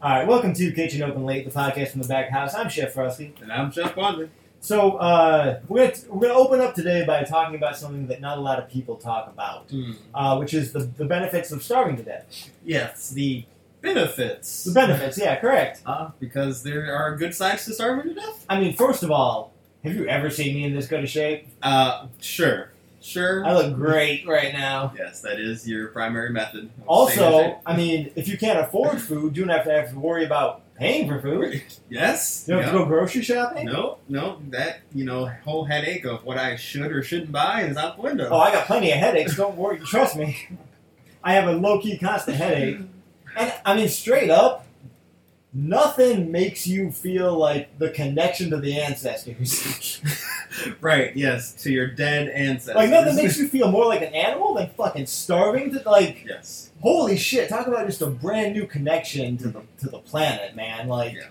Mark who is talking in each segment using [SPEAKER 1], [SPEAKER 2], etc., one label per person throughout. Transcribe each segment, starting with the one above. [SPEAKER 1] All right, welcome to Kitchen Open Late, the podcast from the back house. I'm Chef Frosty.
[SPEAKER 2] And I'm Chef Bonley.
[SPEAKER 1] So uh, we're gonna, we're going to open up today by talking about something that not a lot of people talk about, uh, which is the, the benefits of starving to death.
[SPEAKER 2] Yes, the benefits.
[SPEAKER 1] The benefits, yeah, correct.
[SPEAKER 2] Uh, because there are good sides to starving to death?
[SPEAKER 1] I mean, first of all, have you ever seen me in this good of shape?
[SPEAKER 2] Uh, sure. Sure.
[SPEAKER 1] I look great right now.
[SPEAKER 2] yes, that is your primary method. of staying in
[SPEAKER 1] Also, I mean, if you can't afford food, you don't have to have to worry about paying for food.
[SPEAKER 2] shape. Yes.
[SPEAKER 1] You don't have to
[SPEAKER 2] no.
[SPEAKER 1] go grocery shopping.
[SPEAKER 2] No, no, that you know whole headache of what I should or shouldn't buy is out the window.
[SPEAKER 1] Oh, I got plenty of headaches. Don't worry. Trust me. I have a low key constant headache. And I mean, straight up, nothing makes you feel like the connection to the ancestors.
[SPEAKER 2] right, yes, to your dead ancestors.
[SPEAKER 1] like, nothing makes you feel more like an animal than fucking starving to, like,
[SPEAKER 2] yes,
[SPEAKER 1] holy shit. Talk about just a brand new connection to the, to the planet, man. Like,
[SPEAKER 2] Yeah.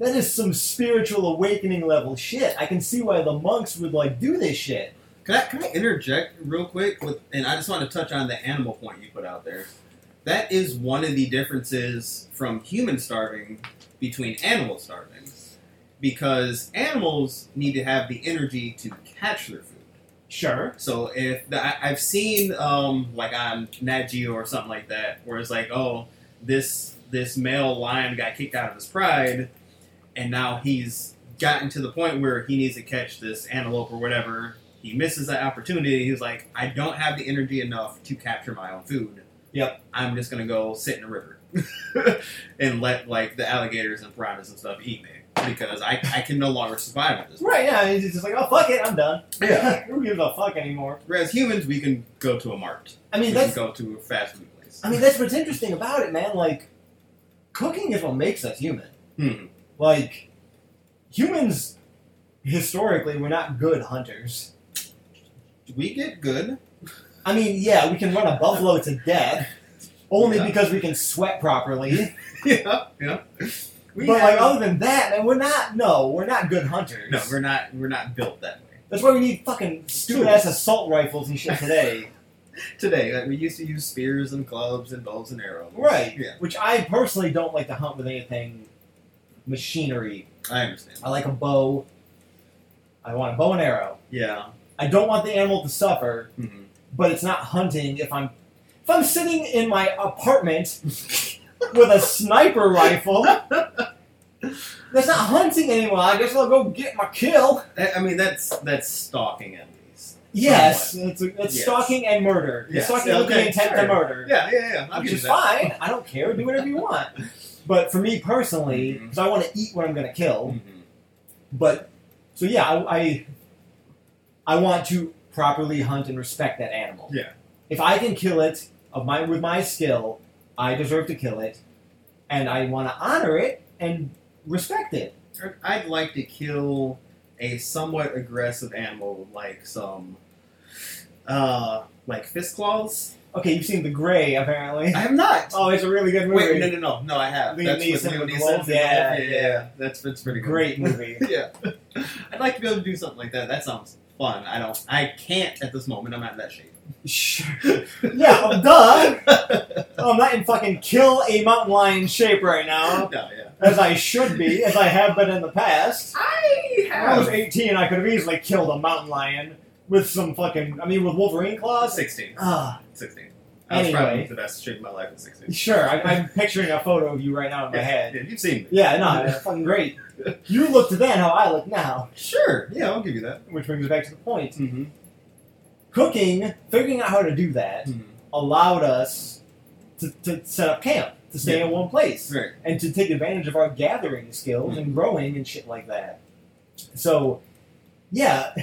[SPEAKER 1] that is some spiritual awakening level shit. I can see why the monks would, like, do this shit.
[SPEAKER 2] Can I, can I interject real quick with, and I just want to touch on the animal point you put out there. That is one of the differences from human starving between animal starving, because animals need to have the energy to catch their food.
[SPEAKER 1] Sure.
[SPEAKER 2] So if the, I, I've seen um, like on Nat Geo or something like that, where it's like, oh, this this male lion got kicked out of his pride, and now he's gotten to the point where he needs to catch this antelope or whatever. He misses that opportunity. He's like, I don't have the energy enough to capture my own food.
[SPEAKER 1] Yep.
[SPEAKER 2] I'm just gonna go sit in a river and let like the alligators and piranhas and stuff eat me because I, I can no longer survive at this.
[SPEAKER 1] Right, yeah. It's just like, oh, fuck it. I'm done.
[SPEAKER 2] point.
[SPEAKER 1] Who gives a fuck anymore?
[SPEAKER 2] Whereas humans, we can go to a mart.
[SPEAKER 1] I mean,
[SPEAKER 2] we
[SPEAKER 1] that's
[SPEAKER 2] can go to a fast food place.
[SPEAKER 1] I mean that's what's interesting about it, man. Like, cooking is what makes us human.
[SPEAKER 2] Hmm.
[SPEAKER 1] Like, humans historically were not good hunters.
[SPEAKER 2] we get good.
[SPEAKER 1] I mean, yeah, we can run a buffalo to death only
[SPEAKER 2] Yeah.
[SPEAKER 1] because we can sweat properly.
[SPEAKER 2] yeah, yeah. We
[SPEAKER 1] but like,
[SPEAKER 2] have-
[SPEAKER 1] other than that, man, we're not. No, we're not good hunters.
[SPEAKER 2] no, we're not. We're not built that way.
[SPEAKER 1] that's why we need fucking stupid ass assault rifles and shit today.
[SPEAKER 2] Today, like, we used to use spears and clubs and bows and arrows.
[SPEAKER 1] right.
[SPEAKER 2] Yeah,
[SPEAKER 1] Which I personally don't like to hunt with anything machinery.
[SPEAKER 2] I understand.
[SPEAKER 1] I like a bow. I want a bow and arrow.
[SPEAKER 2] Yeah.
[SPEAKER 1] I don't want the animal to suffer,
[SPEAKER 2] hmm
[SPEAKER 1] but it's not hunting if I'm if I'm sitting in my apartment with a sniper rifle. That's not hunting anymore. I guess I'll go get my kill.
[SPEAKER 2] I, I mean, that's that's stalking at least.
[SPEAKER 1] Yes, it's, it's
[SPEAKER 2] Yes.
[SPEAKER 1] stalking and murder. It's
[SPEAKER 2] Yes,
[SPEAKER 1] Stalking with the
[SPEAKER 2] okay,
[SPEAKER 1] intent
[SPEAKER 2] sure.
[SPEAKER 1] to murder,
[SPEAKER 2] Yeah, yeah, yeah. I'll
[SPEAKER 1] which
[SPEAKER 2] give
[SPEAKER 1] is
[SPEAKER 2] you that.
[SPEAKER 1] fine. I don't care. Do whatever you want. But for me personally,
[SPEAKER 2] Mhm.
[SPEAKER 1] because I want to eat what I'm going to kill.
[SPEAKER 2] Mhm.
[SPEAKER 1] But so yeah, I, I I want to properly hunt and respect that animal.
[SPEAKER 2] Yeah.
[SPEAKER 1] If I can kill it of my with my skill, I deserve to kill it, and I want to honor it and respect it.
[SPEAKER 2] I'd like to kill a somewhat aggressive animal, like some, uh, like fist claws.
[SPEAKER 1] Okay, you've seen The Gray, apparently.
[SPEAKER 2] I have not.
[SPEAKER 1] Oh, it's a really good movie.
[SPEAKER 2] Wait, no, no, no, no. I have.
[SPEAKER 1] Liam
[SPEAKER 2] That's with
[SPEAKER 1] Neeson
[SPEAKER 2] Liam
[SPEAKER 1] with the
[SPEAKER 2] Neeson.
[SPEAKER 1] wolf?
[SPEAKER 2] yeah,
[SPEAKER 1] Yeah,
[SPEAKER 2] yeah,
[SPEAKER 1] yeah.
[SPEAKER 2] yeah. That's that's pretty good.
[SPEAKER 1] Great movie.
[SPEAKER 2] yeah. I'd like to be able to do something like that. That sounds fun. I don't. I can't at this moment. I'm not in that shape.
[SPEAKER 1] Sure. Yeah, well, duh. Oh, I'm not in fucking kill a mountain lion shape right now,
[SPEAKER 2] No, yeah.
[SPEAKER 1] as I should be, as I have been in the past.
[SPEAKER 2] I
[SPEAKER 1] When I was 18, I could have easily killed a mountain lion with some fucking. I mean, with Wolverine claws?
[SPEAKER 2] sixteen.
[SPEAKER 1] Ah,
[SPEAKER 2] Sixteen. I was probably
[SPEAKER 1] Anyway.
[SPEAKER 2] the best shape of my life at sixteen.
[SPEAKER 1] sure. I, I'm picturing a photo of you right now in my
[SPEAKER 2] yeah,
[SPEAKER 1] head.
[SPEAKER 2] yeah, you've seen me.
[SPEAKER 1] Yeah, no, it's fucking great. You looked then how I look now,
[SPEAKER 2] Sure. Yeah, I'll give you that.
[SPEAKER 1] which brings us back to the point.
[SPEAKER 2] Mm-hmm.
[SPEAKER 1] Cooking, figuring out how to do that,
[SPEAKER 2] Mm-hmm.
[SPEAKER 1] allowed us to, to set up camp, to stay in one place,
[SPEAKER 2] Right.
[SPEAKER 1] and to take advantage of our gathering skills and growing and shit like that. So, yeah,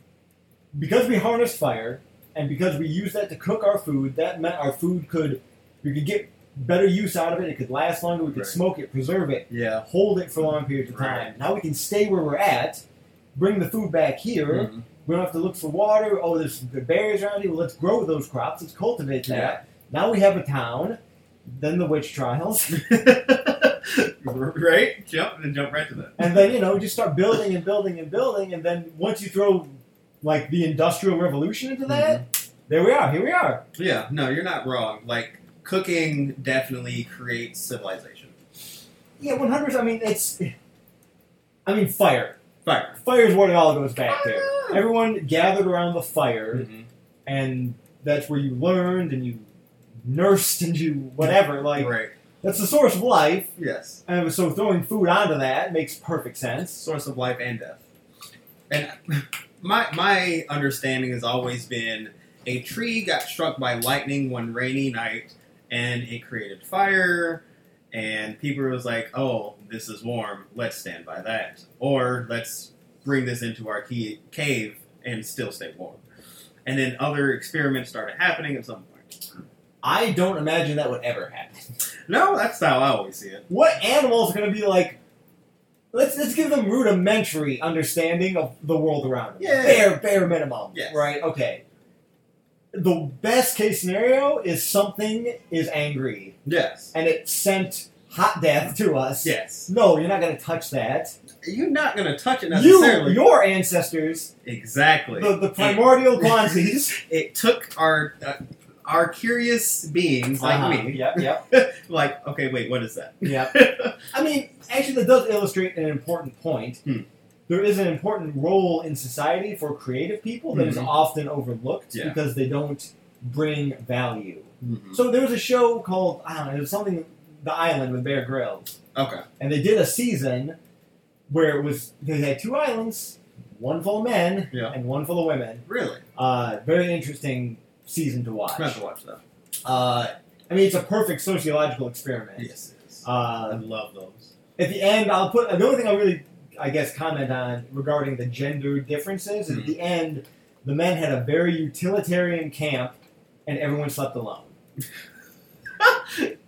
[SPEAKER 1] because we harnessed fire and because we used that to cook our food, that meant our food could we could get better use out of it. It could last longer. We could
[SPEAKER 2] Right.
[SPEAKER 1] smoke it, preserve it,
[SPEAKER 2] Yeah.
[SPEAKER 1] hold it for long periods of time.
[SPEAKER 2] Right.
[SPEAKER 1] Now we can stay where we're at, bring the food back here.
[SPEAKER 2] Mhm.
[SPEAKER 1] We don't have to look for water. Oh, there's some good berries around here. Well, let's grow those crops. Let's cultivate that.
[SPEAKER 2] Yeah.
[SPEAKER 1] Now we have a town. Then the witch trials,
[SPEAKER 2] right. Jump and jump right to that.
[SPEAKER 1] and then you know just start building and building and building, and then once you throw like the industrial revolution into that, there we are. Here we are.
[SPEAKER 2] Yeah, no, you're not wrong. Like cooking definitely creates civilization.
[SPEAKER 1] Yeah, one hundred. I mean, it's. I mean, fire.
[SPEAKER 2] Fire.
[SPEAKER 1] Fire is what it all goes back to.
[SPEAKER 2] Ah.
[SPEAKER 1] Everyone gathered around the fire,
[SPEAKER 2] Mhm.
[SPEAKER 1] and that's where you learned and you nursed and you whatever. Like
[SPEAKER 2] right.
[SPEAKER 1] that's the source of life.
[SPEAKER 2] Yes.
[SPEAKER 1] And so throwing food onto that makes perfect sense.
[SPEAKER 2] Source of life and death. And my my understanding has always been a tree got struck by lightning one rainy night and it created fire and people was like, "Oh, this is warm. Let's stand by that." Or let's bring this into our key, cave and still stay warm. And then other experiments started happening at some point.
[SPEAKER 1] I don't imagine that would ever happen.
[SPEAKER 2] No, that's how I always see it.
[SPEAKER 1] What animal is going to be like? Let's let's give them rudimentary understanding of the world around them.
[SPEAKER 2] Yeah.
[SPEAKER 1] Bare bare minimum.
[SPEAKER 2] Yes.
[SPEAKER 1] Right. Okay. The best case scenario is something is angry
[SPEAKER 2] Yes.
[SPEAKER 1] and it sent hot death to us.
[SPEAKER 2] Yes.
[SPEAKER 1] No, you're not going to touch that.
[SPEAKER 2] You're not going to touch it
[SPEAKER 1] You,
[SPEAKER 2] necessarily.
[SPEAKER 1] your ancestors,
[SPEAKER 2] exactly.
[SPEAKER 1] the, the primordial quantities,
[SPEAKER 2] it took our uh, our curious beings like
[SPEAKER 1] Uh-huh.
[SPEAKER 2] me,
[SPEAKER 1] Yep, yep,
[SPEAKER 2] like, okay, wait, what is that?
[SPEAKER 1] yep. I mean, actually, that does illustrate an important point.
[SPEAKER 2] Hmm.
[SPEAKER 1] There is an important role in society for creative people that is
[SPEAKER 2] Mhm.
[SPEAKER 1] often overlooked
[SPEAKER 2] Yeah.
[SPEAKER 1] because they don't bring value.
[SPEAKER 2] Mhm.
[SPEAKER 1] So there was a show called I don't know, it was something The Island with Bear Grylls,
[SPEAKER 2] Okay.
[SPEAKER 1] and they did a season where it was they had two islands, one full of men
[SPEAKER 2] Yeah.
[SPEAKER 1] and one full of women.
[SPEAKER 2] Really?
[SPEAKER 1] Uh, very interesting season to watch.
[SPEAKER 2] I'm gonna have to watch that.
[SPEAKER 1] Uh, I mean, it's a perfect sociological experiment.
[SPEAKER 2] Yes, it is. I
[SPEAKER 1] Uh,
[SPEAKER 2] love those.
[SPEAKER 1] at the end, I'll put the only thing I really, I guess, comment on regarding the gender differences is at
[SPEAKER 2] Mhm.
[SPEAKER 1] the end, the men had a very utilitarian camp, and everyone slept alone.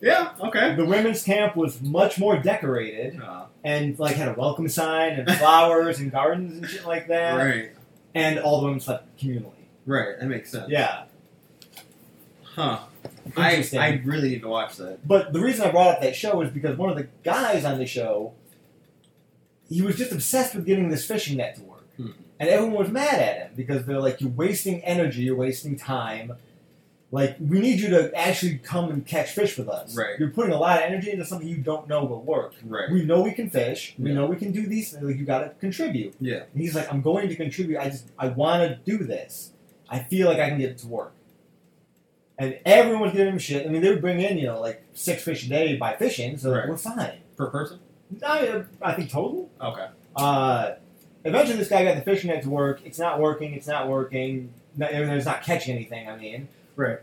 [SPEAKER 2] Yeah. Okay.
[SPEAKER 1] The women's camp was much more decorated
[SPEAKER 2] Uh,
[SPEAKER 1] and like had a welcome sign and flowers and gardens and shit like that,
[SPEAKER 2] right.
[SPEAKER 1] and all the women slept communally.
[SPEAKER 2] Right. That makes sense.
[SPEAKER 1] Yeah,
[SPEAKER 2] Huh. I
[SPEAKER 1] Interesting.
[SPEAKER 2] I really need to watch that.
[SPEAKER 1] But the reason I brought up that show is because one of the guys on the show, he was just obsessed with getting this fishing net to work,
[SPEAKER 2] Hmm.
[SPEAKER 1] and everyone was mad at him because they're like, "You're wasting energy, you're wasting time. Like, we need you to actually come and catch fish with us.
[SPEAKER 2] Right.
[SPEAKER 1] You're putting a lot of energy into something you don't know will work.
[SPEAKER 2] Right.
[SPEAKER 1] We know we can fish. We
[SPEAKER 2] Yeah.
[SPEAKER 1] know we can do these things. Like, you got to contribute."
[SPEAKER 2] Yeah.
[SPEAKER 1] And he's like, "I'm going to contribute. I just I want to do this. I feel like I can get it to work." And everyone's giving him shit. I mean, they would bring in you know like six fish a day by fishing, so
[SPEAKER 2] Right.
[SPEAKER 1] we're fine.
[SPEAKER 2] Per person.
[SPEAKER 1] I, mean, I think total.
[SPEAKER 2] Okay.
[SPEAKER 1] Uh, eventually, this guy got the fishing net to work. It's not working. It's not working. No- I mean, It's not catching anything. I mean,
[SPEAKER 2] Right.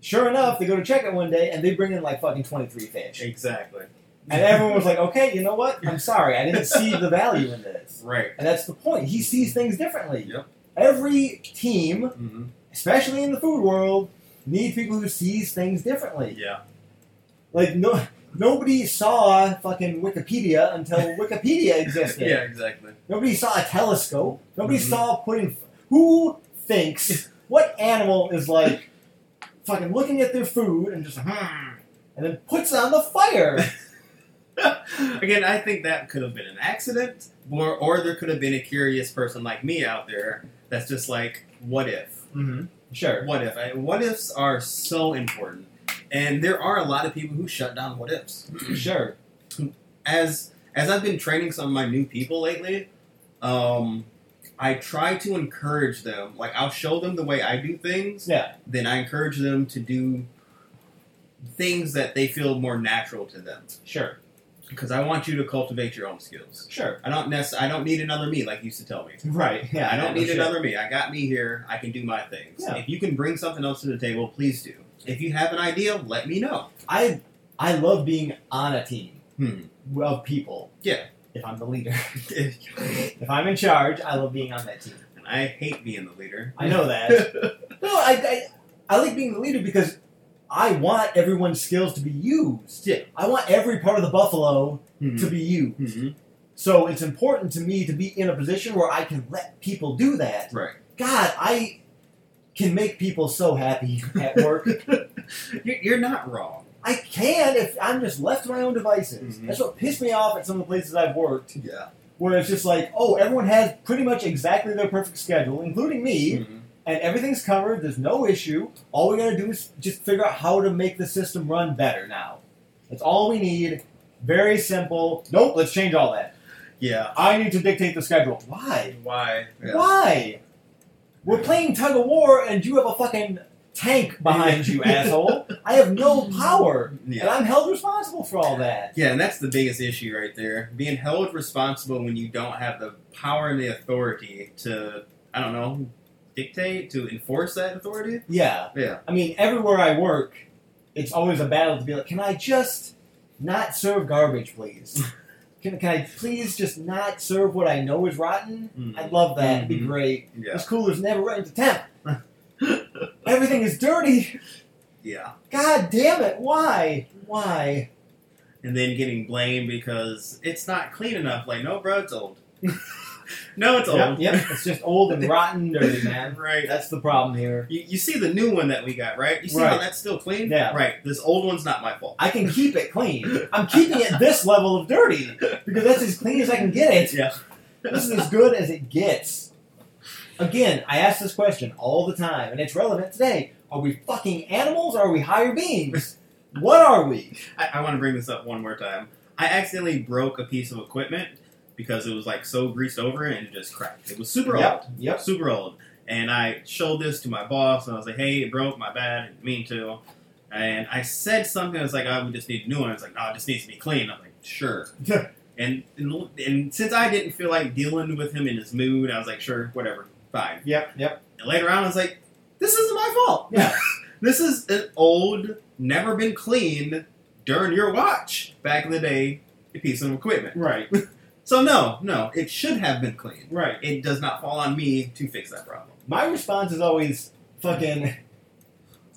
[SPEAKER 1] Sure enough, they go to check it one day and they bring in like fucking twenty three fish,
[SPEAKER 2] Exactly.
[SPEAKER 1] and everyone was like, "Okay, you know what? I'm sorry, I didn't see the value in this."
[SPEAKER 2] Right.
[SPEAKER 1] And that's the point. He sees things differently.
[SPEAKER 2] Yep.
[SPEAKER 1] Every team,
[SPEAKER 2] hmm
[SPEAKER 1] especially in the food world, needs people who sees things differently.
[SPEAKER 2] Yeah.
[SPEAKER 1] Like no nobody saw fucking Wikipedia until Wikipedia existed.
[SPEAKER 2] Yeah. Exactly.
[SPEAKER 1] Nobody saw a telescope. Nobody
[SPEAKER 2] Mhm.
[SPEAKER 1] saw putting who thinks what animal is like fucking looking at their food and just hmm, and then puts it on the fire.
[SPEAKER 2] Again, I think that could have been an accident, or or there could have been a curious person like me out there that's just like, what if?
[SPEAKER 1] mm-hmm. Sure.
[SPEAKER 2] What if? I- What ifs are so important, and there are a lot of people who shut down what ifs.
[SPEAKER 1] Sure.
[SPEAKER 2] As as I've been training some of my new people lately, um, I try to encourage them. Like I'll show them the way I do things.
[SPEAKER 1] Yeah.
[SPEAKER 2] Then I encourage them to do things that they feel more natural to them,
[SPEAKER 1] Sure.
[SPEAKER 2] because I want you to cultivate your own skills.
[SPEAKER 1] Sure.
[SPEAKER 2] I don't necess- I don't need another me like you used to tell me.
[SPEAKER 1] Right. Yeah.
[SPEAKER 2] I don't
[SPEAKER 1] no
[SPEAKER 2] need
[SPEAKER 1] shit.
[SPEAKER 2] another me. I got me here. I can do my things.
[SPEAKER 1] Yeah.
[SPEAKER 2] If you can bring something else to the table, please do. If you have an idea, let me know.
[SPEAKER 1] I I love being on a team
[SPEAKER 2] Hmm.
[SPEAKER 1] of people.
[SPEAKER 2] Yeah.
[SPEAKER 1] If I'm the leader,
[SPEAKER 2] and
[SPEAKER 1] if I'm in charge, I love being on that team.
[SPEAKER 2] I hate being the leader.
[SPEAKER 1] I know that. no, I, I I like being the leader because I want everyone's skills to be used.
[SPEAKER 2] Yeah.
[SPEAKER 1] I want every part of the buffalo
[SPEAKER 2] Mhm.
[SPEAKER 1] to be used.
[SPEAKER 2] Mhm.
[SPEAKER 1] So it's important to me to be in a position where I can let people do that.
[SPEAKER 2] Right.
[SPEAKER 1] God, I can make people so happy at work.
[SPEAKER 2] You're, you're not wrong.
[SPEAKER 1] I can if I'm just left to my own devices.
[SPEAKER 2] Mhm.
[SPEAKER 1] That's what pissed me off at some of the places I've worked.
[SPEAKER 2] Yeah.
[SPEAKER 1] where it's just like, oh, everyone has pretty much exactly their perfect schedule, including me, and everything's covered. There's no issue. All we gotta do is just figure out how to make the system run better now. That's all we need. Very simple. Nope, let's change all that.
[SPEAKER 2] Yeah.
[SPEAKER 1] I need to dictate the schedule. Why?
[SPEAKER 2] Why? Yeah.
[SPEAKER 1] Why? We're playing tug of war and you have a fucking tank behind you, asshole. I have no power.
[SPEAKER 2] Yeah.
[SPEAKER 1] And I'm held responsible for all that.
[SPEAKER 2] Yeah, and that's the biggest issue right there. Being held responsible when you don't have the power and the authority to, I don't know, dictate, to enforce that authority?
[SPEAKER 1] Yeah.
[SPEAKER 2] Yeah.
[SPEAKER 1] I mean, everywhere I work, it's always a battle to be like, can I just not serve garbage, please? Can, can I please just not serve what I know is rotten?
[SPEAKER 2] Mm.
[SPEAKER 1] I'd love that. It'd be
[SPEAKER 2] Mhm.
[SPEAKER 1] great.
[SPEAKER 2] Yeah.
[SPEAKER 1] This cooler's never ready to temp. Everything is dirty.
[SPEAKER 2] Yeah.
[SPEAKER 1] God damn it. Why? Why?
[SPEAKER 2] And then getting blamed because it's not clean enough. Like, no, bro, it's old. no, it's
[SPEAKER 1] Yep,
[SPEAKER 2] old.
[SPEAKER 1] yep. It's just old and rotten and dirty, man.
[SPEAKER 2] Right.
[SPEAKER 1] That's the problem here.
[SPEAKER 2] You, you see the new one that we got, right? You see how
[SPEAKER 1] Right.
[SPEAKER 2] that's still clean?
[SPEAKER 1] Yeah.
[SPEAKER 2] Right. This old one's not my fault.
[SPEAKER 1] I can keep it clean. I'm keeping it this level of dirty because that's as clean as I can get it.
[SPEAKER 2] Yeah.
[SPEAKER 1] This is as good as it gets. Again, I ask this question all the time, and it's relevant today. Are we fucking animals or are we higher beings? What are we?
[SPEAKER 2] I, I want to bring this up one more time. I accidentally broke a piece of equipment because it was like so greased over and it just cracked. It was super old.
[SPEAKER 1] Yep, yep.
[SPEAKER 2] super old. And I showed this to my boss, and I was like, "Hey, it broke. My bad. I didn't mean to." And I said something. I was like, "Oh, we just need a new one." I was like, "No, it just needs to be clean." I'm like, "Sure." and, and and since I didn't feel like dealing with him in his mood, I was like, "Sure, whatever, fine."
[SPEAKER 1] Yep, yep.
[SPEAKER 2] And later on, I was like, "This isn't my fault.
[SPEAKER 1] Yeah.
[SPEAKER 2] this is an old, never been cleaned during your watch back in the day piece of equipment.
[SPEAKER 1] Right,
[SPEAKER 2] So no, no, it should have been cleaned.
[SPEAKER 1] right.
[SPEAKER 2] It does not fall on me to fix that problem."
[SPEAKER 1] My response is always fucking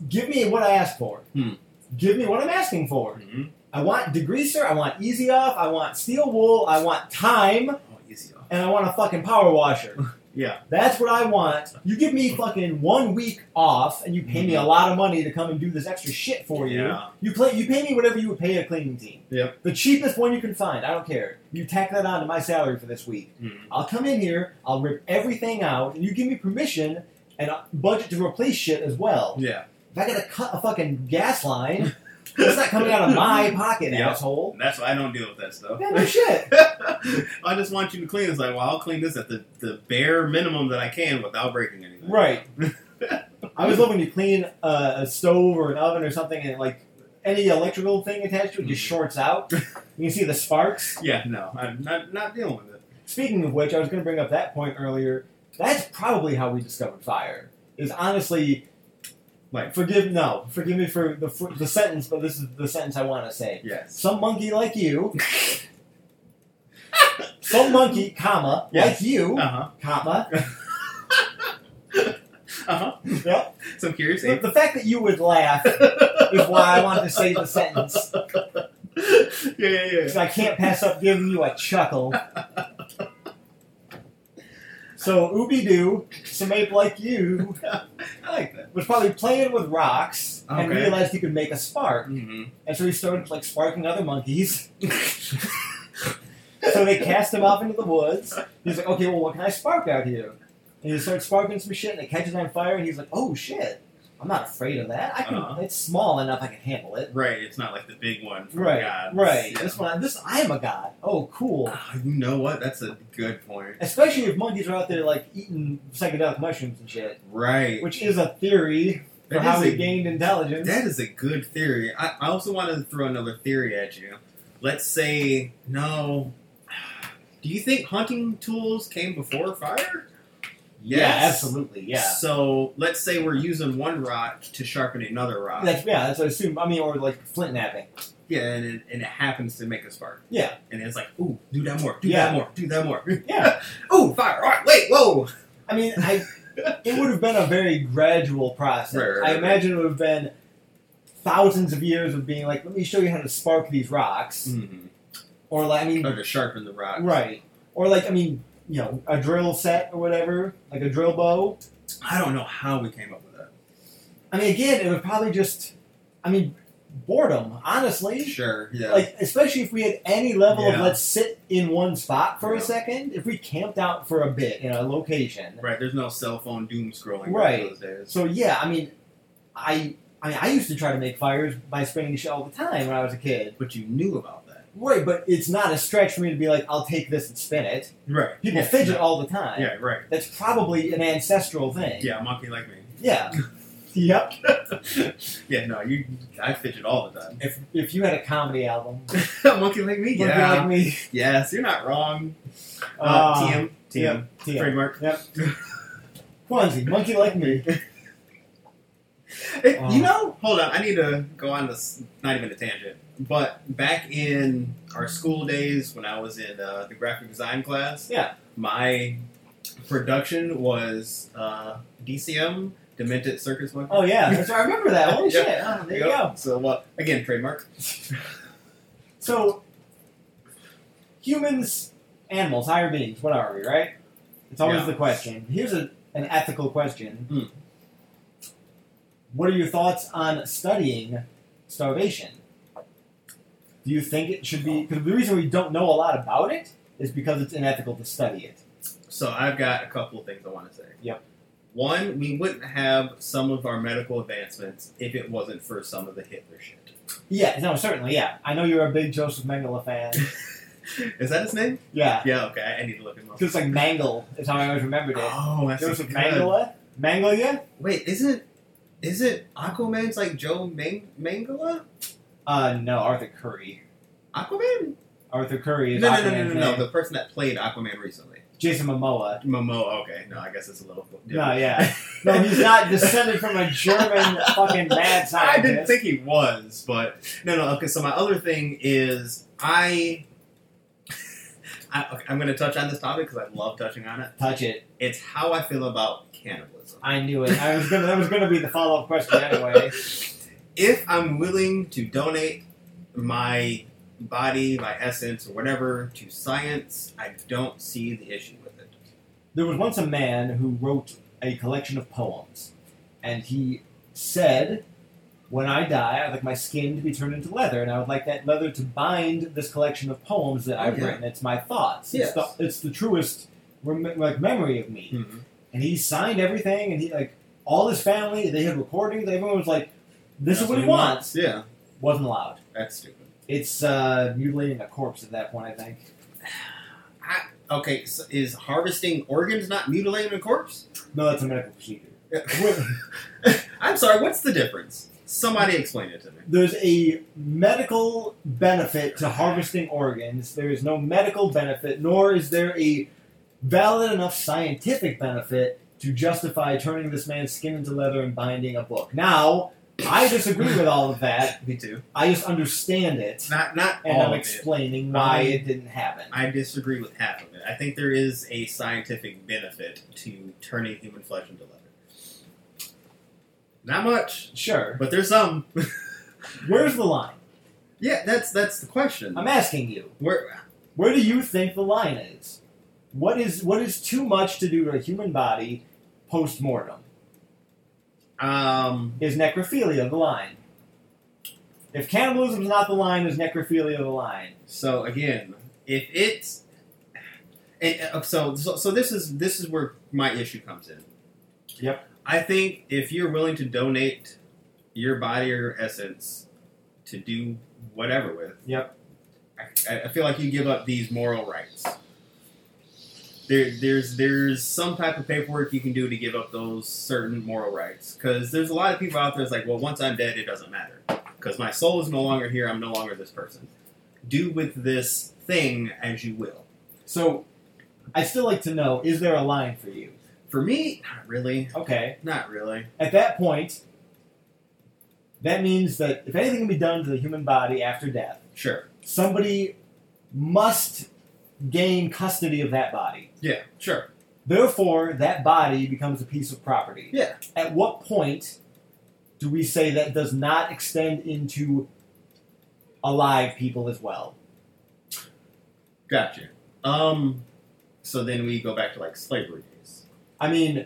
[SPEAKER 1] give me what I ask for.
[SPEAKER 2] Hmm.
[SPEAKER 1] Give me what I'm asking for.
[SPEAKER 2] Mhm.
[SPEAKER 1] I want degreaser, I want easy off, I want steel wool, I want time,
[SPEAKER 2] Oh, easy off.
[SPEAKER 1] and I want a fucking power washer.
[SPEAKER 2] Yeah.
[SPEAKER 1] That's what I want. You give me fucking one week off and you pay me a lot of money to come and do this extra shit for you.
[SPEAKER 2] Mm-hmm. Yeah.
[SPEAKER 1] You play you pay me whatever you would pay a cleaning team.
[SPEAKER 2] Yep.
[SPEAKER 1] The cheapest one you can find, I don't care. You tack that on to my salary for this week.
[SPEAKER 2] Mm.
[SPEAKER 1] I'll come in here, I'll rip everything out, and you give me permission and a budget to replace shit as well.
[SPEAKER 2] Yeah.
[SPEAKER 1] If I gotta cut a fucking gas line, it's not coming out of my pocket,
[SPEAKER 2] Yeah.
[SPEAKER 1] asshole.
[SPEAKER 2] That's why I don't deal with that stuff.
[SPEAKER 1] Yeah, no shit.
[SPEAKER 2] I just want you to clean. It's like, well, I'll clean this at the, the bare minimum that I can without breaking anything.
[SPEAKER 1] Right. I was hoping to clean uh, a stove or an oven or something, and like any electrical thing attached to it just
[SPEAKER 2] Mhm.
[SPEAKER 1] shorts out. You can see the sparks.
[SPEAKER 2] Yeah, no, I'm not, not dealing with it.
[SPEAKER 1] Speaking of which, I was going to bring up that point earlier. That's probably how we discovered fire. Is honestly,
[SPEAKER 2] Like-
[SPEAKER 1] forgive no, forgive me for the for the sentence, but this is the sentence I want to say.
[SPEAKER 2] Yes.
[SPEAKER 1] Some monkey like you, some monkey, comma,
[SPEAKER 2] Yes.
[SPEAKER 1] like you,
[SPEAKER 2] Uh huh.
[SPEAKER 1] comma.
[SPEAKER 2] Uh huh.
[SPEAKER 1] Yep.
[SPEAKER 2] So I'm curious.
[SPEAKER 1] The,
[SPEAKER 2] Abe.
[SPEAKER 1] the fact that you would laugh is why I wanted to say the sentence.
[SPEAKER 2] yeah, yeah, yeah.
[SPEAKER 1] So I can't pass up giving you a chuckle. So Ooby Doo, some ape like you,
[SPEAKER 2] I like that.
[SPEAKER 1] was probably playing with rocks and
[SPEAKER 2] Okay.
[SPEAKER 1] realized he could make a spark,
[SPEAKER 2] Mm-hmm.
[SPEAKER 1] and so he started like sparking other monkeys. So they cast him off into the woods. He's like, okay, well, what can I spark out here? And he starts sparking some shit, and it catches on fire, and he's like, oh shit, I'm not afraid of that. I can.
[SPEAKER 2] Uh-huh.
[SPEAKER 1] It's small enough. I can handle it.
[SPEAKER 2] right. It's not like the big one. From
[SPEAKER 1] Right.
[SPEAKER 2] Gods.
[SPEAKER 1] Right.
[SPEAKER 2] Yeah.
[SPEAKER 1] This one. This I am a god. Oh, cool.
[SPEAKER 2] Ah, you know what? That's a good point.
[SPEAKER 1] Especially if monkeys are out there like eating psychedelic mushrooms and shit,
[SPEAKER 2] Right.
[SPEAKER 1] which is a theory for
[SPEAKER 2] That
[SPEAKER 1] how
[SPEAKER 2] is
[SPEAKER 1] we
[SPEAKER 2] a-
[SPEAKER 1] gained intelligence.
[SPEAKER 2] That is a good theory. I, I also wanted to throw another theory at you. Let's say, no. Do you think hunting tools came before fire?
[SPEAKER 1] Yeah, absolutely. Yeah.
[SPEAKER 2] So let's say we're using one rock to sharpen another rock.
[SPEAKER 1] That's yeah. That's what I assume. I mean, or like flint napping.
[SPEAKER 2] yeah, and it, and it happens to make a spark.
[SPEAKER 1] Yeah.
[SPEAKER 2] And it's like, ooh, do that more, do
[SPEAKER 1] Yeah.
[SPEAKER 2] that more, do that more.
[SPEAKER 1] Yeah.
[SPEAKER 2] ooh, fire! All right, wait, whoa.
[SPEAKER 1] I mean, I it would have been a very gradual process.
[SPEAKER 2] Right, right, right.
[SPEAKER 1] I imagine it would have been thousands of years of being like, let me show you how to spark these rocks,
[SPEAKER 2] Mm-hmm.
[SPEAKER 1] or like, I mean,
[SPEAKER 2] Or to sharpen the rock.
[SPEAKER 1] right, or like, I mean, you know, a drill set or whatever, like a drill bow.
[SPEAKER 2] I don't know how we came up with that.
[SPEAKER 1] I mean, again, it would probably just, I mean, boredom, honestly.
[SPEAKER 2] Sure. Yeah.
[SPEAKER 1] Like, especially if we had any level of
[SPEAKER 2] Yeah.
[SPEAKER 1] let's sit in one spot for
[SPEAKER 2] Yeah.
[SPEAKER 1] a second, if we camped out for a bit in a location.
[SPEAKER 2] right. There's no cell phone doom scrolling.
[SPEAKER 1] Right.
[SPEAKER 2] Those days.
[SPEAKER 1] So, yeah, I mean, I. I mean, I used to try to make fires by spinning shit all the time when I was a kid.
[SPEAKER 2] But you knew about that.
[SPEAKER 1] Right, but it's not a stretch for me to be like, I'll take this and spin it.
[SPEAKER 2] Right.
[SPEAKER 1] People
[SPEAKER 2] yeah,
[SPEAKER 1] fidget
[SPEAKER 2] no.
[SPEAKER 1] all the time.
[SPEAKER 2] Yeah, right.
[SPEAKER 1] That's probably an ancestral thing.
[SPEAKER 2] Yeah, a monkey like me.
[SPEAKER 1] Yeah. yep.
[SPEAKER 2] yeah, no, you. I fidget all the time.
[SPEAKER 1] If, if you had a comedy album,
[SPEAKER 2] A monkey like me.
[SPEAKER 1] would it be
[SPEAKER 2] Yeah.
[SPEAKER 1] like me.
[SPEAKER 2] Yes, you're not wrong. Uh,
[SPEAKER 1] Uh,
[SPEAKER 2] TM. TM.
[SPEAKER 1] TM.
[SPEAKER 2] Trademark.
[SPEAKER 1] Yep. Kwanzaa, monkey like me.
[SPEAKER 2] It-
[SPEAKER 1] Um,
[SPEAKER 2] you know, hold on. I need to go on this. Not even a tangent, but back in our school days when I was in uh, the graphic design class,
[SPEAKER 1] Yeah.
[SPEAKER 2] my production was uh, DCM, Demented Circus Monkey.
[SPEAKER 1] Oh yeah, that's- I remember that. Holy
[SPEAKER 2] Yep.
[SPEAKER 1] shit! Ah, there you
[SPEAKER 2] Yep.
[SPEAKER 1] go.
[SPEAKER 2] So what? again, trademark.
[SPEAKER 1] So, humans, animals, higher beings. What are we? Right? It's always
[SPEAKER 2] Yeah.
[SPEAKER 1] the question. Here's a, an ethical question.
[SPEAKER 2] Mm.
[SPEAKER 1] What are your thoughts on studying starvation? Do you think it should be? Because the reason we don't know a lot about it is because it's unethical to study it.
[SPEAKER 2] So I've got a couple of things I want to say.
[SPEAKER 1] Yep.
[SPEAKER 2] One, we wouldn't have some of our medical advancements if it wasn't for some of the Hitler shit.
[SPEAKER 1] Yeah, no, certainly, yeah. I know you're a big Joseph Mengele fan.
[SPEAKER 2] Is that his name?
[SPEAKER 1] Yeah,
[SPEAKER 2] Yeah. Okay, I- I need to look him up.
[SPEAKER 1] because like Mangle is how I always remembered it.
[SPEAKER 2] Oh, that's
[SPEAKER 1] Joseph
[SPEAKER 2] good.
[SPEAKER 1] Mangala? Mangala?
[SPEAKER 2] Wait, isn't is it Aquaman's like Joe Mang- Mangala?
[SPEAKER 1] Uh, no, Arthur Curry.
[SPEAKER 2] Aquaman?
[SPEAKER 1] Arthur Curry
[SPEAKER 2] No,
[SPEAKER 1] is
[SPEAKER 2] no, no,
[SPEAKER 1] Aquaman's
[SPEAKER 2] no, no, no.
[SPEAKER 1] name.
[SPEAKER 2] The person that played Aquaman recently,
[SPEAKER 1] Jason Momoa.
[SPEAKER 2] Momo. Okay, no, I guess it's a little.
[SPEAKER 1] No,
[SPEAKER 2] different.
[SPEAKER 1] yeah. No, he's not descended from a German fucking mad scientist.
[SPEAKER 2] I didn't think he was, but no, no. Okay, so my other thing is I. I okay, I'm going to touch on this topic because I love touching on it.
[SPEAKER 1] Touch it.
[SPEAKER 2] It's how I feel about cannibalism.
[SPEAKER 1] I knew it. I was gonna. That was gonna be the follow up question anyway.
[SPEAKER 2] if I'm willing to donate my body, my essence, or whatever to science, I don't see the issue with it.
[SPEAKER 1] There was once a man who wrote a collection of poems, and he said, "When I die, I'd like my skin to be turned into leather, and I would like that leather to bind this collection of poems that I've
[SPEAKER 2] Yeah.
[SPEAKER 1] written. It's my thoughts.
[SPEAKER 2] Yes.
[SPEAKER 1] It's, the, it's the truest, rem- like memory of me."
[SPEAKER 2] Mm-hmm.
[SPEAKER 1] and he signed everything and he like all his family they had recordings everyone was like this is
[SPEAKER 2] That's
[SPEAKER 1] what he wants
[SPEAKER 2] Yeah,
[SPEAKER 1] wasn't allowed
[SPEAKER 2] that's stupid.
[SPEAKER 1] it's uh mutilating a corpse at that point i think
[SPEAKER 2] Okay, so is harvesting organs not mutilating a corpse?
[SPEAKER 1] no that's a medical procedure
[SPEAKER 2] I'm sorry, what's the difference? Somebody explain it to me.
[SPEAKER 1] there's a medical benefit to harvesting organs there is no medical benefit nor is there a valid enough scientific benefit to justify turning this man's skin into leather and binding a book now i disagree with all of that
[SPEAKER 2] Me too.
[SPEAKER 1] i just understand it
[SPEAKER 2] It's not not
[SPEAKER 1] and
[SPEAKER 2] all
[SPEAKER 1] I'm
[SPEAKER 2] of it.
[SPEAKER 1] explaining why
[SPEAKER 2] Um,
[SPEAKER 1] it didn't happen.
[SPEAKER 2] I disagree with half of it. I think there is a scientific benefit to turning human flesh into leather. Not much,
[SPEAKER 1] Sure.
[SPEAKER 2] but there's some.
[SPEAKER 1] Where's the line?
[SPEAKER 2] Yeah, that's that's the question.
[SPEAKER 1] I'm asking you.
[SPEAKER 2] Where
[SPEAKER 1] Where do you think the line is? What is what is too much to do to a human body post mortem?
[SPEAKER 2] um
[SPEAKER 1] Is necrophilia the line? If cannibalism is not the line, is necrophilia the line?
[SPEAKER 2] so again, if it's and uh, so, so so this is this is where my issue comes in.
[SPEAKER 1] Yep.
[SPEAKER 2] I think if you're willing to donate your body or your essence to do whatever with,
[SPEAKER 1] Yep.
[SPEAKER 2] I, I feel like you give up these moral rights. There, there's there's some type of paperwork you can do to give up those certain moral rights because there's a lot of people out there that's like, well, once I'm dead, it doesn't matter because my soul is no longer here. I'm no longer this person. Do with this thing as you will.
[SPEAKER 1] So I still like to know, is there a line for you?
[SPEAKER 2] For me, not really,
[SPEAKER 1] Okay.
[SPEAKER 2] not really.
[SPEAKER 1] At that point, that means that if anything can be done to the human body after death,
[SPEAKER 2] Sure,
[SPEAKER 1] somebody must gain custody of that body.
[SPEAKER 2] yeah, sure.
[SPEAKER 1] Therefore, that body becomes a piece of property.
[SPEAKER 2] Yeah.
[SPEAKER 1] At what point do we say that does not extend into alive people as well?
[SPEAKER 2] Gotcha. Um, so then we go back to like slavery days.
[SPEAKER 1] I mean,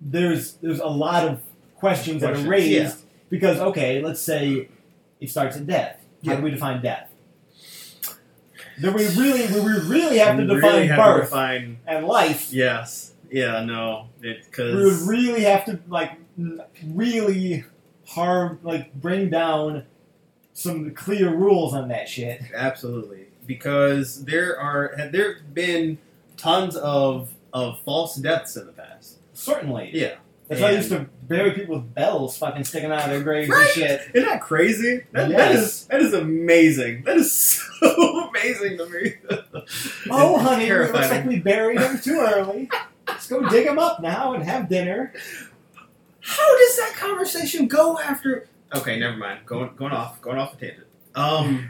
[SPEAKER 1] there's there's a lot of questions, that
[SPEAKER 2] Questions,
[SPEAKER 1] are raised
[SPEAKER 2] yeah.
[SPEAKER 1] because okay, let's say it starts at death. How
[SPEAKER 2] Yeah.
[SPEAKER 1] do we define death? Then we really we we really have to
[SPEAKER 2] We
[SPEAKER 1] define
[SPEAKER 2] really have
[SPEAKER 1] birth
[SPEAKER 2] to define
[SPEAKER 1] and life.
[SPEAKER 2] Yes. Yeah. No. Because
[SPEAKER 1] we would really have to like n- really hard like bring down some clear rules on that shit.
[SPEAKER 2] Absolutely, because there are have there been tons of of false deaths in the past.
[SPEAKER 1] Certainly.
[SPEAKER 2] Yeah,
[SPEAKER 1] That's why I
[SPEAKER 2] And-
[SPEAKER 1] used to bury people with bells fucking sticking out of their graves
[SPEAKER 2] Right?
[SPEAKER 1] and shit.
[SPEAKER 2] Isn't that crazy? That, that
[SPEAKER 1] Yes.
[SPEAKER 2] is that is amazing. That is so amazing to me.
[SPEAKER 1] Oh,
[SPEAKER 2] It's
[SPEAKER 1] honey, it looks
[SPEAKER 2] terrifying.
[SPEAKER 1] like we buried him too early. Let's go dig him up now and have dinner.
[SPEAKER 2] How does that conversation go after? Okay, never mind. Going going off going off a tangent. Um. Hmm.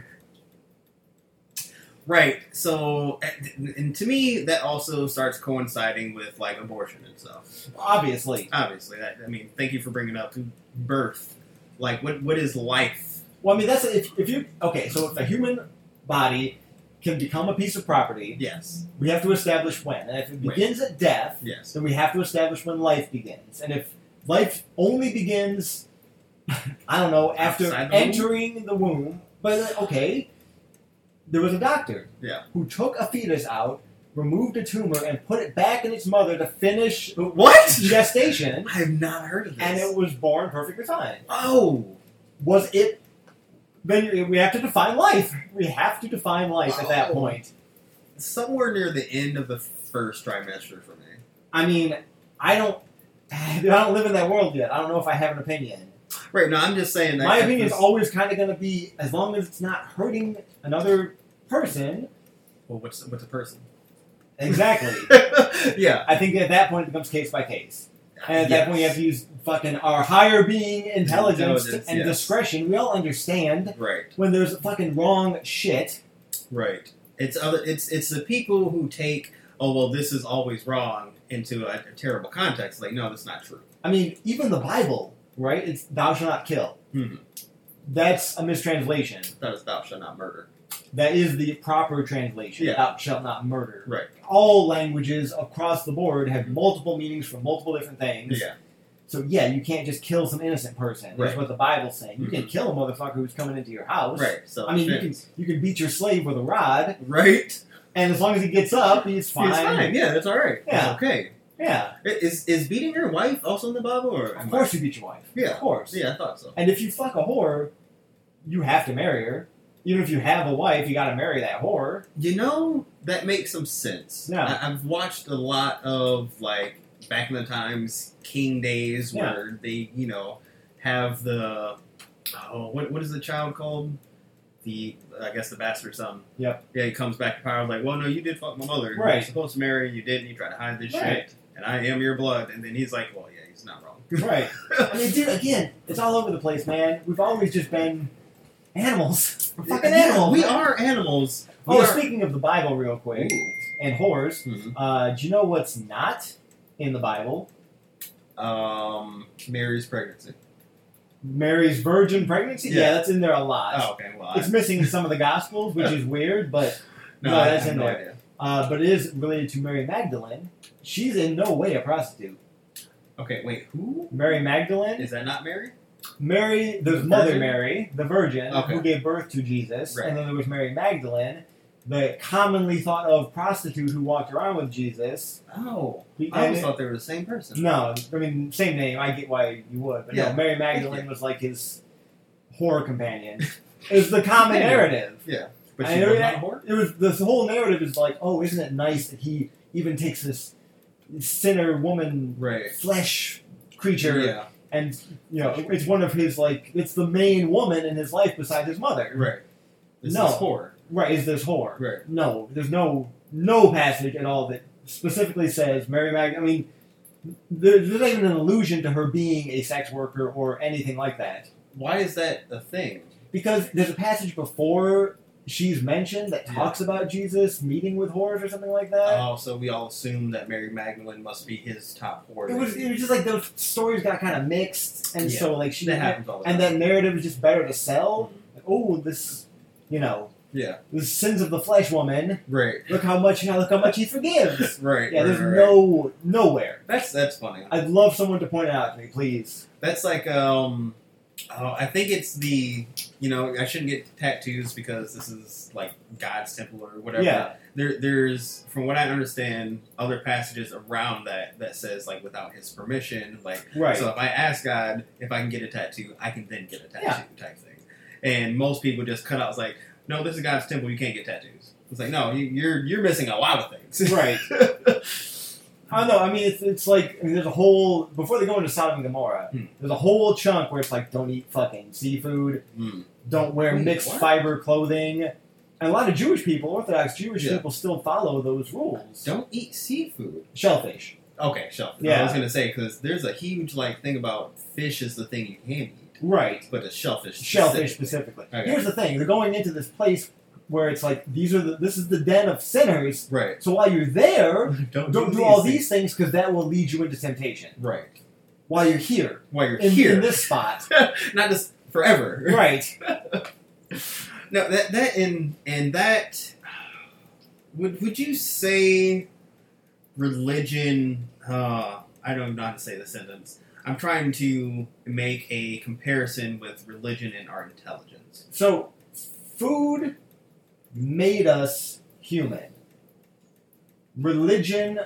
[SPEAKER 2] Right. So, and- and to me, that also starts coinciding with like abortion and stuff.
[SPEAKER 1] Obviously.
[SPEAKER 2] Obviously, that, I mean, thank you for bringing up birth. Like, what what is life?
[SPEAKER 1] Well, I mean, that's if, if you okay. So if a human body can become a piece of property,
[SPEAKER 2] Yes.
[SPEAKER 1] we have to establish when. And if it
[SPEAKER 2] Right.
[SPEAKER 1] begins at death,
[SPEAKER 2] Yes.
[SPEAKER 1] then we have to establish when life begins. And if life only begins, I don't know, after
[SPEAKER 2] Outside the womb?
[SPEAKER 1] entering the womb. But uh, okay, there was a doctor
[SPEAKER 2] Yeah.
[SPEAKER 1] who took a fetus out, removed a tumor, and put it back in its mother to finish
[SPEAKER 2] What?
[SPEAKER 1] gestation,
[SPEAKER 2] I have not heard of this.
[SPEAKER 1] and it was born perfectly fine.
[SPEAKER 2] oh.
[SPEAKER 1] was it then we have to define life we have to define life at that
[SPEAKER 2] Oh.
[SPEAKER 1] point
[SPEAKER 2] somewhere near the end of the first trimester for me.
[SPEAKER 1] i mean i don't i don't live in that world yet i don't know if i have an opinion
[SPEAKER 2] Right. No, I'm just saying that.
[SPEAKER 1] my
[SPEAKER 2] that
[SPEAKER 1] opinion is
[SPEAKER 2] this-
[SPEAKER 1] always kind of going to be as long as it's not hurting another person
[SPEAKER 2] Well, what's what's a person?
[SPEAKER 1] exactly
[SPEAKER 2] yeah.
[SPEAKER 1] i think at that point it becomes case by case and at
[SPEAKER 2] Yes.
[SPEAKER 1] that point you have to use fucking our higher being intelligence,
[SPEAKER 2] Intelligence,
[SPEAKER 1] and
[SPEAKER 2] yes.
[SPEAKER 1] discretion we all understand
[SPEAKER 2] Right.
[SPEAKER 1] when there's fucking wrong shit
[SPEAKER 2] Right. It's other. It's it's the people who take oh well this is always wrong into a, a terrible context. Like no, that's not true.
[SPEAKER 1] I mean, even the Bible, right? It's thou shalt not kill.
[SPEAKER 2] Mhm.
[SPEAKER 1] That's a mistranslation.
[SPEAKER 2] That is thou shalt not murder.
[SPEAKER 1] That is the proper translation.
[SPEAKER 2] Yeah.
[SPEAKER 1] Thou shalt not murder.
[SPEAKER 2] Right.
[SPEAKER 1] All languages across the board have multiple meanings for multiple different things.
[SPEAKER 2] Yeah.
[SPEAKER 1] So yeah, you can't just kill some innocent person. That's
[SPEAKER 2] Right.
[SPEAKER 1] what the Bible's saying. You can
[SPEAKER 2] Mhm.
[SPEAKER 1] kill a motherfucker who's coming into your house.
[SPEAKER 2] Right. So
[SPEAKER 1] I mean, you can you can beat your slave with a rod,
[SPEAKER 2] right.
[SPEAKER 1] and as long as he gets up, he's fine.
[SPEAKER 2] It's fine. Yeah, that's all right. It's
[SPEAKER 1] Yeah.
[SPEAKER 2] okay.
[SPEAKER 1] Yeah.
[SPEAKER 2] I- Is is beating your wife also in the Bible? Or
[SPEAKER 1] Of course you beat your wife.
[SPEAKER 2] Yeah.
[SPEAKER 1] Of course.
[SPEAKER 2] Yeah, I thought so.
[SPEAKER 1] And if you fuck a whore, you have to marry her. Even if you have a wife, you got to marry that whore.
[SPEAKER 2] You know that makes some sense.
[SPEAKER 1] Yeah.
[SPEAKER 2] I, I've watched a lot of like back in the times king days
[SPEAKER 1] Yeah.
[SPEAKER 2] where they you know have the oh what what is the child called the I guess the bastard son.
[SPEAKER 1] Yep.
[SPEAKER 2] Yeah, he comes back to power like, well, no, you did fuck my mother. You were
[SPEAKER 1] Right.
[SPEAKER 2] supposed to marry, you didn't. You tried to hide this
[SPEAKER 1] Right.
[SPEAKER 2] shit, and I am your blood. And then he's like, well, yeah, he's not wrong.
[SPEAKER 1] Right. I mean, dude, again, it's all over the place, man. We've always just been animals. We're fucking
[SPEAKER 2] Yeah,
[SPEAKER 1] animals.
[SPEAKER 2] We
[SPEAKER 1] man.
[SPEAKER 2] are animals. We
[SPEAKER 1] Oh,
[SPEAKER 2] are-
[SPEAKER 1] speaking of the Bible, real quick, and whores,
[SPEAKER 2] Mhm.
[SPEAKER 1] uh, do you know what's not in the Bible?
[SPEAKER 2] Um, Mary's pregnancy.
[SPEAKER 1] Mary's virgin pregnancy?
[SPEAKER 2] Yeah.
[SPEAKER 1] that's in there a lot.
[SPEAKER 2] Oh, okay. Well, I,
[SPEAKER 1] It's missing in some of the Gospels, which is weird, but
[SPEAKER 2] no,
[SPEAKER 1] no,
[SPEAKER 2] I
[SPEAKER 1] that's
[SPEAKER 2] have
[SPEAKER 1] in
[SPEAKER 2] no
[SPEAKER 1] there.
[SPEAKER 2] idea.
[SPEAKER 1] uh, but it is related to Mary Magdalene. She's in no way a prostitute.
[SPEAKER 2] Okay, wait, who?
[SPEAKER 1] Mary Magdalene
[SPEAKER 2] Is that not Mary?
[SPEAKER 1] Mary,
[SPEAKER 2] The
[SPEAKER 1] there's Mother
[SPEAKER 2] Virgin?
[SPEAKER 1] Mary, the Virgin,
[SPEAKER 2] Okay.
[SPEAKER 1] who gave birth to Jesus,
[SPEAKER 2] Right.
[SPEAKER 1] and then there was Mary Magdalene, the commonly thought of prostitute who walked around with Jesus.
[SPEAKER 2] Oh.
[SPEAKER 1] He-
[SPEAKER 2] I always
[SPEAKER 1] and-
[SPEAKER 2] thought they were the same person.
[SPEAKER 1] no, I mean same name. I get why you would, but
[SPEAKER 2] Yeah.
[SPEAKER 1] no, Mary Magdalene was like his horror companion. Is the common
[SPEAKER 2] Yeah.
[SPEAKER 1] narrative.
[SPEAKER 2] But
[SPEAKER 1] I
[SPEAKER 2] she
[SPEAKER 1] know
[SPEAKER 2] was
[SPEAKER 1] that-
[SPEAKER 2] not a whore?
[SPEAKER 1] It was this whole narrative is like, oh, isn't it nice that he even takes this sinner woman
[SPEAKER 2] Right.
[SPEAKER 1] flesh creature
[SPEAKER 2] Yeah.
[SPEAKER 1] and you know it's one of his like it's the main woman in his life beside his mother
[SPEAKER 2] Right. This
[SPEAKER 1] No.
[SPEAKER 2] is whore.
[SPEAKER 1] right is this whore
[SPEAKER 2] Right.
[SPEAKER 1] no there's no no passage at all that specifically says mary mag i mean there, there's not even an allusion to her being a sex worker or anything like that
[SPEAKER 2] Why is that a thing?
[SPEAKER 1] because there's a passage before she's mentioned that talks about jesus meeting with whores or something like that
[SPEAKER 2] Oh, so we all assume that Mary Magdalene must be his top whore.
[SPEAKER 1] it was it was just like those stories got kind of mixed and
[SPEAKER 2] Yeah.
[SPEAKER 1] so like she
[SPEAKER 2] that happens all the
[SPEAKER 1] and that
[SPEAKER 2] time.
[SPEAKER 1] narrative is just better to sell like, oh this you know
[SPEAKER 2] Yeah.
[SPEAKER 1] the sins of the flesh woman.
[SPEAKER 2] Right.
[SPEAKER 1] Look how much look how much he forgives.
[SPEAKER 2] Right.
[SPEAKER 1] Yeah,
[SPEAKER 2] right,
[SPEAKER 1] there's
[SPEAKER 2] right, right.
[SPEAKER 1] no nowhere.
[SPEAKER 2] That's that's funny.
[SPEAKER 1] I'd love someone to point it out to me, please.
[SPEAKER 2] That's like um oh, I think it's the you know, I shouldn't get tattoos because this is like God's temple or whatever.
[SPEAKER 1] Yeah.
[SPEAKER 2] There there's from what I understand other passages around that that says like without his permission like
[SPEAKER 1] Right.
[SPEAKER 2] so if I ask God if I can get a tattoo, I can then get a tattoo type thing. and most people just cut out. It's like, no, this is God's temple. You can't get tattoos. It's like, no, you, you're you're missing a lot of things.
[SPEAKER 1] Right. I don't know. I mean, it's, it's like I mean, there's a whole before they go into Sodom and Gomorrah.
[SPEAKER 2] Hmm.
[SPEAKER 1] There's a whole chunk where it's like don't eat fucking seafood,
[SPEAKER 2] Mm.
[SPEAKER 1] don't wear
[SPEAKER 2] Wait,
[SPEAKER 1] mixed
[SPEAKER 2] what?
[SPEAKER 1] fiber clothing, and a lot of Jewish people, Orthodox Jewish
[SPEAKER 2] Yeah.
[SPEAKER 1] people, still follow those rules.
[SPEAKER 2] Don't eat seafood.
[SPEAKER 1] Shellfish.
[SPEAKER 2] Okay, shelf. I
[SPEAKER 1] Yeah.
[SPEAKER 2] was gonna say because there's a huge like thing about fish is the thing you can eat,
[SPEAKER 1] Right.
[SPEAKER 2] but the shellfish.
[SPEAKER 1] Shellfish specifically.
[SPEAKER 2] Okay.
[SPEAKER 1] Here's the thing: they're going into this place where it's like these are the this is the den of sinners.
[SPEAKER 2] Right.
[SPEAKER 1] So while you're there,
[SPEAKER 2] Don't
[SPEAKER 1] don't
[SPEAKER 2] do
[SPEAKER 1] do all
[SPEAKER 2] things.
[SPEAKER 1] these things because that will lead you into temptation.
[SPEAKER 2] Right.
[SPEAKER 1] While you're here,
[SPEAKER 2] While you're
[SPEAKER 1] in,
[SPEAKER 2] here,
[SPEAKER 1] in this spot,
[SPEAKER 2] not just forever.
[SPEAKER 1] right?
[SPEAKER 2] No, that that and and that would would you say religion? Uh, I don't know how to say the sentence. I'm trying to make a comparison with religion and our intelligence.
[SPEAKER 1] So, food made us human. Religion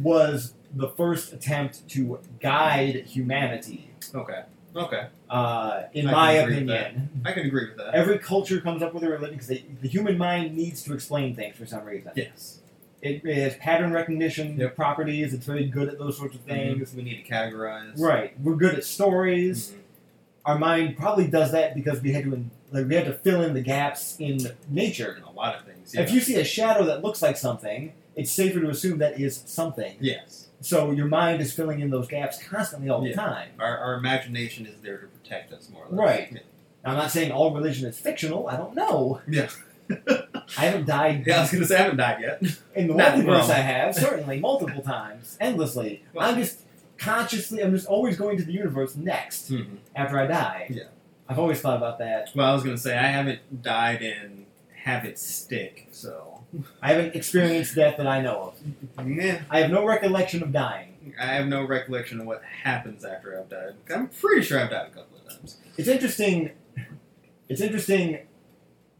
[SPEAKER 1] was the first attempt to guide humanity.
[SPEAKER 2] Okay. Okay.
[SPEAKER 1] Uh, in
[SPEAKER 2] I can
[SPEAKER 1] my
[SPEAKER 2] agree with that.
[SPEAKER 1] opinion,
[SPEAKER 2] I can agree with that.
[SPEAKER 1] Every culture comes up with a religion because the human mind needs to explain things for some reason.
[SPEAKER 2] Yes.
[SPEAKER 1] It, it has pattern recognition
[SPEAKER 2] Yep. Mm-hmm.
[SPEAKER 1] properties. It's really good at those sorts of things.
[SPEAKER 2] Things we need to categorize.
[SPEAKER 1] Right. We're good at stories.
[SPEAKER 2] Mhm.
[SPEAKER 1] Our mind probably does that because we had to in, like we had to fill in the gaps in nature.
[SPEAKER 2] And a lot of things. Yeah.
[SPEAKER 1] If you see a shadow that looks like something, it's safer to assume that is something.
[SPEAKER 2] yes.
[SPEAKER 1] So your mind is filling in those gaps constantly all
[SPEAKER 2] Yeah.
[SPEAKER 1] the time.
[SPEAKER 2] Our, our imagination is there to protect us more or less.
[SPEAKER 1] Right. Now, I'm not saying all religion is fictional. I don't know.
[SPEAKER 2] Yeah.
[SPEAKER 1] I haven't died
[SPEAKER 2] Yeah, I was gonna say I haven't died yet.
[SPEAKER 1] In the
[SPEAKER 2] Not
[SPEAKER 1] multiverse,
[SPEAKER 2] wrong.
[SPEAKER 1] I have certainly multiple times, endlessly.
[SPEAKER 2] Well-
[SPEAKER 1] I'm just consciously, I'm just always going to the universe next
[SPEAKER 2] Mhm.
[SPEAKER 1] after I die.
[SPEAKER 2] Yeah.
[SPEAKER 1] I've always thought about that.
[SPEAKER 2] Well, I was gonna say I haven't died and have it stick, so
[SPEAKER 1] I haven't experienced death that I know of.
[SPEAKER 2] yeah,
[SPEAKER 1] I have no recollection of dying.
[SPEAKER 2] I have no recollection of what happens after I've died. I'm pretty sure I've died a couple of times.
[SPEAKER 1] It's interesting. It's interesting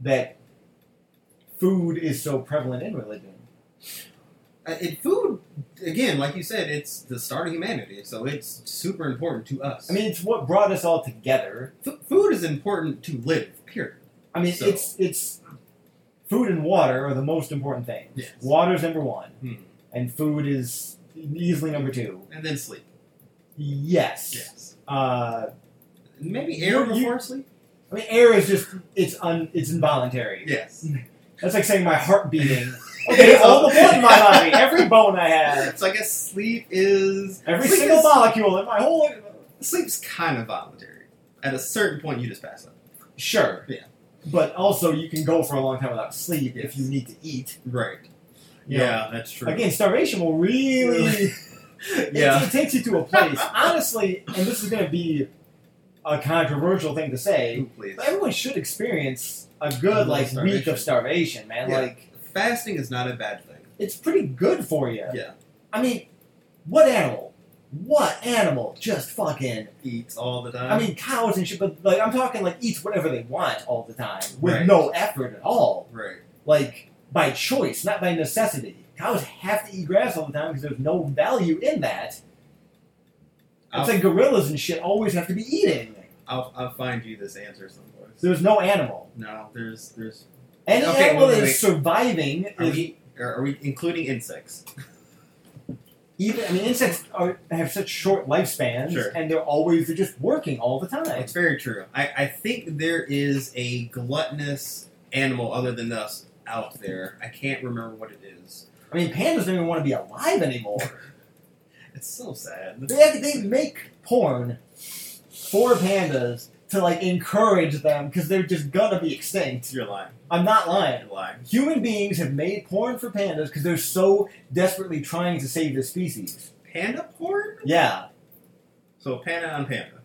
[SPEAKER 1] that food is so prevalent in religion.
[SPEAKER 2] Uh, It food again, like you said, it's the start of humanity, so it's super important to us.
[SPEAKER 1] I mean, it's what brought us all together.
[SPEAKER 2] F- food is important to live. Period.
[SPEAKER 1] I mean,
[SPEAKER 2] So-
[SPEAKER 1] it's it's food and water are the most important things.
[SPEAKER 2] Yes.
[SPEAKER 1] Water's number one,
[SPEAKER 2] Mhm.
[SPEAKER 1] and food is easily number two.
[SPEAKER 2] And then sleep.
[SPEAKER 1] Yes.
[SPEAKER 2] Yes.
[SPEAKER 1] Uh,
[SPEAKER 2] Maybe air
[SPEAKER 1] You- you-
[SPEAKER 2] before sleep.
[SPEAKER 1] I mean, air is just it's un it's involuntary.
[SPEAKER 2] Yes.
[SPEAKER 1] That's like saying my heart beating. Okay, all the blood in my body, every bone I have,
[SPEAKER 2] so I guess sleep is
[SPEAKER 1] every
[SPEAKER 2] Sleep
[SPEAKER 1] single
[SPEAKER 2] is-
[SPEAKER 1] molecule in my whole.
[SPEAKER 2] sleep's kind of voluntary. At a certain point, you just pass out.
[SPEAKER 1] Sure.
[SPEAKER 2] Yeah.
[SPEAKER 1] But also, you can go for a long time without sleep
[SPEAKER 2] Yes.
[SPEAKER 1] if you need to eat.
[SPEAKER 2] Right.
[SPEAKER 1] you know.
[SPEAKER 2] Yeah, that's true.
[SPEAKER 1] Again, starvation will really. It-
[SPEAKER 2] yeah.
[SPEAKER 1] It, takes you to a place. Honestly, and this is going to be a controversial thing to say,
[SPEAKER 2] Ooh, please.
[SPEAKER 1] but everyone should experience a good like week
[SPEAKER 2] Starvation.
[SPEAKER 1] of starvation, man.
[SPEAKER 2] Yeah.
[SPEAKER 1] Like.
[SPEAKER 2] Fasting is not a bad thing.
[SPEAKER 1] it's pretty good for you.
[SPEAKER 2] Yeah.
[SPEAKER 1] I mean, what animal? What animal just fucking?
[SPEAKER 2] Eats all the time.
[SPEAKER 1] I mean, cows and shit, but like I'm talking like eats whatever they want all the time with
[SPEAKER 2] Right.
[SPEAKER 1] no effort at all,
[SPEAKER 2] right.
[SPEAKER 1] like by choice, not by necessity. Cows have to eat grass all the time because there's no value in that.
[SPEAKER 2] I'll,
[SPEAKER 1] It's like
[SPEAKER 2] Oh.
[SPEAKER 1] gorillas and shit always have to be eating.
[SPEAKER 2] I'll, I'll find you this answer someplace.
[SPEAKER 1] There's no animal.
[SPEAKER 2] No, there's there's.
[SPEAKER 1] Any
[SPEAKER 2] Okay,
[SPEAKER 1] animal
[SPEAKER 2] wait,
[SPEAKER 1] that
[SPEAKER 2] wait,
[SPEAKER 1] is surviving
[SPEAKER 2] Are
[SPEAKER 1] is
[SPEAKER 2] we, are, are we including insects?
[SPEAKER 1] even. I mean, insects are, have such short lifespans,
[SPEAKER 2] Sure.
[SPEAKER 1] and they're always they're just working all the time.
[SPEAKER 2] It's very true. I, I think there is a gluttonous animal other than us out there. I can't remember what it is.
[SPEAKER 1] I mean, pandas don't even want to be alive anymore.
[SPEAKER 2] It's so sad.
[SPEAKER 1] they, they make porn for pandas to like encourage them because they're just gonna be extinct.
[SPEAKER 2] You're lying.
[SPEAKER 1] I'm not lying.
[SPEAKER 2] You're lying.
[SPEAKER 1] Human beings have made porn for pandas because they're so desperately trying to save the species.
[SPEAKER 2] Panda porn?
[SPEAKER 1] Yeah,
[SPEAKER 2] So panda on panda.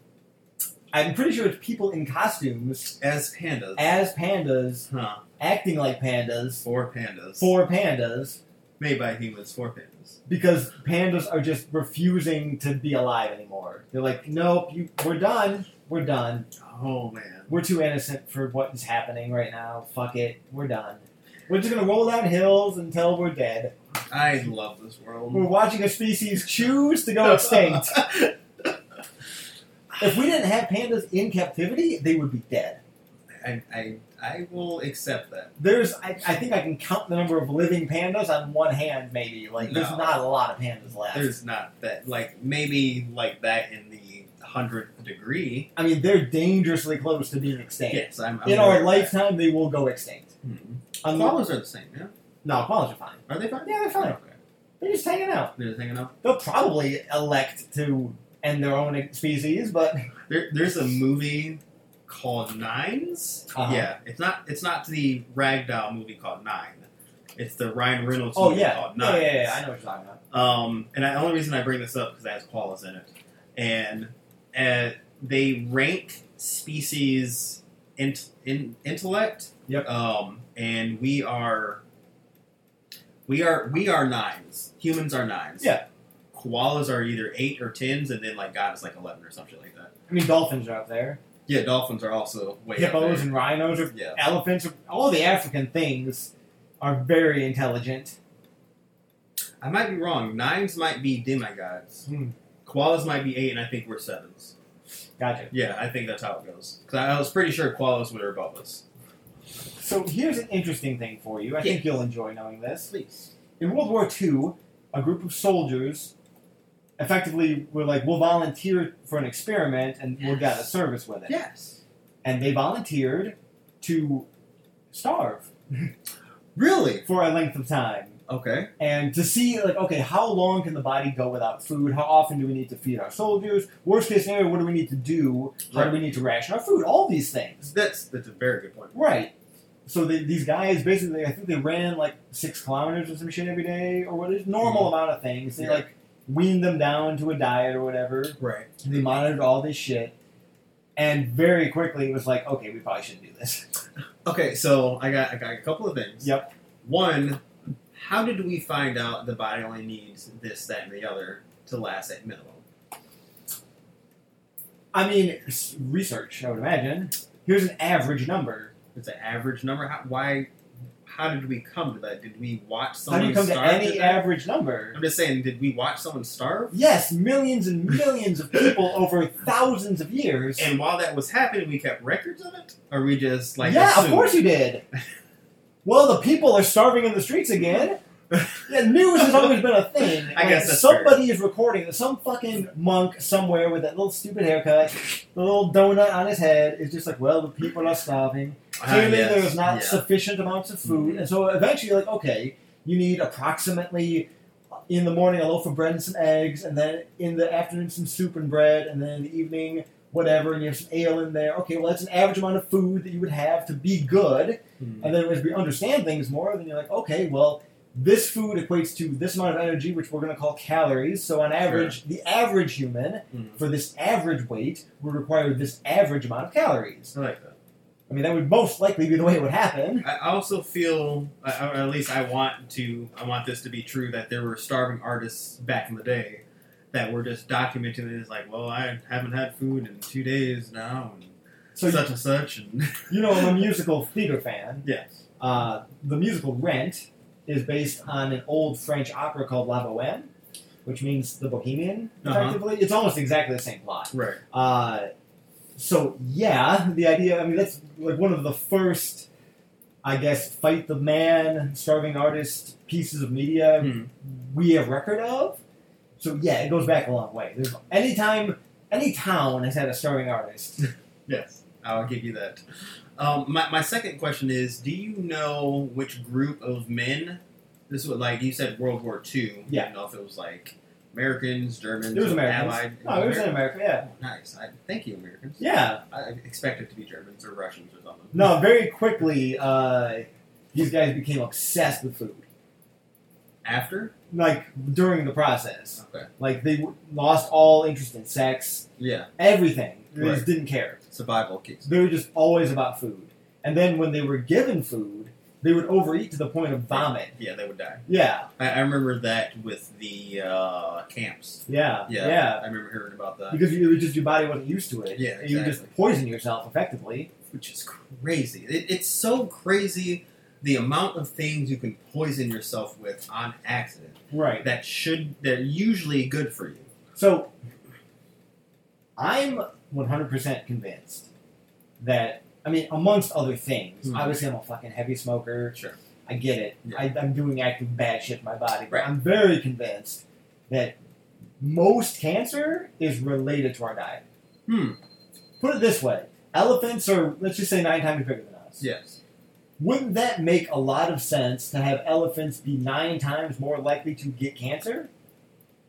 [SPEAKER 1] I'm pretty sure it's people in costumes
[SPEAKER 2] As pandas.
[SPEAKER 1] as pandas,
[SPEAKER 2] huh.
[SPEAKER 1] acting like pandas
[SPEAKER 2] For pandas.
[SPEAKER 1] for pandas
[SPEAKER 2] Made by humans for pandas.
[SPEAKER 1] because pandas are just refusing to be alive anymore. They're like, nope, you, we're done. We're done.
[SPEAKER 2] Oh man.
[SPEAKER 1] we're too innocent for what is happening right now. Fuck it, we're done. We're just gonna roll down hills until we're dead.
[SPEAKER 2] I love this world.
[SPEAKER 1] We're watching a species choose to go extinct. if we didn't have pandas in captivity, they would be dead.
[SPEAKER 2] I, I, I will accept that.
[SPEAKER 1] There's, I, I think I can count the number of living pandas on one hand, maybe. Like, there's
[SPEAKER 2] No.
[SPEAKER 1] not a lot of pandas left.
[SPEAKER 2] There's not that like maybe like that in the hundredth degree.
[SPEAKER 1] I mean, they're dangerously close to being extinct.
[SPEAKER 2] Yes, I'm. I'm
[SPEAKER 1] In our
[SPEAKER 2] aware of
[SPEAKER 1] lifetime, they will go extinct.
[SPEAKER 2] that. Hmm.
[SPEAKER 1] Um,
[SPEAKER 2] Koalas are the same, yeah.
[SPEAKER 1] no, koalas are fine.
[SPEAKER 2] Are they fine?
[SPEAKER 1] Yeah, they're fine.
[SPEAKER 2] Okay.
[SPEAKER 1] They're just hanging out.
[SPEAKER 2] They're just hanging out.
[SPEAKER 1] They'll probably elect to end their own species, but oh,
[SPEAKER 2] There, there's a movie called 9s
[SPEAKER 1] Uh-huh.
[SPEAKER 2] Yeah, it's not it's not the Ragdoll movie called Nine. It's the Ryan Reynolds
[SPEAKER 1] oh
[SPEAKER 2] movie
[SPEAKER 1] yeah,
[SPEAKER 2] called
[SPEAKER 1] yeah,
[SPEAKER 2] Nine.
[SPEAKER 1] yeah, yeah, I know what you're talking about.
[SPEAKER 2] Um, and I, the only reason I bring this up because it has koalas in it, and uh, they rank species in, in intellect.
[SPEAKER 1] Yep.
[SPEAKER 2] Um, and we are we are we are nines. Humans are nines.
[SPEAKER 1] Yeah.
[SPEAKER 2] Koalas are either eight or tens, and then like God is like eleven or something like that.
[SPEAKER 1] I mean, dolphins are up there.
[SPEAKER 2] Yeah, dolphins are also way up
[SPEAKER 1] Hippos
[SPEAKER 2] there.
[SPEAKER 1] and rhinos are
[SPEAKER 2] yeah.
[SPEAKER 1] elephants. Are, all the African things are very intelligent.
[SPEAKER 2] I might be wrong. Nines might be demigods.
[SPEAKER 1] Hmm.
[SPEAKER 2] Koalas might be eight, and I think we're sevens.
[SPEAKER 1] Gotcha.
[SPEAKER 2] Yeah, I think that's how it goes. Because I was pretty sure koalas were above us.
[SPEAKER 1] So here's an interesting thing for you. I think you'll enjoy knowing this.
[SPEAKER 2] Please.
[SPEAKER 1] In World War II, a group of soldiers effectively were like, "We'll volunteer for an experiment and we'll get a
[SPEAKER 2] Yes.
[SPEAKER 1] service with it."
[SPEAKER 2] Yes.
[SPEAKER 1] And they volunteered to starve.
[SPEAKER 2] Really?
[SPEAKER 1] for a length of time
[SPEAKER 2] Okay.
[SPEAKER 1] and to see like okay how long can the body go without food how often do we need to feed our soldiers worst case scenario what do we need to do how do we need to ration our food all these things
[SPEAKER 2] That's that's a very good point.
[SPEAKER 1] right so the, these guys basically i think they ran like six kilometers or some shit every day or what is normal amount of things they
[SPEAKER 2] Mm-hmm. Yeah.
[SPEAKER 1] like weaned them down to a diet or whatever
[SPEAKER 2] Right.
[SPEAKER 1] they monitored all this shit and very quickly it was like okay we probably shouldn't do this
[SPEAKER 2] Okay, so I got I got a couple of things.
[SPEAKER 1] Yep.
[SPEAKER 2] One, how did we find out the body only needs this, that, and the other to last at minimum?
[SPEAKER 1] i mean s- research i would imagine here's an average number
[SPEAKER 2] It's an average number. How, why? How did we come to that? Did we watch
[SPEAKER 1] How
[SPEAKER 2] someone
[SPEAKER 1] do you come to
[SPEAKER 2] starve
[SPEAKER 1] any
[SPEAKER 2] that?
[SPEAKER 1] average number?
[SPEAKER 2] I'm just saying, did we watch someone starve?
[SPEAKER 1] Yes, millions and millions of people over thousands of years.
[SPEAKER 2] And while that was happening, we kept records of it, or we just like
[SPEAKER 1] yeah, of
[SPEAKER 2] assumed?
[SPEAKER 1] course you did. Well, the people are starving in the streets again. Yeah, news has always been a thing.
[SPEAKER 2] I
[SPEAKER 1] Like,
[SPEAKER 2] guess that's
[SPEAKER 1] somebody is recording. Some fucking monk somewhere with that little stupid haircut, the little donut on his head, is just like, well, the people are starving.
[SPEAKER 2] Ah,
[SPEAKER 1] Clearly,
[SPEAKER 2] yes,
[SPEAKER 1] there was not
[SPEAKER 2] yeah. Mm-hmm.
[SPEAKER 1] sufficient amounts of food, and so eventually, like, okay, you need approximately in the morning a loaf of bread and some eggs, and then in the afternoon some soup and bread, and then in the evening whatever, and you have some ale in there. Okay, well, that's an average amount of food that you would have to be good,
[SPEAKER 2] Hmm.
[SPEAKER 1] and then as we understand things more, then you're like, okay, well. This food equates to this amount of energy, which we're going to call calories. So, on average, the average human
[SPEAKER 2] Hmm.
[SPEAKER 1] for this average weight would require this average amount of calories.
[SPEAKER 2] I like that.
[SPEAKER 1] I mean, that would most likely be the way it would happen.
[SPEAKER 2] I also feel, or at least I want to, I want this to be true that there were starving artists back in the day that were just documenting it as like, well, I haven't had food in two days now, and
[SPEAKER 1] So, you,
[SPEAKER 2] such and such, and
[SPEAKER 1] you know, I'm a musical theater fan.
[SPEAKER 2] yes,
[SPEAKER 1] Uh, the musical Rent is based on an old French opera called La Bohème, which means the Bohemian,
[SPEAKER 2] Uh-huh.
[SPEAKER 1] effectively. It's almost exactly the same plot.
[SPEAKER 2] right,
[SPEAKER 1] Uh, so, yeah, the idea, I mean, that's like one of the first, I guess, fight the man, starving artist pieces of media
[SPEAKER 2] Hmm.
[SPEAKER 1] we have record of. So yeah, it goes back a long way. There's anytime any town has had a starving artist.
[SPEAKER 2] yes, I'll give you that. Um, my my second question is, do you know which group of men? This was like you said, World War Two.
[SPEAKER 1] Yeah.
[SPEAKER 2] I don't know if it was like Americans, Germans,
[SPEAKER 1] It was Americans.
[SPEAKER 2] Allied.
[SPEAKER 1] No, it was in
[SPEAKER 2] Ameri-
[SPEAKER 1] America. Yeah,
[SPEAKER 2] Oh, nice. I, thank you, Americans.
[SPEAKER 1] yeah.
[SPEAKER 2] I expect it to be Germans or Russians or something.
[SPEAKER 1] No, very quickly, uh, these guys became obsessed with food.
[SPEAKER 2] After?
[SPEAKER 1] Like during the process,
[SPEAKER 2] Okay.
[SPEAKER 1] like they w- lost all interest in sex,
[SPEAKER 2] Yeah.
[SPEAKER 1] everything. They
[SPEAKER 2] Right.
[SPEAKER 1] just didn't care.
[SPEAKER 2] Survival kicks.
[SPEAKER 1] They were just always about food. And then when they were given food, they would overeat to the point of vomit.
[SPEAKER 2] Yeah, they would die.
[SPEAKER 1] Yeah,
[SPEAKER 2] I, I remember that with the uh, camps.
[SPEAKER 1] yeah,
[SPEAKER 2] Yeah,
[SPEAKER 1] yeah.
[SPEAKER 2] I remember hearing about that,
[SPEAKER 1] Because you, it was just your body wasn't used to it.
[SPEAKER 2] Yeah,
[SPEAKER 1] And you would just
[SPEAKER 2] exactly.
[SPEAKER 1] poison yourself effectively.
[SPEAKER 2] which is crazy. It, it's so crazy the amount of things you can poison yourself with on accident
[SPEAKER 1] Right.
[SPEAKER 2] that should they're usually good for you.
[SPEAKER 1] So I'm 100% convinced that I mean, amongst other things.
[SPEAKER 2] Mhm.
[SPEAKER 1] Obviously, I'm a fucking heavy smoker.
[SPEAKER 2] Sure.
[SPEAKER 1] I get it.
[SPEAKER 2] Yeah.
[SPEAKER 1] I, I'm doing active bad shit to my body. But
[SPEAKER 2] Right.
[SPEAKER 1] I'm very convinced that most cancer is related to our diet.
[SPEAKER 2] Hmm.
[SPEAKER 1] Put it this way elephants are, let's just say, nine times bigger than us.
[SPEAKER 2] Yes.
[SPEAKER 1] Wouldn't that make a lot of sense to have elephants be nine times more likely to get cancer?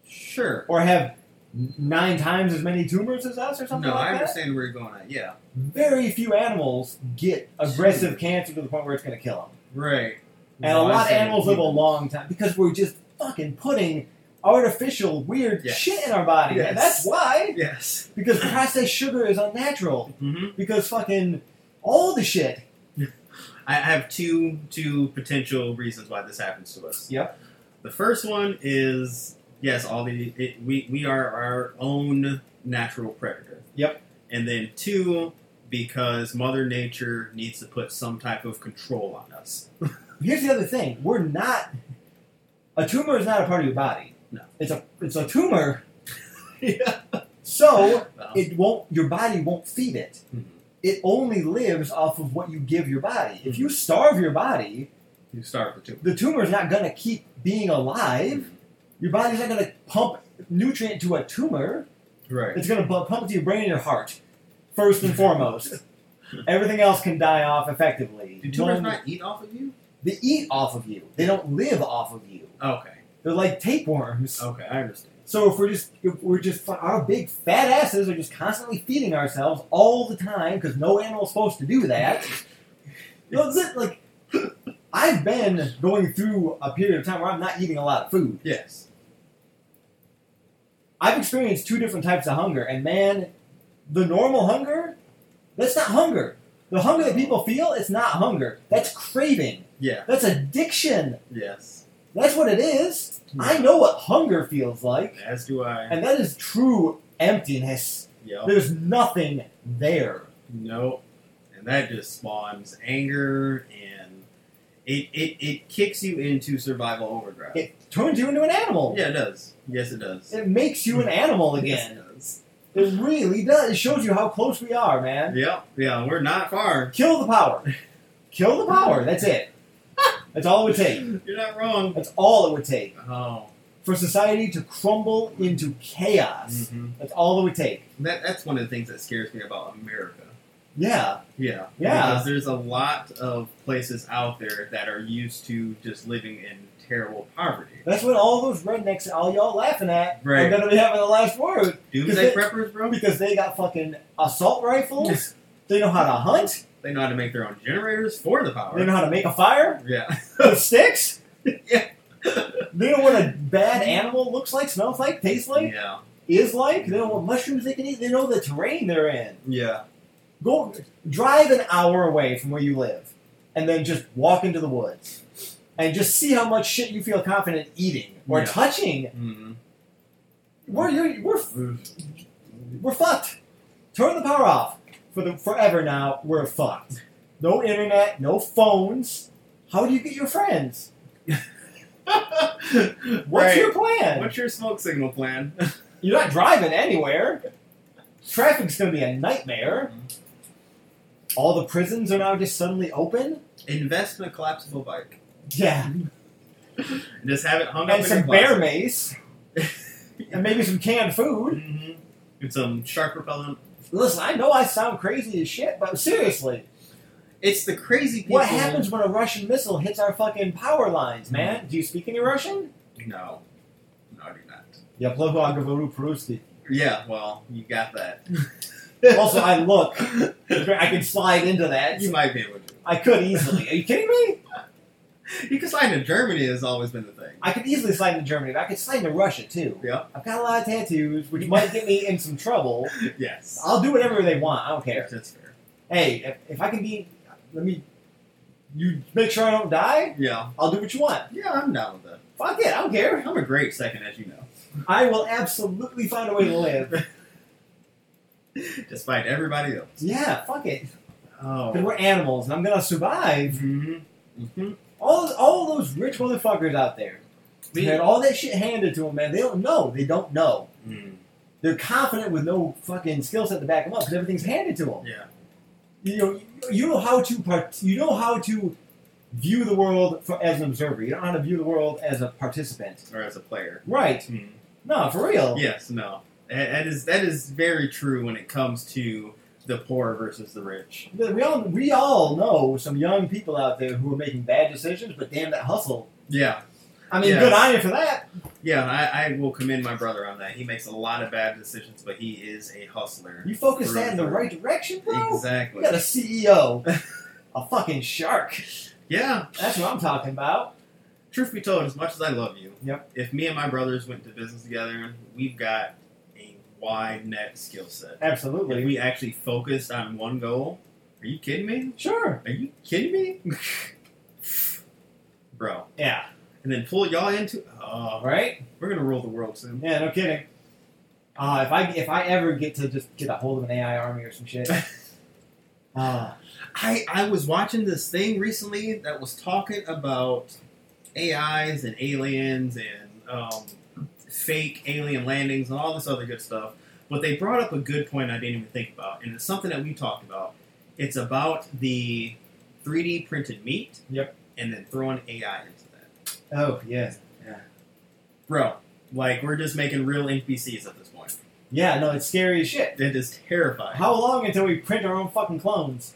[SPEAKER 2] Sure.
[SPEAKER 1] Or have n- nine times as many tumors as us or something
[SPEAKER 2] no,
[SPEAKER 1] like
[SPEAKER 2] I
[SPEAKER 1] that?
[SPEAKER 2] understand where you're going at. Yeah.
[SPEAKER 1] Very few animals get aggressive cancer to the point where it's going to kill them.
[SPEAKER 2] Right.
[SPEAKER 1] And
[SPEAKER 2] No,
[SPEAKER 1] a
[SPEAKER 2] I
[SPEAKER 1] lot of
[SPEAKER 2] understand
[SPEAKER 1] animals
[SPEAKER 2] what
[SPEAKER 1] live
[SPEAKER 2] you
[SPEAKER 1] a
[SPEAKER 2] mean.
[SPEAKER 1] long time because we're just fucking putting artificial weird
[SPEAKER 2] Yes.
[SPEAKER 1] shit in our body.
[SPEAKER 2] Yes.
[SPEAKER 1] And that's why.
[SPEAKER 2] Yes.
[SPEAKER 1] Because processed sugar is unnatural.
[SPEAKER 2] Mm-hmm.
[SPEAKER 1] Because fucking all the shit.
[SPEAKER 2] I I have two two potential reasons why this happens to us.
[SPEAKER 1] Yep.
[SPEAKER 2] The first one is yes, all the it, we we are our own natural predator.
[SPEAKER 1] Yep.
[SPEAKER 2] And then two, because Mother Nature needs to put some type of control on us.
[SPEAKER 1] Here's the other thing. We're not a tumor is not a part of your body.
[SPEAKER 2] No.
[SPEAKER 1] It's a it's a tumor,
[SPEAKER 2] yeah.
[SPEAKER 1] so
[SPEAKER 2] Well,
[SPEAKER 1] it won't your body won't feed it.
[SPEAKER 2] mhm.
[SPEAKER 1] It only lives off of what you give your body. If
[SPEAKER 2] Mhm.
[SPEAKER 1] you starve your body,
[SPEAKER 2] you start with two. Hmm,
[SPEAKER 1] the tumor is not gonna keep being alive. Your body's not going to pump nutrient to a tumor.
[SPEAKER 2] Right.
[SPEAKER 1] It's going to pump it to your brain and your heart, first and foremost. Everything else can die off effectively.
[SPEAKER 2] Do tumors
[SPEAKER 1] One-
[SPEAKER 2] not eat off of you?
[SPEAKER 1] They eat off of you. They don't live off of you.
[SPEAKER 2] Okay.
[SPEAKER 1] They're like tapeworms.
[SPEAKER 2] Okay, I understand.
[SPEAKER 1] So if we're just if we're just fu- our big fat asses are just constantly feeding ourselves all the time because no animal's supposed to do that. you know, that's it, like I've been going through a period of time where I'm not eating a lot of food.
[SPEAKER 2] Yes.
[SPEAKER 1] I've experienced two different types of hunger, and man, the normal hunger, that's not hunger. The hunger that people feel, it's not hunger. That's craving.
[SPEAKER 2] Yeah.
[SPEAKER 1] That's addiction.
[SPEAKER 2] Yes.
[SPEAKER 1] That's what it is. I know what hunger feels like,
[SPEAKER 2] As do I.
[SPEAKER 1] and that is true emptiness.
[SPEAKER 2] Yep.
[SPEAKER 1] There's nothing there.
[SPEAKER 2] Nope. And that just spawns anger and it, it, it kicks you into survival overdrive.
[SPEAKER 1] It turns you into an animal.
[SPEAKER 2] yeah, it does. Yes, it does.
[SPEAKER 1] It makes you an animal
[SPEAKER 2] Yes,
[SPEAKER 1] again.
[SPEAKER 2] it does.
[SPEAKER 1] It really does. It shows you how close we are, man.
[SPEAKER 2] Yep. Yeah, we're not far.
[SPEAKER 1] Kill the power. Kill the power. That's it. That's all it would take.
[SPEAKER 2] You're not wrong.
[SPEAKER 1] That's all it would take
[SPEAKER 2] Oh.
[SPEAKER 1] for society to crumble into chaos.
[SPEAKER 2] mhm.
[SPEAKER 1] That's all it would take.
[SPEAKER 2] That, that's one of the things that scares me about America.
[SPEAKER 1] Yeah,
[SPEAKER 2] Yeah.
[SPEAKER 1] Yeah.
[SPEAKER 2] Because there's a lot of places out there that are used to just living in terrible poverty.
[SPEAKER 1] that's when all those rednecks, and all y'all laughing at, are
[SPEAKER 2] Right.
[SPEAKER 1] going to be having the last word
[SPEAKER 2] Doomsday
[SPEAKER 1] it-
[SPEAKER 2] preppers, bro?
[SPEAKER 1] because they got fucking assault rifles. they know how to hunt.
[SPEAKER 2] They know how to make their own generators for the power.
[SPEAKER 1] They know how to make a fire
[SPEAKER 2] yeah.
[SPEAKER 1] with sticks.
[SPEAKER 2] Yeah.
[SPEAKER 1] They know what a bad animal looks like, smells like, tastes like,
[SPEAKER 2] Yeah.
[SPEAKER 1] is like. They know what mushrooms they can eat. They know the terrain they're in.
[SPEAKER 2] Yeah.
[SPEAKER 1] Go drive an hour away from where you live, and then just walk into the woods, and just see how much shit you feel confident eating or
[SPEAKER 2] Yeah.
[SPEAKER 1] touching.
[SPEAKER 2] Mhm.
[SPEAKER 1] We're you're, we're we're fucked. Turn the power off for the forever now. We're fucked. No internet, no phones. How do you get your friends? What's
[SPEAKER 2] Right.
[SPEAKER 1] your plan?
[SPEAKER 2] What's your smoke signal plan?
[SPEAKER 1] You're not driving anywhere. Traffic's gonna be a nightmare. All the prisons are now just suddenly open.
[SPEAKER 2] Invest in a collapsible bike.
[SPEAKER 1] Yeah.
[SPEAKER 2] And just have it hung up
[SPEAKER 1] and
[SPEAKER 2] in
[SPEAKER 1] some
[SPEAKER 2] your
[SPEAKER 1] bear
[SPEAKER 2] closet.
[SPEAKER 1] mace, and maybe some canned food.
[SPEAKER 2] Mhm. And some shark repellent.
[SPEAKER 1] Listen, I know I sound crazy as shit, but seriously,
[SPEAKER 2] It's the crazy people.
[SPEAKER 1] what happens when a Russian missile hits our fucking power lines, man?
[SPEAKER 2] Mm-hmm.
[SPEAKER 1] Do you speak any Russian?
[SPEAKER 2] No. No, I do not.
[SPEAKER 1] Я плохо говорю по-русски.
[SPEAKER 2] Yeah, well, you got that.
[SPEAKER 1] Also, I look. I can slide into that.
[SPEAKER 2] you might be able to.
[SPEAKER 1] I could easily. Are you kidding me?
[SPEAKER 2] You can slide into Germany has always been the thing.
[SPEAKER 1] I could easily slide into Germany, but I could slide into Russia too.
[SPEAKER 2] Yeah.
[SPEAKER 1] I've got a lot of tattoos, which might get me in some trouble.
[SPEAKER 2] Yes.
[SPEAKER 1] I'll do whatever they want. I don't care.
[SPEAKER 2] That's fair.
[SPEAKER 1] hey, if, if I can be, let me, you make sure I don't die,
[SPEAKER 2] Yeah.
[SPEAKER 1] I'll do what you want.
[SPEAKER 2] Yeah, I'm down with that.
[SPEAKER 1] Fuck it, I don't care.
[SPEAKER 2] I'm a great second, as you know.
[SPEAKER 1] I will absolutely find a way to live.
[SPEAKER 2] Despite everybody else.
[SPEAKER 1] Yeah, fuck it.
[SPEAKER 2] Oh.
[SPEAKER 1] 'Cause we're animals and I'm gonna survive.
[SPEAKER 2] Mm-hmm. Mm-hmm.
[SPEAKER 1] All, all those rich motherfuckers out there, they had all that shit handed to them, man. They don't know. They don't know.
[SPEAKER 2] Mm-hmm.
[SPEAKER 1] They're confident with no fucking skill set to back them up because everything's handed to them.
[SPEAKER 2] Yeah.
[SPEAKER 1] you know you know how to part, you know how to view the world for, as an observer. You don't know how to view the world as a participant.
[SPEAKER 2] or as a player.
[SPEAKER 1] Right?
[SPEAKER 2] Hmm.
[SPEAKER 1] No, for real.
[SPEAKER 2] Yes, no, that that is that is very true when it comes to the poor versus the rich.
[SPEAKER 1] We all we all know some young people out there who are making bad decisions, but damn that hustle.
[SPEAKER 2] Yeah,
[SPEAKER 1] I mean,
[SPEAKER 2] Yes.
[SPEAKER 1] good on you for that.
[SPEAKER 2] yeah, I, I will commend my brother on that. He makes a lot of bad decisions, but he is a hustler.
[SPEAKER 1] You focus that in the right direction, bro.
[SPEAKER 2] Exactly.
[SPEAKER 1] You got a CEO, a fucking shark.
[SPEAKER 2] Yeah.
[SPEAKER 1] That's what I'm talking about.
[SPEAKER 2] Truth be told, as much as I love you,
[SPEAKER 1] Yep.
[SPEAKER 2] if me and my brothers went into business together, we've got a wide net skill set. If
[SPEAKER 1] Absolutely.
[SPEAKER 2] we actually focused on one goal, are you kidding me?
[SPEAKER 1] Sure.
[SPEAKER 2] Are you kidding me? Bro.
[SPEAKER 1] Yeah.
[SPEAKER 2] And then pull y'all into oh,
[SPEAKER 1] All right.
[SPEAKER 2] we're gonna rule the world soon.
[SPEAKER 1] Yeah. No kidding. Uh, if I if I ever get to just get a hold of an AI army or some shit. Uh,
[SPEAKER 2] I, I was watching this thing recently that was talking about AIs and aliens and um, fake alien landings and all this other good stuff. But they brought up a good point I didn't even think about, and it's something that we talked about. It's about the 3D printed meat
[SPEAKER 1] Yep.
[SPEAKER 2] and then throwing AI into that.
[SPEAKER 1] oh yeah.
[SPEAKER 2] Bro, like, we're just making real NPCs at this point.
[SPEAKER 1] Yeah. No, it's scary as shit.
[SPEAKER 2] It is terrifying.
[SPEAKER 1] How long until we print our own fucking clones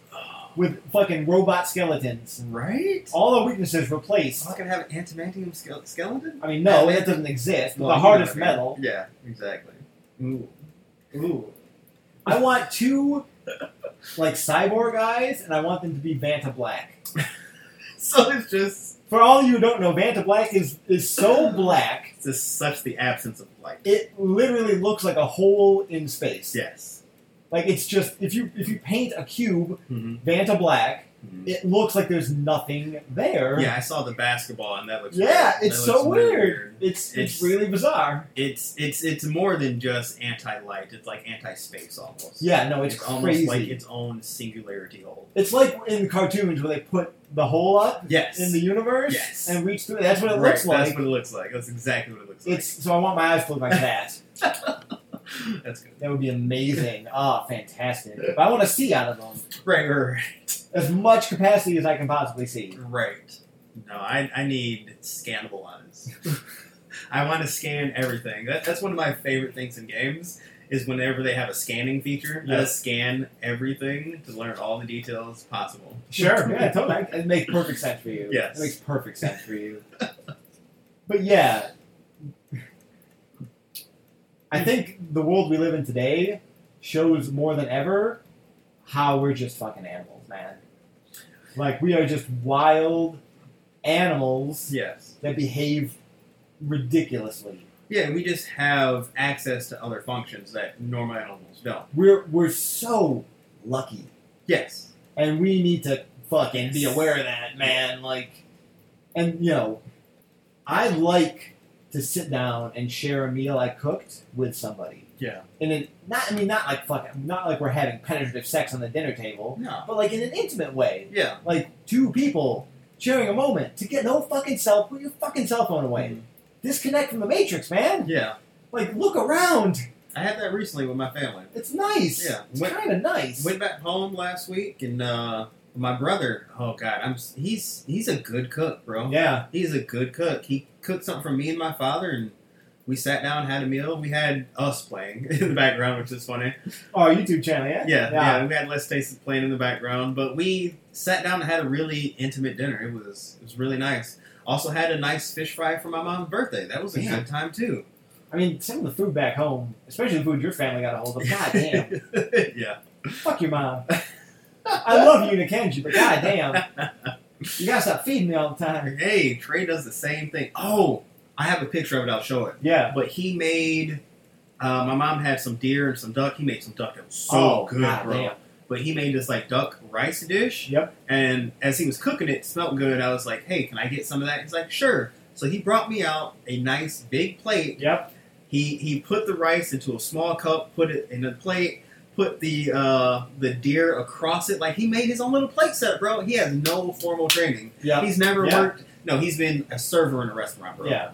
[SPEAKER 1] with fucking robot skeletons?
[SPEAKER 2] Right?
[SPEAKER 1] All the weaknesses
[SPEAKER 2] I'm
[SPEAKER 1] replaced.
[SPEAKER 2] not going to have an antimantium ske- skeleton?
[SPEAKER 1] I mean, no,
[SPEAKER 2] Yeah,
[SPEAKER 1] that doesn't exist.
[SPEAKER 2] Well,
[SPEAKER 1] the
[SPEAKER 2] you
[SPEAKER 1] hardest
[SPEAKER 2] know what I mean.
[SPEAKER 1] metal.
[SPEAKER 2] Yeah, exactly. Ooh. Ooh.
[SPEAKER 1] I want two like cyborg guys, and I want them to be Vanta Black.
[SPEAKER 2] So it's just,
[SPEAKER 1] For all you who don't know, Vanta Black is is so black
[SPEAKER 2] it's just such the absence of light.
[SPEAKER 1] it literally looks like a hole in space.
[SPEAKER 2] Yes.
[SPEAKER 1] Like it's just if you if you paint a cube
[SPEAKER 2] Mhm.
[SPEAKER 1] Vanta Black,
[SPEAKER 2] Mhm.
[SPEAKER 1] it looks like there's nothing there.
[SPEAKER 2] Yeah, I saw the basketball and that looks.
[SPEAKER 1] Yeah,
[SPEAKER 2] weird.
[SPEAKER 1] it's
[SPEAKER 2] That
[SPEAKER 1] so
[SPEAKER 2] looks really
[SPEAKER 1] weird. It's, it's
[SPEAKER 2] It's-
[SPEAKER 1] really bizarre.
[SPEAKER 2] It's it's it's more than just anti-light. It's like anti-space almost.
[SPEAKER 1] Yeah, no, it's,
[SPEAKER 2] almost
[SPEAKER 1] crazy.
[SPEAKER 2] like its own singularity hole.
[SPEAKER 1] It's like in cartoons where they put the hole up
[SPEAKER 2] Yes.
[SPEAKER 1] in the universe
[SPEAKER 2] Yes.
[SPEAKER 1] and reach through. That's what it
[SPEAKER 2] Right,
[SPEAKER 1] looks like.
[SPEAKER 2] That's what it looks like. That's exactly what it looks
[SPEAKER 1] it's so I want my eyes closed like that.
[SPEAKER 2] like. That's good.
[SPEAKER 1] That would be amazing. Ah, fantastic. But I want to see out of them
[SPEAKER 2] Right, right,
[SPEAKER 1] as much capacity as I can possibly see.
[SPEAKER 2] right. No, I, I need scannable eyes. I want to scan everything. That, that's one of my favorite things in games is whenever they have a scanning feature. I
[SPEAKER 1] Yeah.
[SPEAKER 2] just scan everything to learn all the details possible.
[SPEAKER 1] Sure. Yeah, totally. It makes perfect sense for you.
[SPEAKER 2] Yes.
[SPEAKER 1] It makes perfect sense for you. But yeah. I think the world we live in today shows more than ever how we're just fucking animals, man. Like we are just wild animals
[SPEAKER 2] Yes.
[SPEAKER 1] that behave ridiculously.
[SPEAKER 2] Yeah, we just have access to other functions that normal animals don't.
[SPEAKER 1] We're we're so lucky.
[SPEAKER 2] Yes.
[SPEAKER 1] and we need to fucking be aware of that, man. Like, and you know, I like to sit down and share a meal I cooked with somebody,
[SPEAKER 2] Yeah.
[SPEAKER 1] and then not, I mean, not like fucking, not like we're having penetrative sex on the dinner table,
[SPEAKER 2] No.
[SPEAKER 1] but like in an intimate way,
[SPEAKER 2] Yeah.
[SPEAKER 1] like two people sharing a moment to get no fucking cell, put your fucking cell phone away, disconnect from the matrix, man.
[SPEAKER 2] Yeah.
[SPEAKER 1] Like, look around,
[SPEAKER 2] I had that recently with my family.
[SPEAKER 1] it's nice.
[SPEAKER 2] Yeah.
[SPEAKER 1] It's
[SPEAKER 2] When-
[SPEAKER 1] kind of nice.
[SPEAKER 2] Went back home last week and uh my brother, oh god, I'm s- he's he's a good cook, bro.
[SPEAKER 1] yeah,
[SPEAKER 2] He's a good cook. He cooked something for me and my father, and we sat down, had a meal. We had us playing in the background, which is funny.
[SPEAKER 1] Oh, our YouTube channel, yeah,
[SPEAKER 2] Yeah, yeah, we had Les Stacy playing in the background, but we sat down and had a really intimate dinner. It was it was really nice. Also had a nice fish fry for my mom's birthday. That was a
[SPEAKER 1] Yeah.
[SPEAKER 2] good time too.
[SPEAKER 1] I mean, some of the food back home, especially the food your family got a hold of, goddamn,
[SPEAKER 2] yeah,
[SPEAKER 1] fuck your mom. I love you, Nakenji, but goddamn, you gotta stop feeding me all the time.
[SPEAKER 2] hey, Trey does the same thing. Oh, I have a picture of it. I'll show it.
[SPEAKER 1] Yeah.
[SPEAKER 2] But he made. Uh, my mom had some deer and some duck. He made some duck. It was so
[SPEAKER 1] oh,
[SPEAKER 2] good, bro.
[SPEAKER 1] goddamn.
[SPEAKER 2] but he made this like duck rice dish.
[SPEAKER 1] Yep.
[SPEAKER 2] And as he was cooking it, it smelled good. I was like, hey, can I get some of that? He's like, sure. So he brought me out a nice big plate.
[SPEAKER 1] Yep.
[SPEAKER 2] He he put the rice into a small cup, put it in a plate, put the uh, the deer across it. Like he made his own little plate set, bro. He has no formal training.
[SPEAKER 1] Yep.
[SPEAKER 2] He's never
[SPEAKER 1] Yeah.
[SPEAKER 2] worked. No, he's been a server in a restaurant, bro.
[SPEAKER 1] Yeah.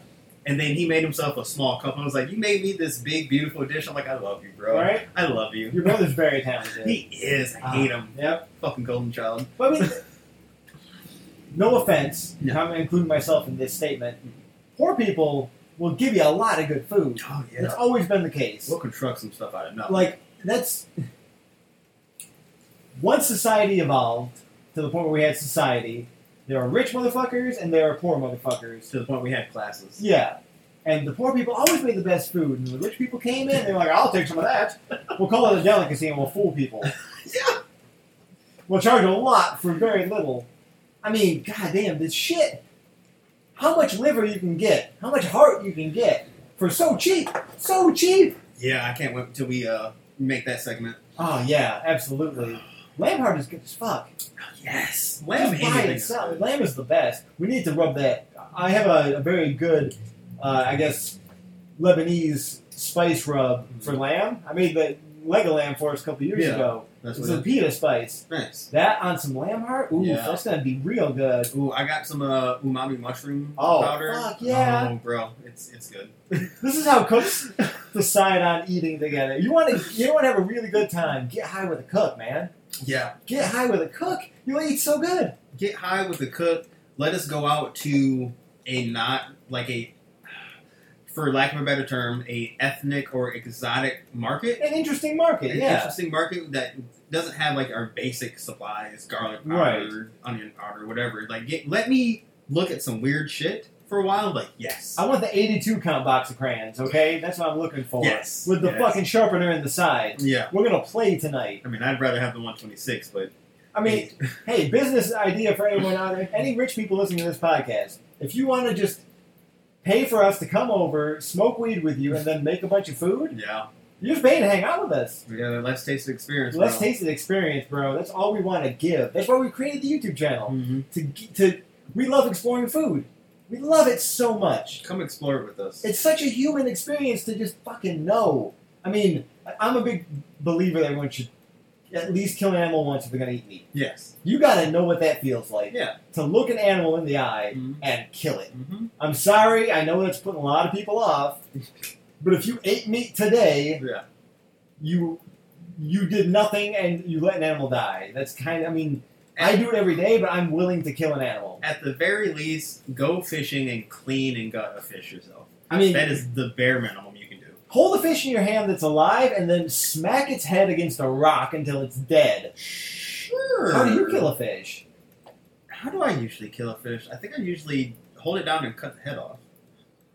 [SPEAKER 2] And then he made himself a small cup. I was like, "You made me this big, beautiful dish." I'm like, "I love you, bro.
[SPEAKER 1] Right? Ah.
[SPEAKER 2] I love you."
[SPEAKER 1] Your brother's very talented.
[SPEAKER 2] He is. I hate him.
[SPEAKER 1] Yep.
[SPEAKER 2] Fucking golden child.
[SPEAKER 1] But I mean, no offense,
[SPEAKER 2] No.
[SPEAKER 1] I'm including myself in this statement. Poor people will give you a lot of good food.
[SPEAKER 2] Oh
[SPEAKER 1] It's always been the case.
[SPEAKER 2] We'll construct some stuff out of nothing.
[SPEAKER 1] Like that's once society evolved to the point where we had society. There are rich motherfuckers and there are poor motherfuckers.
[SPEAKER 2] to the point we had classes.
[SPEAKER 1] Yeah. And the poor people always made the best food, and the rich people came in, they were like, I'll take some of that. We'll call it a delicacy and we'll fool people.
[SPEAKER 2] Yeah.
[SPEAKER 1] We'll charge a lot for very little. I mean, goddamn, this shit. How much liver you can get, how much heart you can get for so cheap, so cheap.
[SPEAKER 2] Yeah, I can't wait until we uh, make that segment.
[SPEAKER 1] Oh, yeah, absolutely. Lamb heart is good as fuck.
[SPEAKER 2] Yes,
[SPEAKER 1] Oh,
[SPEAKER 2] lamb
[SPEAKER 1] Just buy
[SPEAKER 2] anything
[SPEAKER 1] it
[SPEAKER 2] is
[SPEAKER 1] itself.
[SPEAKER 2] good.
[SPEAKER 1] Lamb is the best. We need to rub that. I have a, a very good, uh, I guess, Lebanese spice rub for lamb. I made the leg of lamb for us a couple years
[SPEAKER 2] Yeah.
[SPEAKER 1] ago.
[SPEAKER 2] That's
[SPEAKER 1] It's
[SPEAKER 2] what
[SPEAKER 1] a
[SPEAKER 2] it
[SPEAKER 1] pita spice.
[SPEAKER 2] is. Nice.
[SPEAKER 1] That on some lamb heart. Ooh,
[SPEAKER 2] Yeah.
[SPEAKER 1] that's gonna be real good.
[SPEAKER 2] Ooh, I got some uh, umami mushroom
[SPEAKER 1] Oh,
[SPEAKER 2] powder.
[SPEAKER 1] fuck yeah.
[SPEAKER 2] Oh, bro, it's it's good.
[SPEAKER 1] This is how cooks decide on eating together. You want to, you want to have a really good time. Get high with a cook, man.
[SPEAKER 2] Yeah,
[SPEAKER 1] Get high with a cook. You'll eat so good.
[SPEAKER 2] get high with the cook. Let us go out to a not like a, for lack of a better term, a ethnic or exotic market.
[SPEAKER 1] An interesting market,
[SPEAKER 2] An
[SPEAKER 1] yeah.
[SPEAKER 2] interesting market that doesn't have like our basic supplies, garlic powder, onion powder, whatever. Like, get, let me look at some weird shit for a while. Like, yes,
[SPEAKER 1] I want the 82 count box of crayons, okay? That's what I'm looking for.
[SPEAKER 2] yes,
[SPEAKER 1] With the
[SPEAKER 2] yes.
[SPEAKER 1] fucking sharpener in the side.
[SPEAKER 2] yeah.
[SPEAKER 1] We're gonna play tonight.
[SPEAKER 2] I mean, I'd rather have the 126, but
[SPEAKER 1] I mean, hey, business idea for anyone out there. Any rich people listening to this podcast, if you want to just pay for us to come over, smoke weed with you, and then make a bunch of food,
[SPEAKER 2] yeah,
[SPEAKER 1] you're just paying to hang out with us.
[SPEAKER 2] yeah. Let's taste the experience.
[SPEAKER 1] Let's
[SPEAKER 2] bro.
[SPEAKER 1] taste the experience, bro. That's all we want to give. That's why we created the YouTube channel.
[SPEAKER 2] Mhm.
[SPEAKER 1] To to we love exploring food. We love it so much.
[SPEAKER 2] Come explore it with us.
[SPEAKER 1] it's such a human experience to just fucking know. I mean, I- I'm a big believer that everyone should at least kill an animal once if they're gonna eat meat.
[SPEAKER 2] yes.
[SPEAKER 1] You gotta know what that feels like.
[SPEAKER 2] Yeah.
[SPEAKER 1] To look an animal in the eye
[SPEAKER 2] Mm-hmm.
[SPEAKER 1] and kill it. I'm sorry, I know that's putting a lot of people off, but if you ate meat today,
[SPEAKER 2] Yeah.
[SPEAKER 1] you you did nothing and you let an animal die. That's kind of. I mean, I do it every day, but I'm willing to kill an animal.
[SPEAKER 2] At the very least, go fishing and clean and gut a fish yourself.
[SPEAKER 1] I mean,
[SPEAKER 2] That is the bare minimum you can do.
[SPEAKER 1] Hold a fish in your hand that's alive and then smack its head against a rock until it's dead.
[SPEAKER 2] Sure.
[SPEAKER 1] How do you kill a fish?
[SPEAKER 2] How do I usually kill a fish? I think I usually hold it down and cut the head off.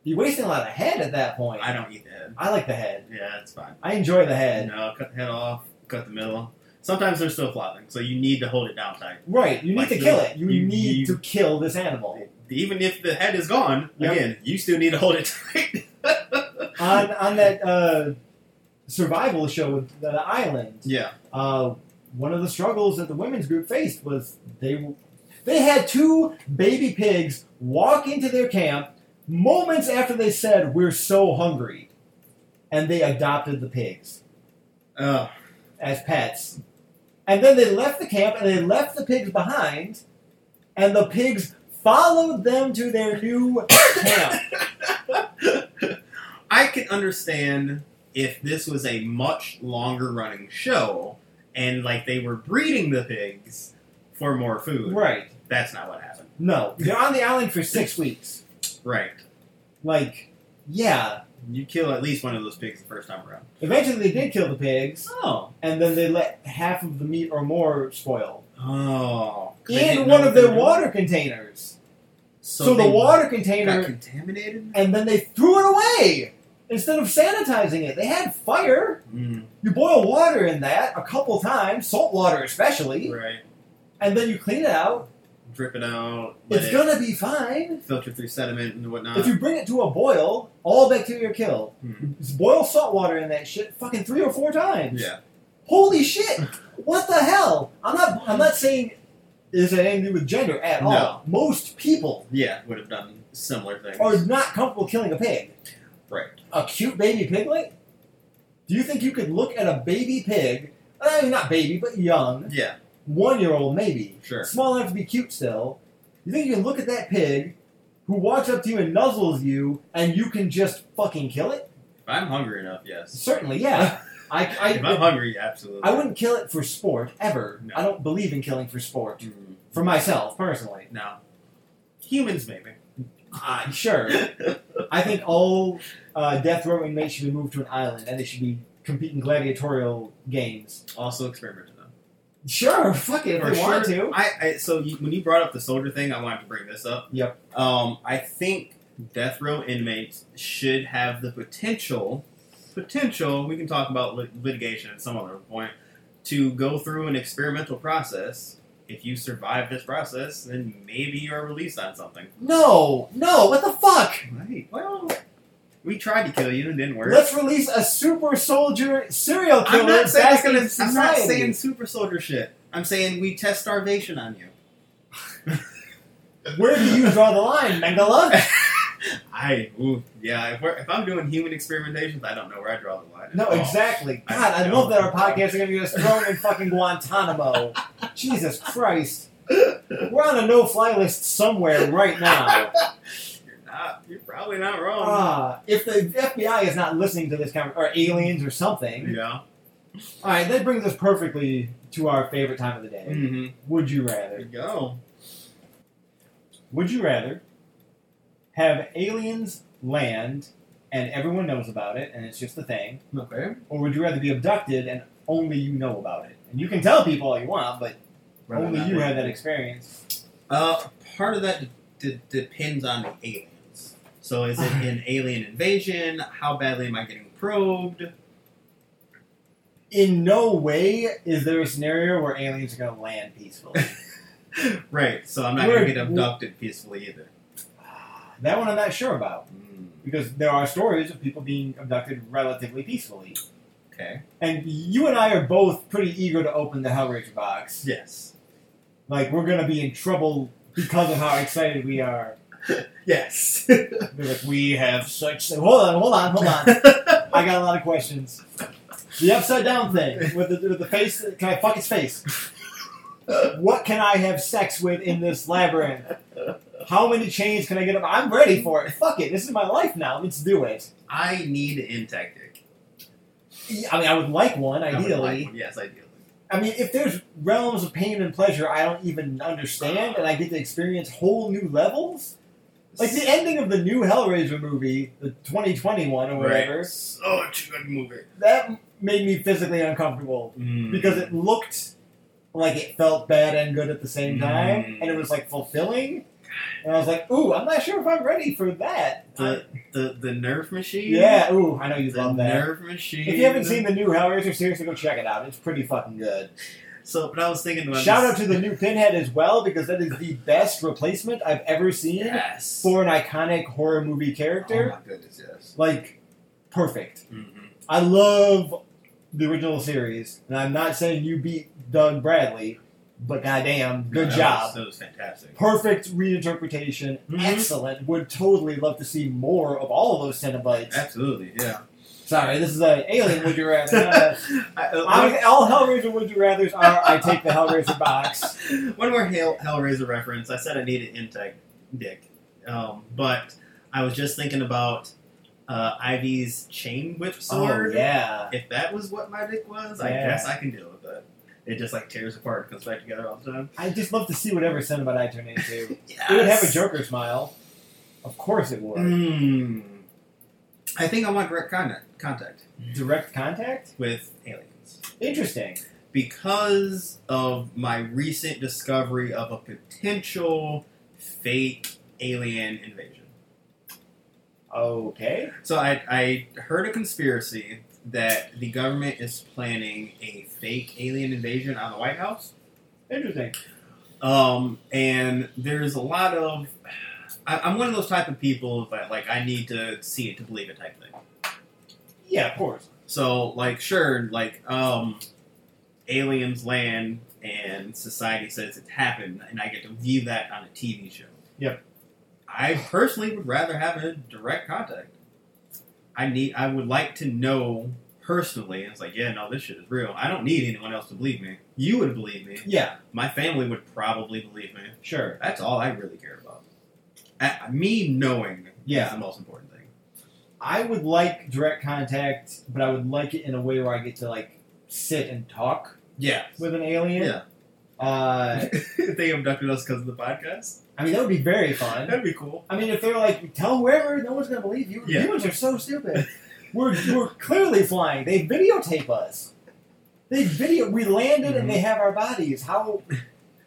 [SPEAKER 1] You're wasting a lot of head at that point.
[SPEAKER 2] I don't eat the head.
[SPEAKER 1] I like the head.
[SPEAKER 2] Yeah, it's fine.
[SPEAKER 1] I enjoy the head.
[SPEAKER 2] No, cut the head off, cut the middle. Sometimes they're still flopping, so you need to hold it down tight.
[SPEAKER 1] Right, you need
[SPEAKER 2] Like
[SPEAKER 1] to
[SPEAKER 2] the-
[SPEAKER 1] kill it. You,
[SPEAKER 2] you-
[SPEAKER 1] need
[SPEAKER 2] you-
[SPEAKER 1] to kill this animal.
[SPEAKER 2] Even if the head is gone,
[SPEAKER 1] Yep.
[SPEAKER 2] again, you still need to hold it tight.
[SPEAKER 1] on on that uh, survival show with the island,
[SPEAKER 2] yeah.
[SPEAKER 1] uh, one of the struggles that the women's group faced was they they had two baby pigs walk into their camp moments after they said we're so hungry, and they adopted the pigs.
[SPEAKER 2] Oh,
[SPEAKER 1] as pets. And then they left the camp and they left the pigs behind, and the pigs followed them to their new camp.
[SPEAKER 2] I can understand if this was a much longer running show and like they were breeding the pigs for more food.
[SPEAKER 1] Right.
[SPEAKER 2] That's not what happened.
[SPEAKER 1] No. They're on the island for six weeks.
[SPEAKER 2] Right.
[SPEAKER 1] Like, yeah.
[SPEAKER 2] You kill at least one of those pigs the first time around.
[SPEAKER 1] Eventually they did kill the pigs,
[SPEAKER 2] Oh.
[SPEAKER 1] and then they let half of the meat or more spoil.
[SPEAKER 2] Oh.
[SPEAKER 1] In one of their water containers. So, the water container
[SPEAKER 2] got contaminated?
[SPEAKER 1] and then they threw it away instead of sanitizing it. They had fire.
[SPEAKER 2] Mm,
[SPEAKER 1] You boil water in that a couple times, salt water especially,
[SPEAKER 2] right.
[SPEAKER 1] and then you clean it out.
[SPEAKER 2] Drip it out. Let
[SPEAKER 1] It's
[SPEAKER 2] it Uh.
[SPEAKER 1] gonna be fine.
[SPEAKER 2] filter through sediment and whatnot.
[SPEAKER 1] If you bring it to a boil, all bacteria are killed.
[SPEAKER 2] Mhm.
[SPEAKER 1] Just boil salt water in that shit fucking three or four times.
[SPEAKER 2] yeah.
[SPEAKER 1] Holy shit! What the hell? I'm not I'm not saying this has anything to do with gender at
[SPEAKER 2] No.
[SPEAKER 1] all. Most people
[SPEAKER 2] Yeah. Would have done similar things.
[SPEAKER 1] are not comfortable killing a pig.
[SPEAKER 2] Right.
[SPEAKER 1] A cute baby piglet? Do you think you could look at a baby pig? I mean, not baby, but young,
[SPEAKER 2] Yeah.
[SPEAKER 1] one year old maybe,
[SPEAKER 2] Sure.
[SPEAKER 1] small enough to be cute still. You think you can look at that pig who walks up to you and nuzzles you, and you can just fucking kill it?
[SPEAKER 2] If I'm hungry enough, yes.
[SPEAKER 1] Certainly, yeah. I, I,
[SPEAKER 2] if I'm hungry, absolutely.
[SPEAKER 1] I wouldn't kill it for sport ever.
[SPEAKER 2] No.
[SPEAKER 1] I don't believe in killing for sport.
[SPEAKER 2] Mm,
[SPEAKER 1] For myself, personally.
[SPEAKER 2] no. Humans, maybe. Ah.
[SPEAKER 1] I'm sure. I think all uh, death row inmates should be moved to an island and they should be competing gladiatorial games.
[SPEAKER 2] also experimented on.
[SPEAKER 1] Sure, fuck it, if
[SPEAKER 2] For
[SPEAKER 1] they want
[SPEAKER 2] sure.
[SPEAKER 1] to.
[SPEAKER 2] I, I so you, when you brought up the soldier thing, I wanted to bring this up.
[SPEAKER 1] Yep.
[SPEAKER 2] Um, I think death row inmates should have the potential potential. We can talk about lit- litigation at some other point to go through an experimental process. If you survive this process, then maybe you're released on something.
[SPEAKER 1] No, no, what the fuck?
[SPEAKER 2] Right. Well, we tried to kill you and it didn't work.
[SPEAKER 1] Let's release a super soldier serial killer
[SPEAKER 2] I'm not saying
[SPEAKER 1] back
[SPEAKER 2] it's gonna-
[SPEAKER 1] in
[SPEAKER 2] I'm not
[SPEAKER 1] society.
[SPEAKER 2] saying super soldier shit. I'm saying we test starvation on you.
[SPEAKER 1] Where do you draw the line, Mengele?
[SPEAKER 2] I ooh, yeah. If, we're, if I'm doing human experimentations, I don't know where I draw the line. at
[SPEAKER 1] No,
[SPEAKER 2] all.
[SPEAKER 1] exactly.
[SPEAKER 2] Oh. I
[SPEAKER 1] God, I,
[SPEAKER 2] know.
[SPEAKER 1] love that our podcasts are going to get us thrown in fucking Guantanamo. Jesus Christ. We're on a no fly list somewhere right now.
[SPEAKER 2] You're not. You're probably not wrong.
[SPEAKER 1] Ah, if the FBI is not listening to this conversation, or aliens or something.
[SPEAKER 2] yeah.
[SPEAKER 1] All right, that brings us perfectly to our favorite time of the day.
[SPEAKER 2] Mm-hmm.
[SPEAKER 1] Would you
[SPEAKER 2] There you
[SPEAKER 1] rather?
[SPEAKER 2] go.
[SPEAKER 1] Would you rather have aliens land and everyone knows about it and it's just a thing,
[SPEAKER 2] Okay.
[SPEAKER 1] or would you rather be abducted and only you know about it? And you can tell people all you want, but only you had that experience.
[SPEAKER 2] Uh, part of that d- d- depends on the aliens. So is it an alien invasion? How badly am I getting probed?
[SPEAKER 1] In no way is there a scenario where aliens are going to land peacefully.
[SPEAKER 2] Right. So I'm not
[SPEAKER 1] We're-
[SPEAKER 2] gonna get abducted peacefully either.
[SPEAKER 1] that one I'm not sure about
[SPEAKER 2] Mm,
[SPEAKER 1] because there are stories of people being abducted relatively peacefully.
[SPEAKER 2] okay.
[SPEAKER 1] And you and I are both pretty eager to open the Hellraiser box.
[SPEAKER 2] Yes.
[SPEAKER 1] Like we're gonna be in trouble because of how excited we are.
[SPEAKER 2] Yes.
[SPEAKER 1] They're like, we have such. Hold on, hold on, hold on. I got a lot of questions. The upside down thing with the, with the face. Can I fuck his face? What can I have sex with in this labyrinth? How many chains can I get up? I'm ready for it. Fuck it. This is my life now. Let's do it.
[SPEAKER 2] I need an in tactic.
[SPEAKER 1] I mean, I would like one,
[SPEAKER 2] I would
[SPEAKER 1] ideally.
[SPEAKER 2] like one. yes, ideally.
[SPEAKER 1] I mean, if there's realms of pain and pleasure I don't even understand, and I get to experience whole new levels, like the ending of the new Hellraiser movie, the 2021 or whatever,
[SPEAKER 2] Right. Such a good movie.
[SPEAKER 1] that made me physically uncomfortable
[SPEAKER 2] Mm.
[SPEAKER 1] because it looked like it felt bad and good at the same time,
[SPEAKER 2] Mm.
[SPEAKER 1] and it was like fulfilling. And I was like, "Ooh, I'm not sure if I'm ready for that." Uh,
[SPEAKER 2] the, the the nerve machine.
[SPEAKER 1] yeah, ooh, I know you
[SPEAKER 2] the
[SPEAKER 1] love that.
[SPEAKER 2] nerve machine.
[SPEAKER 1] If you haven't seen the new Hellraiser, seriously, go check it out. It's pretty fucking good.
[SPEAKER 2] so, but I was thinking about
[SPEAKER 1] Shout
[SPEAKER 2] this-
[SPEAKER 1] out to the new Pinhead as well because that is the best replacement I've ever seen
[SPEAKER 2] yes
[SPEAKER 1] for an iconic horror movie
[SPEAKER 2] Oh
[SPEAKER 1] character.
[SPEAKER 2] my goodness, yes.
[SPEAKER 1] Like, perfect.
[SPEAKER 2] Mhm.
[SPEAKER 1] I love the original series, and I'm not saying you beat Doug Bradley, but goddamn, good
[SPEAKER 2] That
[SPEAKER 1] job.
[SPEAKER 2] Was, that was fantastic.
[SPEAKER 1] Perfect reinterpretation,
[SPEAKER 2] Mhm.
[SPEAKER 1] excellent. Would totally love to see more of all of those Cenobites.
[SPEAKER 2] Absolutely, yeah.
[SPEAKER 1] Sorry, this is an alien. Would you rather? Uh,
[SPEAKER 2] I- uh,
[SPEAKER 1] I'm- all Hellraiser would you rather's are I take the Hellraiser box.
[SPEAKER 2] one, one more Hell, Hellraiser reference. I said I needed intake, Dick, um, but I was just thinking about uh, Ivy's chain whip
[SPEAKER 1] Oh
[SPEAKER 2] sword.
[SPEAKER 1] yeah.
[SPEAKER 2] If that was what my dick was, I
[SPEAKER 1] Yeah.
[SPEAKER 2] guess I can deal with that. It just like tears apart and comes back together all the time.
[SPEAKER 1] I just love to see whatever Cinnabon I turn into.
[SPEAKER 2] Yes.
[SPEAKER 1] It would have a Joker smile. Of course it would.
[SPEAKER 2] Mm. I think I want direct contact, contact
[SPEAKER 1] Direct contact?
[SPEAKER 2] with aliens
[SPEAKER 1] Interesting.
[SPEAKER 2] because of my recent discovery of a potential fake alien invasion.
[SPEAKER 1] Okay.
[SPEAKER 2] So I, I heard a conspiracy that the government is planning a fake alien invasion on the White House.
[SPEAKER 1] Interesting.
[SPEAKER 2] Um, and there's a lot of. I, I'm one of those type of people that like I need to see it to believe it type thing.
[SPEAKER 1] Yeah, of course.
[SPEAKER 2] So, like, sure, like, um, aliens land and society says it's happened, and I get to view that on a TV show.
[SPEAKER 1] Yep.
[SPEAKER 2] I personally would rather have a direct contact. I need, I would like to know personally. It's like, yeah, no, this shit is real. I don't need anyone else to believe me. You would believe me.
[SPEAKER 1] Yeah,
[SPEAKER 2] My family would probably believe me.
[SPEAKER 1] sure.
[SPEAKER 2] That's all I really care about. I, me knowing
[SPEAKER 1] Yeah.
[SPEAKER 2] is the most important thing.
[SPEAKER 1] I would like direct contact, but I would like it in a way where I get to like sit and talk
[SPEAKER 2] Yeah.
[SPEAKER 1] with an alien.
[SPEAKER 2] Yeah.
[SPEAKER 1] Uh,
[SPEAKER 2] If they abducted us because of the podcast.
[SPEAKER 1] I mean, that would be very fun.
[SPEAKER 2] That'd be cool.
[SPEAKER 1] I mean, if they're like, tell whoever, no one's gonna believe you.
[SPEAKER 2] Yeah.
[SPEAKER 1] Humans are so stupid. we're we're clearly flying. They videotape us. They video. We landed and they have our bodies. How?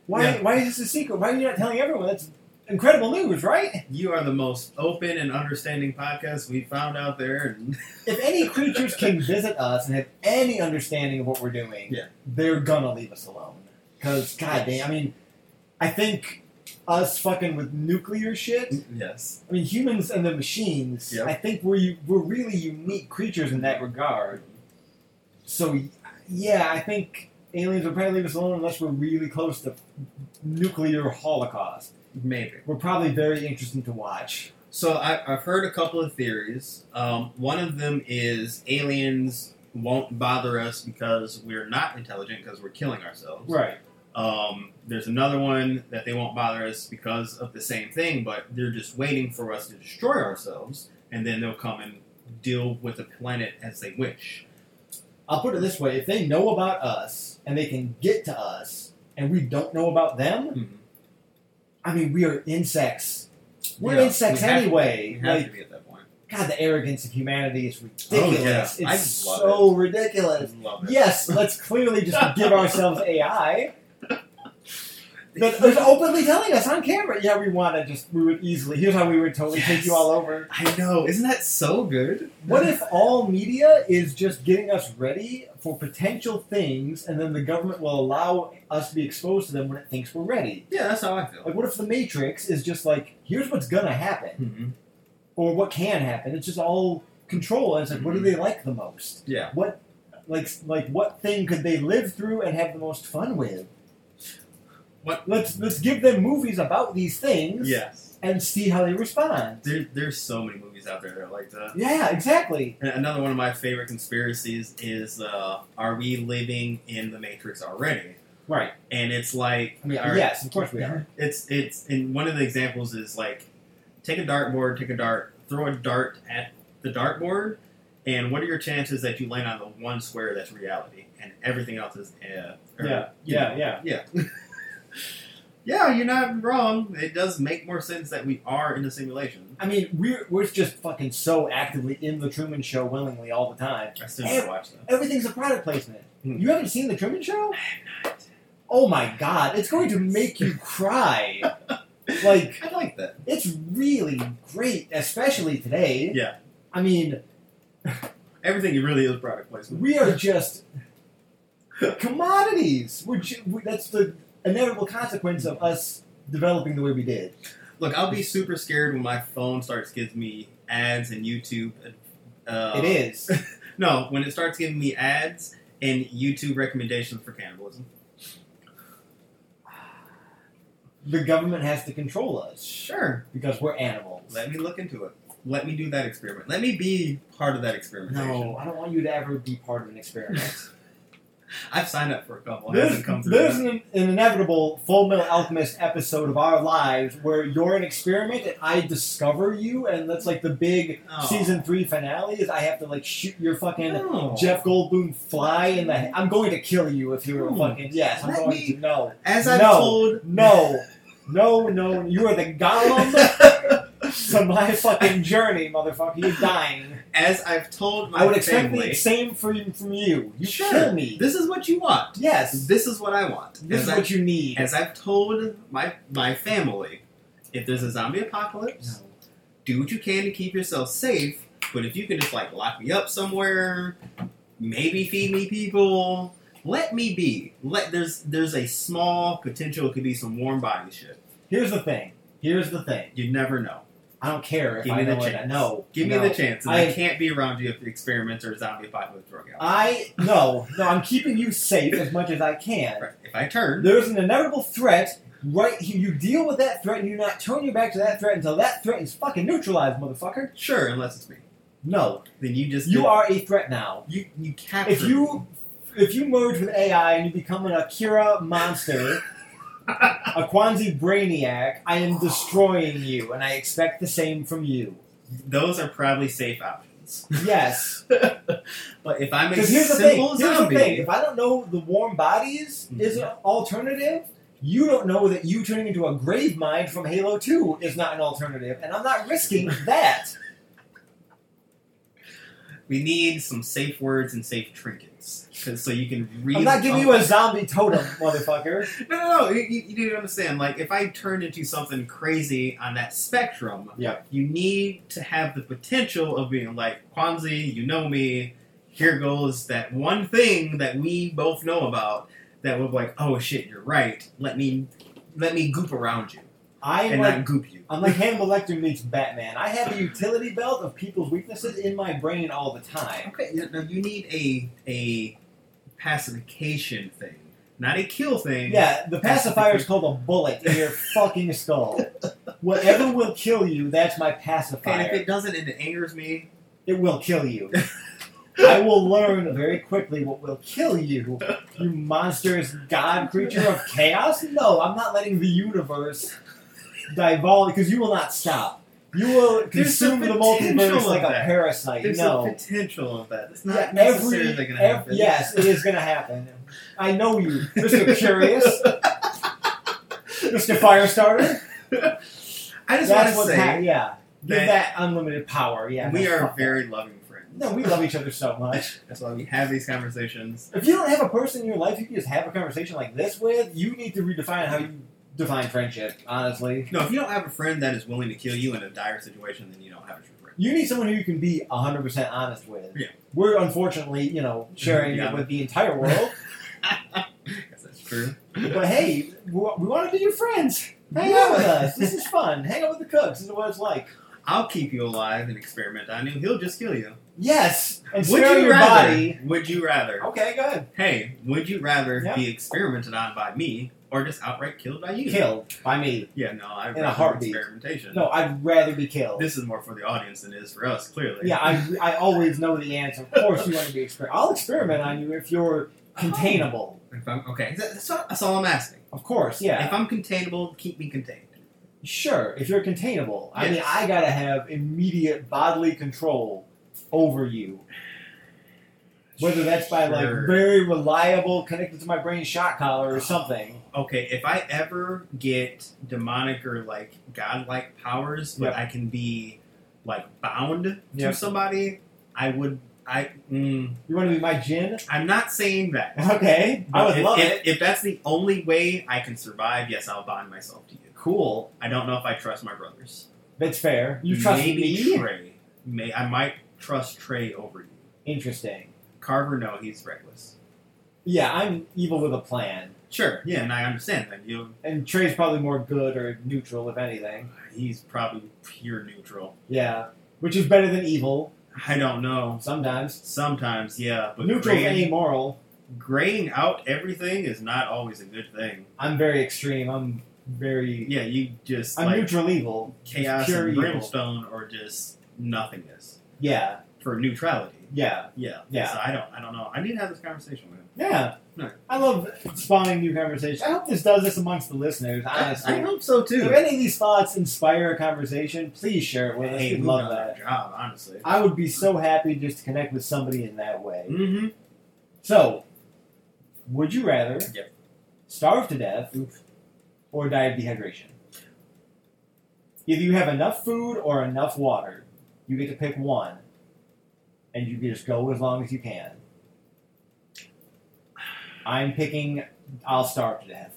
[SPEAKER 1] Why?
[SPEAKER 2] Mm-hmm. Yeah.
[SPEAKER 1] Why is this a secret? Why are you not telling everyone? That's incredible news, right?
[SPEAKER 2] You are the most open and understanding podcast we found out there. And
[SPEAKER 1] If any creatures can visit us and have any understanding of what we're doing,
[SPEAKER 2] Yeah.
[SPEAKER 1] they're gonna leave us alone. Because goddamn, I mean, I think us fucking with nuclear shit.
[SPEAKER 2] yes.
[SPEAKER 1] I mean, humans and the machines.
[SPEAKER 2] Yep.
[SPEAKER 1] I think we're u- we're really unique creatures in that regard. So, y- yeah, I think aliens would probably leave us alone unless we're really close to nuclear holocaust.
[SPEAKER 2] Maybe.
[SPEAKER 1] We're probably very interesting to watch.
[SPEAKER 2] So I, I've heard a couple of theories. Um, one of them is aliens won't bother us because we're not intelligent because we're killing ourselves.
[SPEAKER 1] Right.
[SPEAKER 2] Um, there's another one that they won't bother us because of the same thing, but they're just waiting for us to destroy ourselves, and then they'll come and deal with the planet as they wish.
[SPEAKER 1] I'll put it this way: if they know about us and they can get to us, and we don't know about them, I mean, we are insects. We're
[SPEAKER 2] Yeah,
[SPEAKER 1] insects
[SPEAKER 2] we have-
[SPEAKER 1] anyway.
[SPEAKER 2] We have
[SPEAKER 1] like,
[SPEAKER 2] to be at that point.
[SPEAKER 1] God, the arrogance of humanity is ridiculous.
[SPEAKER 2] Oh, yeah. I
[SPEAKER 1] It's
[SPEAKER 2] love
[SPEAKER 1] so ridiculous.
[SPEAKER 2] love it.
[SPEAKER 1] Yes, let's clearly just give ourselves AI. But they're openly telling us on camera, yeah, we want to just, we would easily, here's how we would totally take you
[SPEAKER 2] Yes.
[SPEAKER 1] all over.
[SPEAKER 2] I know. Isn't that so good?
[SPEAKER 1] What if all media is just getting us ready for potential things and then the government will allow us to be exposed to them when it thinks we're ready?
[SPEAKER 2] Yeah, that's how I feel.
[SPEAKER 1] Like, what if The Matrix is just like, here's what's going to happen
[SPEAKER 2] Mhm.
[SPEAKER 1] or what can happen? It's just all control. And it's like, what do they like the most?
[SPEAKER 2] Yeah.
[SPEAKER 1] What, like, like what thing could they live through and have the most fun with?
[SPEAKER 2] What-
[SPEAKER 1] Let's let's give them movies about these things
[SPEAKER 2] Yes.
[SPEAKER 1] and see how they respond.
[SPEAKER 2] There, there's so many movies out there that are like that.
[SPEAKER 1] Yeah, exactly.
[SPEAKER 2] And Another one of my favorite conspiracies is uh, Are we living in the Matrix already?
[SPEAKER 1] Right.
[SPEAKER 2] And it's like,
[SPEAKER 1] I mean,
[SPEAKER 2] all right,
[SPEAKER 1] yes, of course we are.
[SPEAKER 2] It's it's and one of the examples is like take a dartboard, take a dart, throw a dart at the dartboard, and what are your chances that you land on the one square that's reality and everything else is uh, or-
[SPEAKER 1] Yeah, yeah, yeah.
[SPEAKER 2] yeah, you're not wrong. It does make more sense that we are in a simulation.
[SPEAKER 1] I mean, we're we're just fucking so actively in the Truman Show willingly all the time.
[SPEAKER 2] I still
[SPEAKER 1] Eh,
[SPEAKER 2] need to watch that.
[SPEAKER 1] Everything's a product placement.
[SPEAKER 2] Hmm.
[SPEAKER 1] You haven't seen the Truman Show? Oh my god, it's going to make you cry. like
[SPEAKER 2] I like that.
[SPEAKER 1] It's really great, especially today.
[SPEAKER 2] Yeah.
[SPEAKER 1] I mean,
[SPEAKER 2] Everything really is product placement.
[SPEAKER 1] we are just commodities. We're ju- we, that's the inevitable consequence of us developing the way we did.
[SPEAKER 2] Look, I'll be super scared when my phone starts giving me ads and YouTube. Uh,
[SPEAKER 1] it is.
[SPEAKER 2] No, when it starts giving me ads and YouTube recommendations for cannibalism.
[SPEAKER 1] The government has to control us
[SPEAKER 2] Sure.
[SPEAKER 1] because we're animals.
[SPEAKER 2] Let me look into it. Let me do that experiment. Let me be part of that experimentation.
[SPEAKER 1] no, I don't want you to ever be part of an experiment.
[SPEAKER 2] I've signed up for a couple. It
[SPEAKER 1] There's,
[SPEAKER 2] hasn't come through.
[SPEAKER 1] there's an, an inevitable Full Metal Alchemist episode of our lives where you're an experiment and I discover you, and that's like the big
[SPEAKER 2] Oh.
[SPEAKER 1] season three finale. Is I have to like shoot your fucking
[SPEAKER 2] No.
[SPEAKER 1] Jeff Goldblum fly in the. I'm going to kill you if you're a
[SPEAKER 2] Hmm.
[SPEAKER 1] fucking yes. I'm
[SPEAKER 2] Let
[SPEAKER 1] going
[SPEAKER 2] me-
[SPEAKER 1] to no,
[SPEAKER 2] As I've
[SPEAKER 1] No.
[SPEAKER 2] told.
[SPEAKER 1] no, no, no. You are the golem to my fucking journey, motherfucker. You're dying.
[SPEAKER 2] As I've told my
[SPEAKER 1] I would expect
[SPEAKER 2] family.
[SPEAKER 1] the same from from you. You
[SPEAKER 2] Sure.
[SPEAKER 1] kill me.
[SPEAKER 2] This is what you want.
[SPEAKER 1] yes,
[SPEAKER 2] This is what I want.
[SPEAKER 1] this
[SPEAKER 2] as
[SPEAKER 1] is
[SPEAKER 2] I-
[SPEAKER 1] what you need.
[SPEAKER 2] as I've told my my family, if there's a zombie apocalypse,
[SPEAKER 1] No.
[SPEAKER 2] do what you can to keep yourself safe, but if you can just like lock me up somewhere, maybe feed me people, let me be. Let there's there's a small potential it could be some warm body shit.
[SPEAKER 1] Here's the thing. Here's the thing.
[SPEAKER 2] You never know.
[SPEAKER 1] I don't care if
[SPEAKER 2] Give
[SPEAKER 1] I
[SPEAKER 2] me the
[SPEAKER 1] know it.
[SPEAKER 2] chance.
[SPEAKER 1] No,
[SPEAKER 2] Give
[SPEAKER 1] no.
[SPEAKER 2] me the chance, and I,
[SPEAKER 1] I-
[SPEAKER 2] can't be around you if the experiments or zombie apocalypse broke out.
[SPEAKER 1] I no, no. I'm keeping you safe as much as I can.
[SPEAKER 2] Right. if I turn,
[SPEAKER 1] There's an inevitable threat. Right, here. you deal with that threat, and you not turn your back to that threat until that threat is fucking neutralized, motherfucker.
[SPEAKER 2] sure, unless it's me,
[SPEAKER 1] No,
[SPEAKER 2] then you just
[SPEAKER 1] you
[SPEAKER 2] did-
[SPEAKER 1] are a threat now.
[SPEAKER 2] you you capture
[SPEAKER 1] If you
[SPEAKER 2] me.
[SPEAKER 1] if you merge with AI and you become an Akira monster, a Quanzi brainiac, I am destroying you, and I expect the same from you.
[SPEAKER 2] Those are probably safe options.
[SPEAKER 1] Yes,
[SPEAKER 2] But if I'm a
[SPEAKER 1] because here's the thing.
[SPEAKER 2] simple
[SPEAKER 1] Here's
[SPEAKER 2] zombie, Mm-hmm.
[SPEAKER 1] the thing. If I don't know the warm bodies is an alternative, you don't know that you turning into a grave mind from Halo Two is not an alternative, and I'm not risking that.
[SPEAKER 2] we need some safe words and safe trinkets, 'Cause- so you can read.
[SPEAKER 1] I'm not giving you a zombie totem, motherfucker.
[SPEAKER 2] No, no, no. You, you, you need to understand. Like, if I turned into something crazy on that spectrum,
[SPEAKER 1] Yeah.
[SPEAKER 2] you need to have the potential of being like, Kwanzaa, you know me. Here goes that one thing that we both know about that would be like, oh shit, you're right. Let me, let me goop around you
[SPEAKER 1] I'm
[SPEAKER 2] and
[SPEAKER 1] like,
[SPEAKER 2] not goop you.
[SPEAKER 1] I'm like Hannibal Lecter meets Batman. I have a utility belt of people's weaknesses in my brain all the time.
[SPEAKER 2] Okay, you- now you need a a pacification thing, not a kill thing.
[SPEAKER 1] Yeah, the pacifier is called a bullet in your fucking skull. Whatever will kill you, that's my
[SPEAKER 2] And if
[SPEAKER 1] pacifier.
[SPEAKER 2] it doesn't, and it angers me.
[SPEAKER 1] It will kill you. I will learn very quickly what will kill you. You monstrous god creature of chaos? No, I'm not letting the universe divulge because you will not stop. You will
[SPEAKER 2] There's the
[SPEAKER 1] consume the
[SPEAKER 2] potential
[SPEAKER 1] multiverse
[SPEAKER 2] of
[SPEAKER 1] like a
[SPEAKER 2] that.
[SPEAKER 1] parasite.
[SPEAKER 2] There's
[SPEAKER 1] no.
[SPEAKER 2] a potential of that. It's not
[SPEAKER 1] Yeah,
[SPEAKER 2] necessarily
[SPEAKER 1] every-
[SPEAKER 2] going to
[SPEAKER 1] ev-
[SPEAKER 2] happen.
[SPEAKER 1] yes, it is going to happen. I know you, Mr. Curious, Mr. Firestarter.
[SPEAKER 2] I just want
[SPEAKER 1] That's
[SPEAKER 2] to
[SPEAKER 1] what's
[SPEAKER 2] say
[SPEAKER 1] happening. Yeah, give
[SPEAKER 2] that-
[SPEAKER 1] that unlimited power. Yeah,
[SPEAKER 2] we
[SPEAKER 1] no,
[SPEAKER 2] are
[SPEAKER 1] fuck that.
[SPEAKER 2] very loving friends.
[SPEAKER 1] No, we love each other so much.
[SPEAKER 2] That's why we have these conversations.
[SPEAKER 1] If you don't have a person in your life you can just have a conversation like this with, you need to redefine how you define friendship. Honestly,
[SPEAKER 2] No, if you don't have a friend that is willing to kill you in a dire situation, then you don't have a true friend.
[SPEAKER 1] you need someone who you can be hundred percent honest with.
[SPEAKER 2] Yeah.
[SPEAKER 1] We're unfortunately, you know, sharing
[SPEAKER 2] Yeah.
[SPEAKER 1] it with the entire world.
[SPEAKER 2] Yes, that's true.
[SPEAKER 1] But hey, we want to be your friends. Hang out with us. This is fun. Hang out with the cooks. This is what it's like.
[SPEAKER 2] I'll keep you alive and experiment on you. He'll just kill you.
[SPEAKER 1] Yes. And
[SPEAKER 2] would
[SPEAKER 1] spare
[SPEAKER 2] you
[SPEAKER 1] your
[SPEAKER 2] rather?
[SPEAKER 1] body.
[SPEAKER 2] Would you rather?
[SPEAKER 1] Okay, go ahead.
[SPEAKER 2] Hey, would you rather
[SPEAKER 1] Yeah.
[SPEAKER 2] be experimented on by me or just outright killed by you?
[SPEAKER 1] Killed by me.
[SPEAKER 2] Yeah, no, I
[SPEAKER 1] In a heartbeat.
[SPEAKER 2] experimentation.
[SPEAKER 1] No, I'd rather be killed.
[SPEAKER 2] This is more for the audience than it is for us, clearly.
[SPEAKER 1] yeah, I, I always know the answer. Of course, you want to be experiment. I'll experiment on you if you're
[SPEAKER 2] Oh.
[SPEAKER 1] containable.
[SPEAKER 2] If I'm, okay, that- that's, all, that's all I'm asking.
[SPEAKER 1] Of course, yeah.
[SPEAKER 2] If I'm containable, keep me contained.
[SPEAKER 1] Sure, if you're containable. I mean,
[SPEAKER 2] Yes.
[SPEAKER 1] I gotta have immediate bodily control over you. Whether that's by like
[SPEAKER 2] Sure.
[SPEAKER 1] very reliable, connected to my brain shock collar or something.
[SPEAKER 2] Okay, if I ever get demonic or like godlike powers, but
[SPEAKER 1] Yep.
[SPEAKER 2] I can be like bound
[SPEAKER 1] Yep.
[SPEAKER 2] to somebody, I would. I mm,
[SPEAKER 1] You want to be my gin?
[SPEAKER 2] I'm not saying that.
[SPEAKER 1] Okay, I
[SPEAKER 2] But
[SPEAKER 1] would
[SPEAKER 2] if,
[SPEAKER 1] love
[SPEAKER 2] if,
[SPEAKER 1] it.
[SPEAKER 2] If that's the only way I can survive, yes, I'll bind myself to you.
[SPEAKER 1] Cool,
[SPEAKER 2] I don't know if I trust my brothers.
[SPEAKER 1] that's fair. You trust
[SPEAKER 2] Maybe
[SPEAKER 1] me?
[SPEAKER 2] Trey. May I might trust Trey over you.
[SPEAKER 1] Interesting.
[SPEAKER 2] Carver, no, he's reckless.
[SPEAKER 1] Yeah, I'm evil with a plan,
[SPEAKER 2] Sure, yeah, and I understand that. You,
[SPEAKER 1] and Trey's probably more good or neutral, if anything.
[SPEAKER 2] he's probably pure neutral.
[SPEAKER 1] Yeah, which is better than evil
[SPEAKER 2] I don't know.
[SPEAKER 1] sometimes.
[SPEAKER 2] Sometimes, yeah, but
[SPEAKER 1] Neutral's
[SPEAKER 2] graying,
[SPEAKER 1] amoral.
[SPEAKER 2] graying out everything is not always a good thing.
[SPEAKER 1] I'm very extreme. I'm very.
[SPEAKER 2] Yeah, you just
[SPEAKER 1] I'm
[SPEAKER 2] like
[SPEAKER 1] neutral evil.
[SPEAKER 2] chaos
[SPEAKER 1] pure
[SPEAKER 2] and
[SPEAKER 1] evil.
[SPEAKER 2] brimstone or just nothingness
[SPEAKER 1] Yeah,
[SPEAKER 2] for neutrality.
[SPEAKER 1] yeah,
[SPEAKER 2] Yeah,
[SPEAKER 1] Yeah.
[SPEAKER 2] So I don't, I don't know. I need to have this conversation with him.
[SPEAKER 1] yeah.
[SPEAKER 2] No.
[SPEAKER 1] I love spawning new conversations. I hope this does this amongst the listeners. Honestly,
[SPEAKER 2] I, I hope so
[SPEAKER 1] if
[SPEAKER 2] too.
[SPEAKER 1] any of these thoughts inspire a conversation, please share it with us.
[SPEAKER 2] Hey,
[SPEAKER 1] We'd
[SPEAKER 2] who
[SPEAKER 1] love
[SPEAKER 2] knows
[SPEAKER 1] that.
[SPEAKER 2] our job, honestly.
[SPEAKER 1] I would be so happy just to connect with somebody in that way.
[SPEAKER 2] Mm-hmm.
[SPEAKER 1] So, would you rather
[SPEAKER 2] Yep.
[SPEAKER 1] starve to death or die of dehydration? Either you have enough food or enough water. You get to pick one, and you can just go as long as you can. I'm picking. I'll starve to death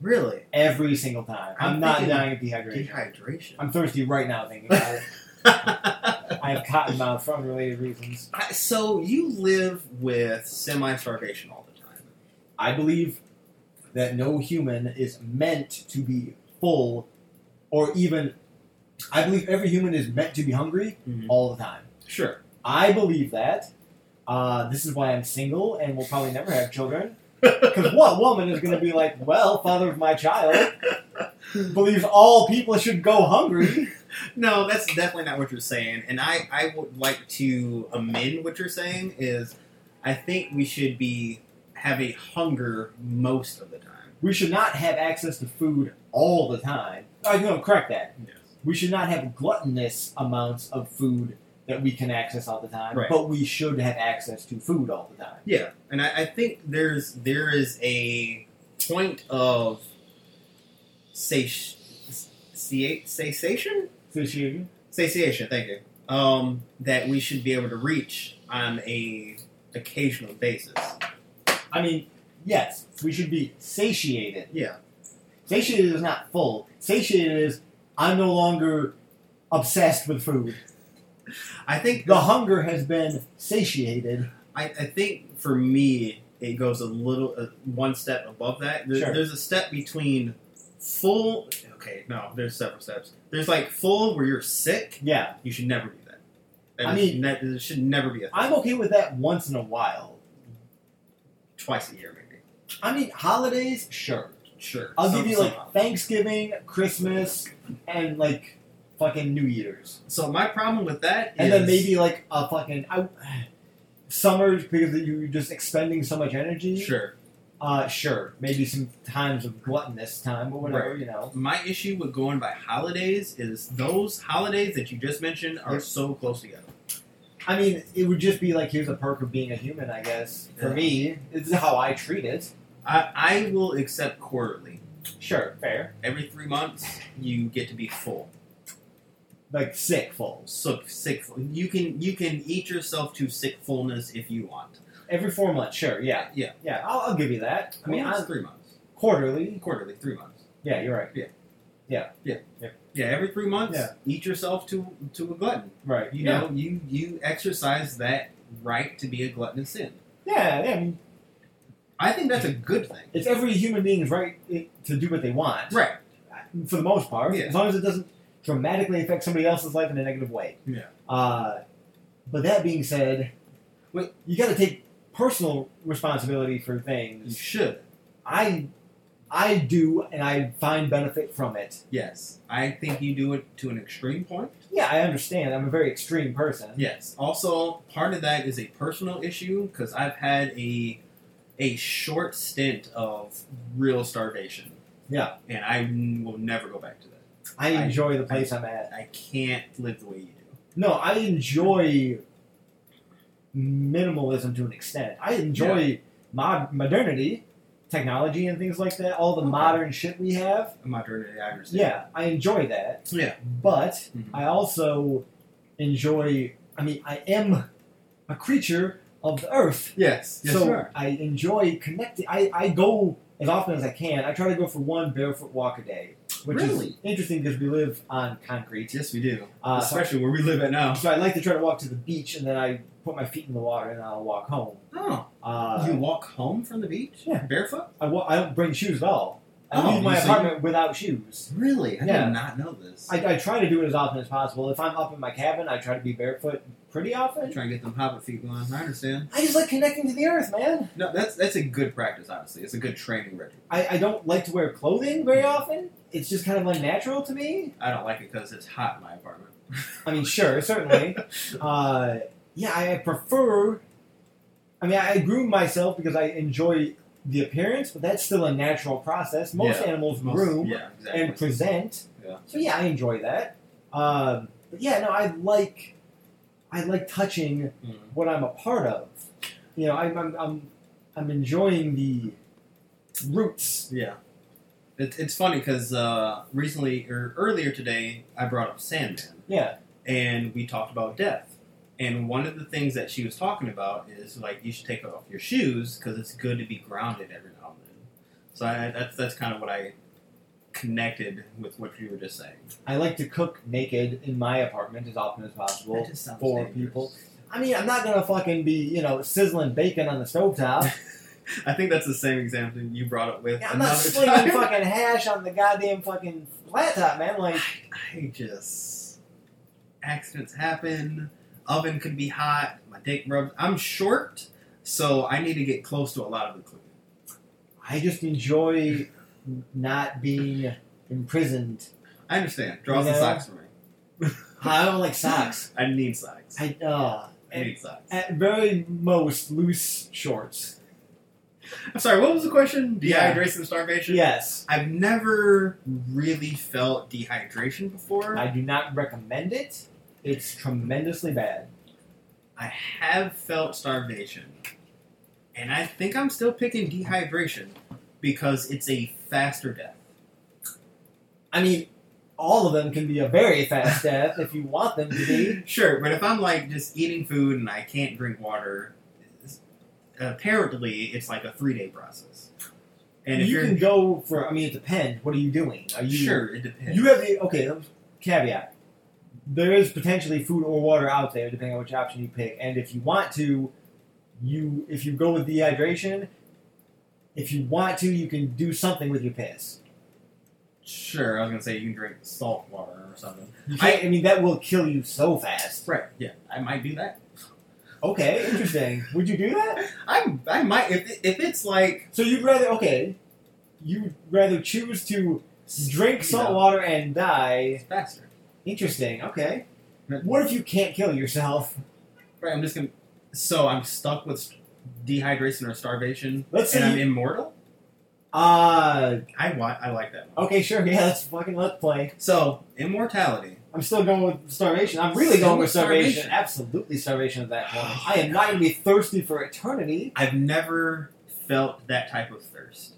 [SPEAKER 2] Really?
[SPEAKER 1] every single time. I'm,
[SPEAKER 2] I'm
[SPEAKER 1] not
[SPEAKER 2] thinking
[SPEAKER 1] dying of dehydration.
[SPEAKER 2] Dehydration.
[SPEAKER 1] I'm thirsty right now thinking about it. I have cotton mouth for unrelated reasons.
[SPEAKER 2] I- so you live with semi-starvation all the time.
[SPEAKER 1] I believe that no human is meant to be full or even I believe every human is meant to be hungry
[SPEAKER 2] Mhm.
[SPEAKER 1] all the time.
[SPEAKER 2] Sure.
[SPEAKER 1] I believe that. Uh, this is why I'm single and will probably never have children. Because what woman is going to be like, well, father of my child believes all people should go hungry?
[SPEAKER 2] No, that's definitely not what you're saying. And I, I would like to amend what you're saying is I think we should be have a hunger most of the time.
[SPEAKER 1] we should not have access to food all the time. I'm going to correct that.
[SPEAKER 2] Yes.
[SPEAKER 1] We should not have gluttonous amounts of food that we can access all the time,
[SPEAKER 2] Right.
[SPEAKER 1] but we should have access to food all the time.
[SPEAKER 2] Yeah, and I, I think there's there is a point of sati- sa- satiation,
[SPEAKER 1] Satiation?
[SPEAKER 2] satiation. Thank you. Um, that we should be able to reach on a occasional basis.
[SPEAKER 1] I mean, yes, we should be satiated.
[SPEAKER 2] Yeah,
[SPEAKER 1] Satiated is not full. Satiated is I'm no longer obsessed with food.
[SPEAKER 2] I think
[SPEAKER 1] The hunger has been satiated.
[SPEAKER 2] I, I think for me it goes a little uh, one step above that. There,
[SPEAKER 1] Sure.
[SPEAKER 2] There's a step between full. Okay, no, there's several steps. There's like full where you're sick.
[SPEAKER 1] Yeah,
[SPEAKER 2] You should never do that. That
[SPEAKER 1] I
[SPEAKER 2] is
[SPEAKER 1] mean-
[SPEAKER 2] ne- it should never be a thing.
[SPEAKER 1] I'm okay with that once in a while.
[SPEAKER 2] twice a year, maybe.
[SPEAKER 1] I mean, holidays, sure.
[SPEAKER 2] Sure.
[SPEAKER 1] I'll
[SPEAKER 2] Some-
[SPEAKER 1] give you
[SPEAKER 2] some-
[SPEAKER 1] like Thanksgiving, Christmas, and like fucking New Year's,
[SPEAKER 2] So my problem with that
[SPEAKER 1] and
[SPEAKER 2] is-
[SPEAKER 1] then maybe like a fucking I, summer because you're just expending so much energy.
[SPEAKER 2] sure.
[SPEAKER 1] Uh, sure. Maybe some times of gluttonous time, but whatever
[SPEAKER 2] Right.
[SPEAKER 1] you know.
[SPEAKER 2] My issue with going by holidays is those holidays that you just mentioned are so close together.
[SPEAKER 1] I mean, it would just be like here's a perk of being a human, I guess. For
[SPEAKER 2] Yeah.
[SPEAKER 1] me, this is how I treat it.
[SPEAKER 2] I I will accept quarterly.
[SPEAKER 1] Sure, fair.
[SPEAKER 2] Every three months, you get to be full.
[SPEAKER 1] Like sick full.
[SPEAKER 2] So sick. You can you can eat yourself to sick fullness if you want.
[SPEAKER 1] Every four months, sure, yeah,
[SPEAKER 2] Yeah.
[SPEAKER 1] yeah. I'll, I'll give you that. I mean,
[SPEAKER 2] Well, it's
[SPEAKER 1] I'm,
[SPEAKER 2] three months.
[SPEAKER 1] quarterly.
[SPEAKER 2] Quarterly, three months.
[SPEAKER 1] Yeah, you're right.
[SPEAKER 2] Yeah, every three months,
[SPEAKER 1] Yeah.
[SPEAKER 2] eat yourself to to a glutton.
[SPEAKER 1] Right.
[SPEAKER 2] You
[SPEAKER 1] yeah.
[SPEAKER 2] know, you you exercise that right to be a gluttonous sin.
[SPEAKER 1] Yeah, yeah. I mean,
[SPEAKER 2] I think that's a good thing.
[SPEAKER 1] it's every human being's right i- to do what they want,
[SPEAKER 2] Right.
[SPEAKER 1] for the most part,
[SPEAKER 2] Yeah.
[SPEAKER 1] as long as it doesn't dramatically affect somebody else's life in a negative way.
[SPEAKER 2] Yeah.
[SPEAKER 1] Uh, but that being said, wait, you got to take personal responsibility for
[SPEAKER 2] You
[SPEAKER 1] things.
[SPEAKER 2] should.
[SPEAKER 1] I, I do, and I find benefit from it.
[SPEAKER 2] Yes. I think you do it to an extreme point.
[SPEAKER 1] Yeah, I understand. I'm a very extreme person.
[SPEAKER 2] Yes. Also, part of that is a personal issue because I've had a a short stint of real starvation.
[SPEAKER 1] Yeah.
[SPEAKER 2] And I n- will never go back to that.
[SPEAKER 1] I
[SPEAKER 2] I-
[SPEAKER 1] enjoy the place I'm at.
[SPEAKER 2] I can't live the way you do.
[SPEAKER 1] No, I enjoy minimalism to an extent. I enjoy mod- modernity, technology, and things like that. All the
[SPEAKER 2] Okay.
[SPEAKER 1] modern shit we have.
[SPEAKER 2] Modernity, I understand.
[SPEAKER 1] Yeah, Mm-hmm. I enjoy that.
[SPEAKER 2] Yeah.
[SPEAKER 1] But
[SPEAKER 2] Mhm.
[SPEAKER 1] I also enjoy. I mean, I am a creature of the earth,
[SPEAKER 2] Yes. Yes,
[SPEAKER 1] so
[SPEAKER 2] you are.
[SPEAKER 1] I enjoy connecting. I, I go as often as I can. I try to go for one barefoot walk a day, which is
[SPEAKER 2] Really?
[SPEAKER 1] interesting because we live on concrete.
[SPEAKER 2] Yes, we do.
[SPEAKER 1] Uh, so
[SPEAKER 2] Especially where we live at now.
[SPEAKER 1] so I like to try to walk to the beach, and then I put my feet in the water, and I'll walk home.
[SPEAKER 2] Oh. you
[SPEAKER 1] Uh,
[SPEAKER 2] walk home from the beach?
[SPEAKER 1] Yeah.
[SPEAKER 2] Barefoot?
[SPEAKER 1] I, wa- I don't bring shoes at all. I
[SPEAKER 2] Oh,
[SPEAKER 1] leave my
[SPEAKER 2] you see-
[SPEAKER 1] apartment without shoes.
[SPEAKER 2] Really? I
[SPEAKER 1] Yeah.
[SPEAKER 2] did not know this.
[SPEAKER 1] I, I try to do it as often as possible. If I'm up in my cabin, I try to be barefoot pretty
[SPEAKER 2] I'm
[SPEAKER 1] often.
[SPEAKER 2] trying to get them hobbit feet going. I understand.
[SPEAKER 1] I just like connecting to the earth, man.
[SPEAKER 2] No, that's that's a good practice. Honestly, it's a good training regimen.
[SPEAKER 1] I, I don't like to wear clothing very often. It's just kind of unnatural to me.
[SPEAKER 2] I don't like it because it's hot in my apartment.
[SPEAKER 1] I mean, sure, certainly. uh, yeah, I, I prefer. I mean, I, I groom myself because I enjoy the appearance, but that's still a natural process. Most
[SPEAKER 2] Yeah,
[SPEAKER 1] animals
[SPEAKER 2] Most-
[SPEAKER 1] groom.
[SPEAKER 2] yeah, exactly.
[SPEAKER 1] and present.
[SPEAKER 2] Yeah.
[SPEAKER 1] So yeah, I enjoy that. Um, but yeah, no, I like I like touching
[SPEAKER 2] Mhm.
[SPEAKER 1] what I'm a part of. You know, I'm I'm I'm, I'm enjoying the roots.
[SPEAKER 2] Yeah, it, it's funny because uh, recently or earlier today, I brought up Sandman,
[SPEAKER 1] Yeah,
[SPEAKER 2] and we talked about death. And one of the things that she was talking about is like you should take off your shoes because it's good to be grounded every now and then. So I, that's that's kind of what I connected with what you were just saying.
[SPEAKER 1] I like to cook naked in my apartment as often as possible.
[SPEAKER 2] That just sounds
[SPEAKER 1] for
[SPEAKER 2] dangerous.
[SPEAKER 1] people. I mean, I'm not gonna fucking be you know sizzling bacon on the stovetop.
[SPEAKER 2] I think that's the same example you brought up with.
[SPEAKER 1] Yeah, I'm not
[SPEAKER 2] another
[SPEAKER 1] slinging
[SPEAKER 2] time.
[SPEAKER 1] fucking hash on the goddamn fucking flat top, man. Like,
[SPEAKER 2] I just accidents happen. Oven could be hot. My dick rubs. I'm short, so I need to get close to a lot of the cleavage.
[SPEAKER 1] I just enjoy not being imprisoned
[SPEAKER 2] I understand. Draws
[SPEAKER 1] Yeah.
[SPEAKER 2] and socks for me.
[SPEAKER 1] I don't like socks.
[SPEAKER 2] I need socks.
[SPEAKER 1] I uh,
[SPEAKER 2] I
[SPEAKER 1] at,
[SPEAKER 2] need socks.
[SPEAKER 1] at very most loose shorts.
[SPEAKER 2] I'm sorry, what was the question?
[SPEAKER 1] Yeah.
[SPEAKER 2] Dehydration, starvation?
[SPEAKER 1] Yes,
[SPEAKER 2] I've never really felt dehydration before.
[SPEAKER 1] I do not recommend it. It's tremendously bad.
[SPEAKER 2] I have felt starvation. And I think I'm still picking dehydration because it's a faster death.
[SPEAKER 1] I mean, all of them can be a very fast death if you want them to be.
[SPEAKER 2] Sure, but if I'm like just eating food and I can't drink water, it's- apparently it's like a three day process. And if
[SPEAKER 1] you
[SPEAKER 2] are
[SPEAKER 1] can go for. I mean, it depends. What are you doing? Are you
[SPEAKER 2] sure, it depends.
[SPEAKER 1] You have the okay. let me- Caveat: There is potentially food or water out there, depending on which option you pick. And if you want to, you if you go with dehydration, if you want to, you can do something with your piss.
[SPEAKER 2] sure, I was gonna say you can drink salt water or something.
[SPEAKER 1] You can't, I, mean, that will kill you so fast.
[SPEAKER 2] Right? Yeah, I might do that.
[SPEAKER 1] Okay, interesting. Would you do that?
[SPEAKER 2] I I might if it, if it's like
[SPEAKER 1] So you'd rather okay, you'd rather choose to drink salt
[SPEAKER 2] you know,
[SPEAKER 1] water and die.
[SPEAKER 2] it's faster.
[SPEAKER 1] Interesting. Okay.
[SPEAKER 2] Hmm.
[SPEAKER 1] What if you can't kill yourself?
[SPEAKER 2] Right, I'm just gonna. So I'm stuck with dehydration or starvation,
[SPEAKER 1] Let's
[SPEAKER 2] and I'm
[SPEAKER 1] see.
[SPEAKER 2] immortal.
[SPEAKER 1] Uh
[SPEAKER 2] I want. I like that. One.
[SPEAKER 1] okay, sure. Yeah, let's fucking let's play.
[SPEAKER 2] So immortality.
[SPEAKER 1] I'm still going with starvation. I'm really
[SPEAKER 2] Still
[SPEAKER 1] going with
[SPEAKER 2] with
[SPEAKER 1] starvation.
[SPEAKER 2] starvation.
[SPEAKER 1] Absolutely starvation at that point. I am not going to be thirsty for eternity.
[SPEAKER 2] I've never felt that type of thirst.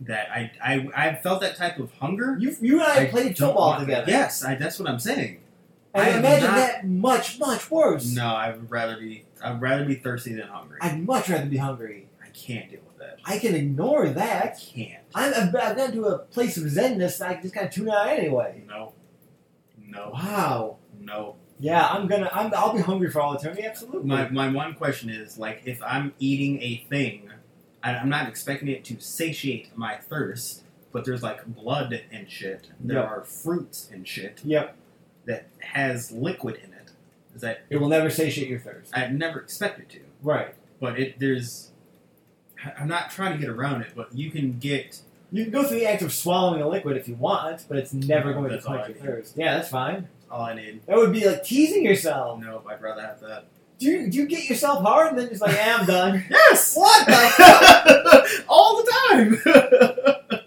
[SPEAKER 2] That I I I've felt that type of hunger.
[SPEAKER 1] You, you and I, played
[SPEAKER 2] don't
[SPEAKER 1] football
[SPEAKER 2] want-
[SPEAKER 1] together.
[SPEAKER 2] Yes, I, that's what I'm saying.
[SPEAKER 1] And
[SPEAKER 2] I am
[SPEAKER 1] imagine
[SPEAKER 2] not-
[SPEAKER 1] that much, much worse.
[SPEAKER 2] No, I would rather be I'd rather be thirsty than hungry.
[SPEAKER 1] I'd much rather be hungry.
[SPEAKER 2] I can't deal with that.
[SPEAKER 1] I can ignore
[SPEAKER 2] I
[SPEAKER 1] that.
[SPEAKER 2] can't.
[SPEAKER 1] I'm, I've I've gotten to a place of zenness that I just kind of tune out anyway.
[SPEAKER 2] No. No.
[SPEAKER 1] Wow.
[SPEAKER 2] No.
[SPEAKER 1] Yeah, I'm gonna. I'm, I'll be hungry for all eternity. Absolutely.
[SPEAKER 2] My my one question is like if I'm eating a thing, I, I'm not expecting it to satiate my thirst, but there's like blood and shit. There
[SPEAKER 1] Yep.
[SPEAKER 2] are fruits and shit
[SPEAKER 1] Yep.
[SPEAKER 2] that has liquid in it. Is that
[SPEAKER 1] It will never satiate your thirst.
[SPEAKER 2] I've never expected to.
[SPEAKER 1] Right.
[SPEAKER 2] But it there's I- I'm not trying to get around it, but you can get
[SPEAKER 1] You can go through the act of swallowing a liquid if you want, but it's never going
[SPEAKER 2] That's
[SPEAKER 1] to quench
[SPEAKER 2] all I
[SPEAKER 1] your
[SPEAKER 2] need.
[SPEAKER 1] thirst. Yeah, that's fine.
[SPEAKER 2] all I need.
[SPEAKER 1] That would be like teasing
[SPEAKER 2] Oh
[SPEAKER 1] yourself.
[SPEAKER 2] no, I'd rather have that.
[SPEAKER 1] Do you, do you get yourself hard and then just like, eh, I'm done?
[SPEAKER 2] Yes!
[SPEAKER 1] What the
[SPEAKER 2] All the time!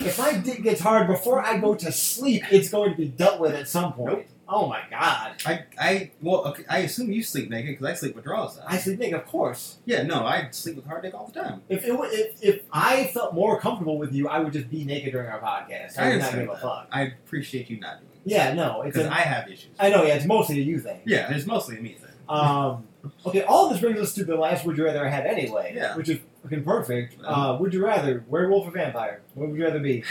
[SPEAKER 1] If my dick gets hard before I go to sleep, it's going to be dealt with at some point.
[SPEAKER 2] Nope.
[SPEAKER 1] Oh my god.
[SPEAKER 2] I, I, well, okay, I assume you sleep naked because I sleep with draws out.
[SPEAKER 1] I should think, of course.
[SPEAKER 2] yeah, no, I sleep with hard dick all the time.
[SPEAKER 1] If, it, wa- if if I felt more comfortable with you, I would just be naked during our podcast. I
[SPEAKER 2] I
[SPEAKER 1] would not
[SPEAKER 2] understand
[SPEAKER 1] give a
[SPEAKER 2] that.
[SPEAKER 1] fuck.
[SPEAKER 2] I appreciate you not doing
[SPEAKER 1] Yeah, no,
[SPEAKER 2] it
[SPEAKER 1] it's
[SPEAKER 2] because
[SPEAKER 1] a,
[SPEAKER 2] I have issues.
[SPEAKER 1] I know, yeah, it's mostly a you thing.
[SPEAKER 2] yeah, it's mostly a me thing.
[SPEAKER 1] Um, okay, all this brings us to the last would you rather I had anyway,
[SPEAKER 2] Yeah.
[SPEAKER 1] which is fucking perfect.
[SPEAKER 2] Yeah.
[SPEAKER 1] Uh, would you rather werewolf or vampire? What would you rather be?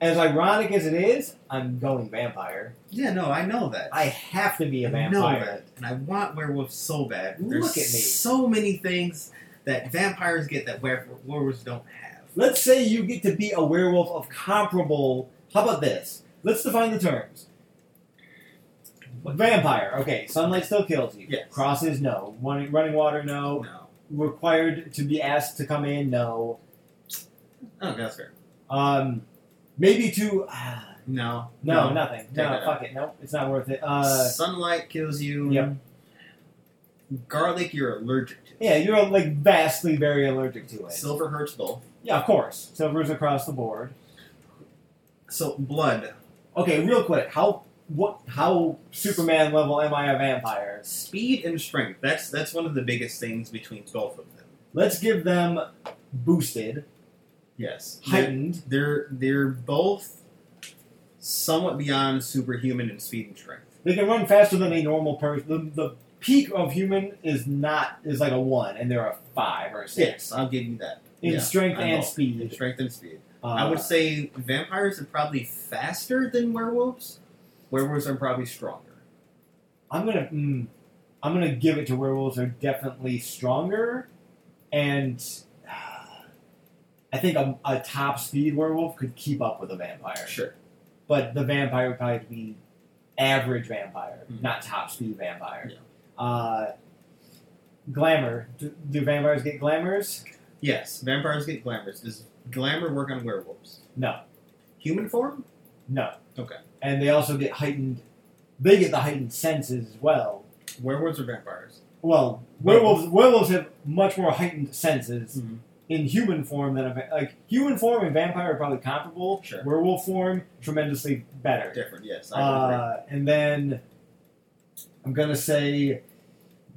[SPEAKER 1] As ironic as it is, I'm going vampire.
[SPEAKER 2] yeah, no, I know that.
[SPEAKER 1] I have to be a
[SPEAKER 2] I know
[SPEAKER 1] vampire.
[SPEAKER 2] that, and I want werewolves so bad. There's
[SPEAKER 1] Look at me.
[SPEAKER 2] so many things that vampires get that were- werewolves don't have.
[SPEAKER 1] Let's say you get to be a werewolf of comparable. How about this? Let's define the terms. Vampire. Okay, sunlight still kills you.
[SPEAKER 2] Yes.
[SPEAKER 1] Crosses no. Running, running water no.
[SPEAKER 2] No.
[SPEAKER 1] Required to be asked to come in no.
[SPEAKER 2] Oh, that's fair.
[SPEAKER 1] Um, maybe to ah,
[SPEAKER 2] No.
[SPEAKER 1] no, nothing.
[SPEAKER 2] Take
[SPEAKER 1] No,
[SPEAKER 2] it
[SPEAKER 1] fuck it. No, it's not worth it. Uh,
[SPEAKER 2] Sunlight kills you.
[SPEAKER 1] Yep.
[SPEAKER 2] Garlic, you're allergic to.
[SPEAKER 1] yeah, you're like vastly very allergic to it.
[SPEAKER 2] Silver hurts both.
[SPEAKER 1] yeah, of course. Silver's across the board.
[SPEAKER 2] So blood,
[SPEAKER 1] Okay, real quick, how what how Superman level am I a vampire?
[SPEAKER 2] speed, and strength. That's that's one of the biggest things between both of them.
[SPEAKER 1] Let's give them boosted,
[SPEAKER 2] Yes.
[SPEAKER 1] heightened.
[SPEAKER 2] They're they're both somewhat beyond superhuman in speed and strength.
[SPEAKER 1] They can run faster than a normal person. The, the peak of human is not is like a one, and they're a five or a six
[SPEAKER 2] Yes, I'll give you that.
[SPEAKER 1] in
[SPEAKER 2] Yeah,
[SPEAKER 1] strength
[SPEAKER 2] I'm
[SPEAKER 1] and
[SPEAKER 2] both. In
[SPEAKER 1] speed.
[SPEAKER 2] strength and speed.
[SPEAKER 1] Uh,
[SPEAKER 2] I would say vampires are probably faster than werewolves. Werewolves are probably stronger.
[SPEAKER 1] I'm gonna mm, I'm gonna give it to werewolves are definitely stronger, and uh, I think a, a top speed werewolf could keep up with a vampire,
[SPEAKER 2] Sure.
[SPEAKER 1] but the vampire would probably be average vampire,
[SPEAKER 2] Mhm.
[SPEAKER 1] not top speed vampire. Uh, glamour. Do, do vampires get glamours?
[SPEAKER 2] Yes, vampires get glamours. Does glamour work on werewolves?
[SPEAKER 1] No,
[SPEAKER 2] Human form?
[SPEAKER 1] no.
[SPEAKER 2] Okay.
[SPEAKER 1] And they also get heightened. They get the heightened senses as well.
[SPEAKER 2] Werewolves or vampires?
[SPEAKER 1] well, werewolves werewolves have much more heightened senses
[SPEAKER 2] Mhm.
[SPEAKER 1] in human form than a va- like human form and vampire are probably comparable.
[SPEAKER 2] Sure.
[SPEAKER 1] Werewolf form tremendously better.
[SPEAKER 2] Different, yes. I would agree.
[SPEAKER 1] Uh, and then I'm gonna say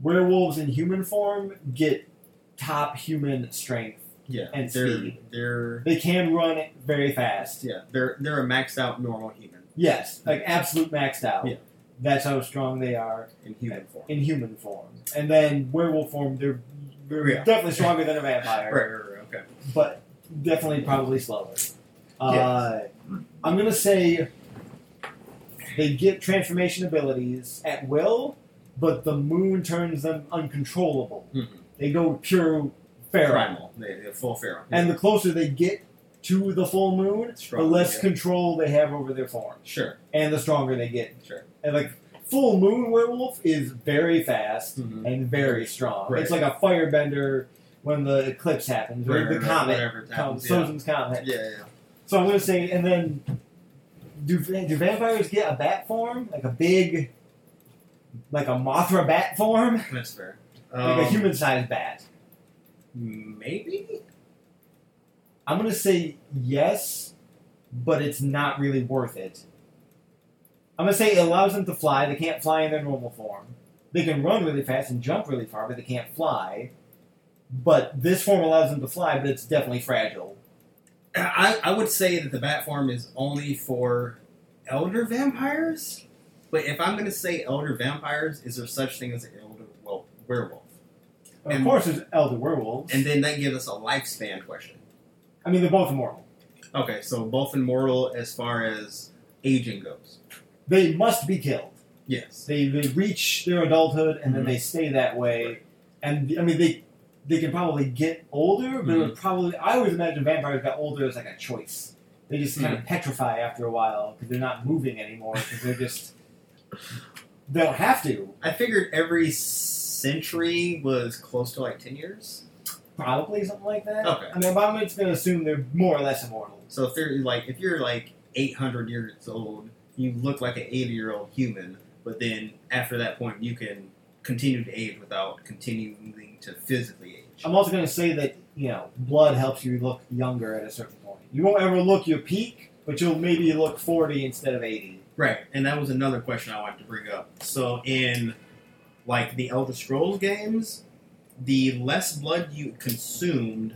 [SPEAKER 1] werewolves in human form get top human strength.
[SPEAKER 2] yeah,
[SPEAKER 1] and
[SPEAKER 2] they're
[SPEAKER 1] speed.
[SPEAKER 2] they're
[SPEAKER 1] They can run very fast.
[SPEAKER 2] yeah they're they're a maxed out normal human
[SPEAKER 1] Yes, like absolute maxed out.
[SPEAKER 2] Yeah.
[SPEAKER 1] That's how strong they are
[SPEAKER 2] in human form.
[SPEAKER 1] in human form. And then werewolf form, they're, they're
[SPEAKER 2] Yeah.
[SPEAKER 1] definitely stronger than a vampire,
[SPEAKER 2] Right, right, right. Okay.
[SPEAKER 1] but definitely probably slower. Uh, I'm gonna say they get transformation abilities at will, but the moon turns them uncontrollable.
[SPEAKER 2] Mhm.
[SPEAKER 1] They go pure feral,
[SPEAKER 2] Primal. They, they're full feral.
[SPEAKER 1] and the closer they get to the full moon, the
[SPEAKER 2] Stronger,
[SPEAKER 1] less
[SPEAKER 2] yeah.
[SPEAKER 1] control they have over their form,
[SPEAKER 2] sure,
[SPEAKER 1] and the stronger they get.
[SPEAKER 2] sure.
[SPEAKER 1] And like full moon werewolf is very fast
[SPEAKER 2] Mhm.
[SPEAKER 1] and very strong.
[SPEAKER 2] Right.
[SPEAKER 1] It's like a firebender when the eclipse happens, or
[SPEAKER 2] Right,
[SPEAKER 1] the
[SPEAKER 2] right, right,
[SPEAKER 1] comet
[SPEAKER 2] whatever it
[SPEAKER 1] comes,
[SPEAKER 2] happens,
[SPEAKER 1] Sozin's comet.
[SPEAKER 2] yeah. yeah, yeah.
[SPEAKER 1] So I'm gonna say, and then do do vampires get a bat form, like a big, like a Mothra bat form,
[SPEAKER 2] That's fair.
[SPEAKER 1] like a
[SPEAKER 2] Um,
[SPEAKER 1] human-sized bat?
[SPEAKER 2] Maybe.
[SPEAKER 1] I'm gonna say yes, but it's not really worth it. I'm gonna say it allows them to fly. They can't fly in their normal form. They can run really fast and jump really far, but they can't fly. But this form allows them to fly, but it's definitely fragile.
[SPEAKER 2] I, I would say that the bat form is only for elder vampires. But if I'm going to say elder vampires, is there such thing as an elder wel- werewolf?
[SPEAKER 1] Of
[SPEAKER 2] And-
[SPEAKER 1] course, there's elder werewolves.
[SPEAKER 2] And then that gives us a lifespan question.
[SPEAKER 1] I mean, they're both immortal.
[SPEAKER 2] Okay, so both immortal as far as aging goes.
[SPEAKER 1] They must be killed.
[SPEAKER 2] Yes.
[SPEAKER 1] They, they reach their adulthood and then
[SPEAKER 2] Mhm.
[SPEAKER 1] they stay that way. And I mean, they they can probably get older, but it would probably I always imagine vampires got older as like a choice. They just kind of petrify after a while because they're not moving anymore because they're just they don't have to
[SPEAKER 2] I figured every century was close to like 10 years.
[SPEAKER 1] probably something like that.
[SPEAKER 2] Okay.
[SPEAKER 1] I mean, I'm just gonna assume they're more or less immortal.
[SPEAKER 2] So if they're like if you're like 800 years old, you look like an 80 year old human, but then after that point, you can continue to age without continuing to physically age.
[SPEAKER 1] I'm also gonna say that you know blood helps you look younger at a certain point. You won't ever look your peak, but you'll maybe look 40 instead of 80.
[SPEAKER 2] Right, and that was another question I wanted to bring up. So in like the Elder Scrolls games, the less blood you consumed,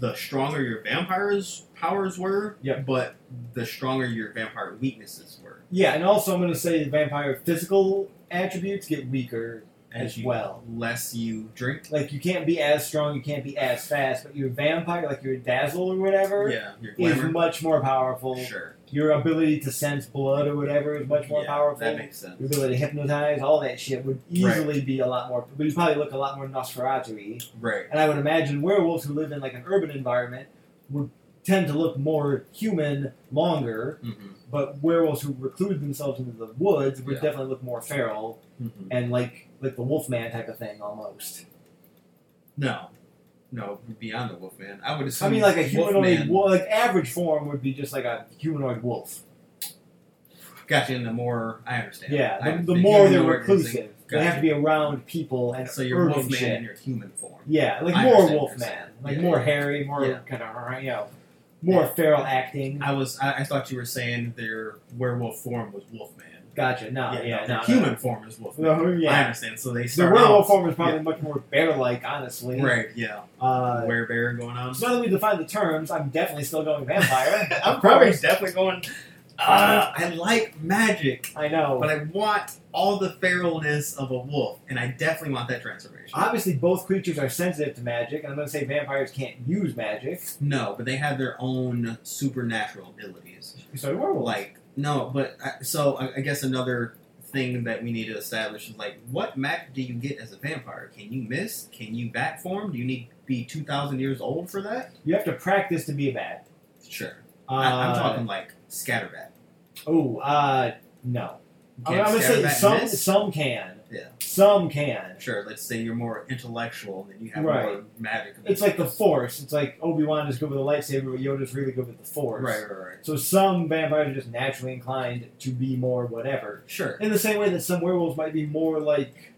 [SPEAKER 2] the stronger your vampire's powers were.
[SPEAKER 1] Yep.
[SPEAKER 2] But the stronger your vampire weaknesses were
[SPEAKER 1] Yeah, and also I'm going to say vampire physical attributes get weaker.
[SPEAKER 2] as
[SPEAKER 1] As
[SPEAKER 2] you
[SPEAKER 1] well.
[SPEAKER 2] less you drink.
[SPEAKER 1] Like you can't be as strong, you can't be as fast, but your vampire, like your dazzle or whatever,
[SPEAKER 2] Yeah, your
[SPEAKER 1] is
[SPEAKER 2] glamour.
[SPEAKER 1] much more powerful.
[SPEAKER 2] Sure.
[SPEAKER 1] Your ability to sense blood or whatever is much more
[SPEAKER 2] Yeah,
[SPEAKER 1] powerful.
[SPEAKER 2] That makes sense.
[SPEAKER 1] your ability to hypnotize, all that shit would easily be a lot more. But you probably look a lot more Nosferatu.
[SPEAKER 2] Right.
[SPEAKER 1] And I would imagine werewolves who live in like an urban environment would tend to look more human longer.
[SPEAKER 2] Mm-hmm.
[SPEAKER 1] But werewolves who reclude themselves into the woods would
[SPEAKER 2] Yeah.
[SPEAKER 1] definitely look more feral.
[SPEAKER 2] Mm-hmm.
[SPEAKER 1] and like like the Wolfman type of thing almost.
[SPEAKER 2] No, no, beyond the wolf man. I would assume.
[SPEAKER 1] I mean, like a humanoid,
[SPEAKER 2] Wolfman
[SPEAKER 1] wolf, like average form would be just like a humanoid wolf.
[SPEAKER 2] got you in the more. I understand.
[SPEAKER 1] Yeah,
[SPEAKER 2] I-
[SPEAKER 1] the, the more they're
[SPEAKER 2] humanoid is a-
[SPEAKER 1] reclusive, they
[SPEAKER 2] Gotcha.
[SPEAKER 1] have to be around people and
[SPEAKER 2] So you're
[SPEAKER 1] urban
[SPEAKER 2] wolf man
[SPEAKER 1] shit.
[SPEAKER 2] in your human form.
[SPEAKER 1] Yeah, like
[SPEAKER 2] I
[SPEAKER 1] more
[SPEAKER 2] understand what you're
[SPEAKER 1] Wolfman,
[SPEAKER 2] saying.
[SPEAKER 1] like
[SPEAKER 2] Yeah,
[SPEAKER 1] more
[SPEAKER 2] yeah.
[SPEAKER 1] hairy, more
[SPEAKER 2] Yeah.
[SPEAKER 1] kind of you know, more
[SPEAKER 2] Yeah.
[SPEAKER 1] feral acting.
[SPEAKER 2] I was. I, I thought you were saying their werewolf form was wolf man.
[SPEAKER 1] Gotcha. No, yeah,
[SPEAKER 2] their
[SPEAKER 1] no, no.
[SPEAKER 2] human form is wolf.
[SPEAKER 1] No,
[SPEAKER 2] I
[SPEAKER 1] yeah.
[SPEAKER 2] understand. So they
[SPEAKER 1] The
[SPEAKER 2] start
[SPEAKER 1] werewolf
[SPEAKER 2] out-
[SPEAKER 1] form is probably much more bear-like, honestly.
[SPEAKER 2] Right. Yeah.
[SPEAKER 1] Uh,
[SPEAKER 2] Werebear going on.
[SPEAKER 1] so now that we define the terms, I'm definitely still going vampire.
[SPEAKER 2] I'm
[SPEAKER 1] Of
[SPEAKER 2] probably
[SPEAKER 1] course.
[SPEAKER 2] definitely going. Uh, I like magic.
[SPEAKER 1] I know.
[SPEAKER 2] But I want all the feralness of a wolf, and I definitely want that transformation.
[SPEAKER 1] Obviously, both creatures are sensitive to magic, and I'm going to say vampires can't use magic.
[SPEAKER 2] no, but they have their own supernatural abilities.
[SPEAKER 1] So werewolves.
[SPEAKER 2] Like, no, but I, so I, I guess another thing that we need to establish is like, what magic do you get as a vampire? Can you miss? Can you bat form? Do you need to be 2,000 years old for that?
[SPEAKER 1] you have to practice to be a bat.
[SPEAKER 2] Sure.
[SPEAKER 1] Uh,
[SPEAKER 2] I, I'm talking like scatterbat.
[SPEAKER 1] Oh, uh, no. I'm,
[SPEAKER 2] Can
[SPEAKER 1] going to say
[SPEAKER 2] Scatterbat
[SPEAKER 1] some
[SPEAKER 2] miss?
[SPEAKER 1] some can.
[SPEAKER 2] Yeah.
[SPEAKER 1] Some can.
[SPEAKER 2] Sure, let's say you're more intellectual and you have more
[SPEAKER 1] Right.
[SPEAKER 2] magic.
[SPEAKER 1] It's like the Force. It's like Obi Wan is good with a lightsaber, but Yoda's really good with the Force.
[SPEAKER 2] Right, right, right.
[SPEAKER 1] So some vampires are just naturally inclined to be more whatever.
[SPEAKER 2] Sure.
[SPEAKER 1] In the same way that some werewolves might be more like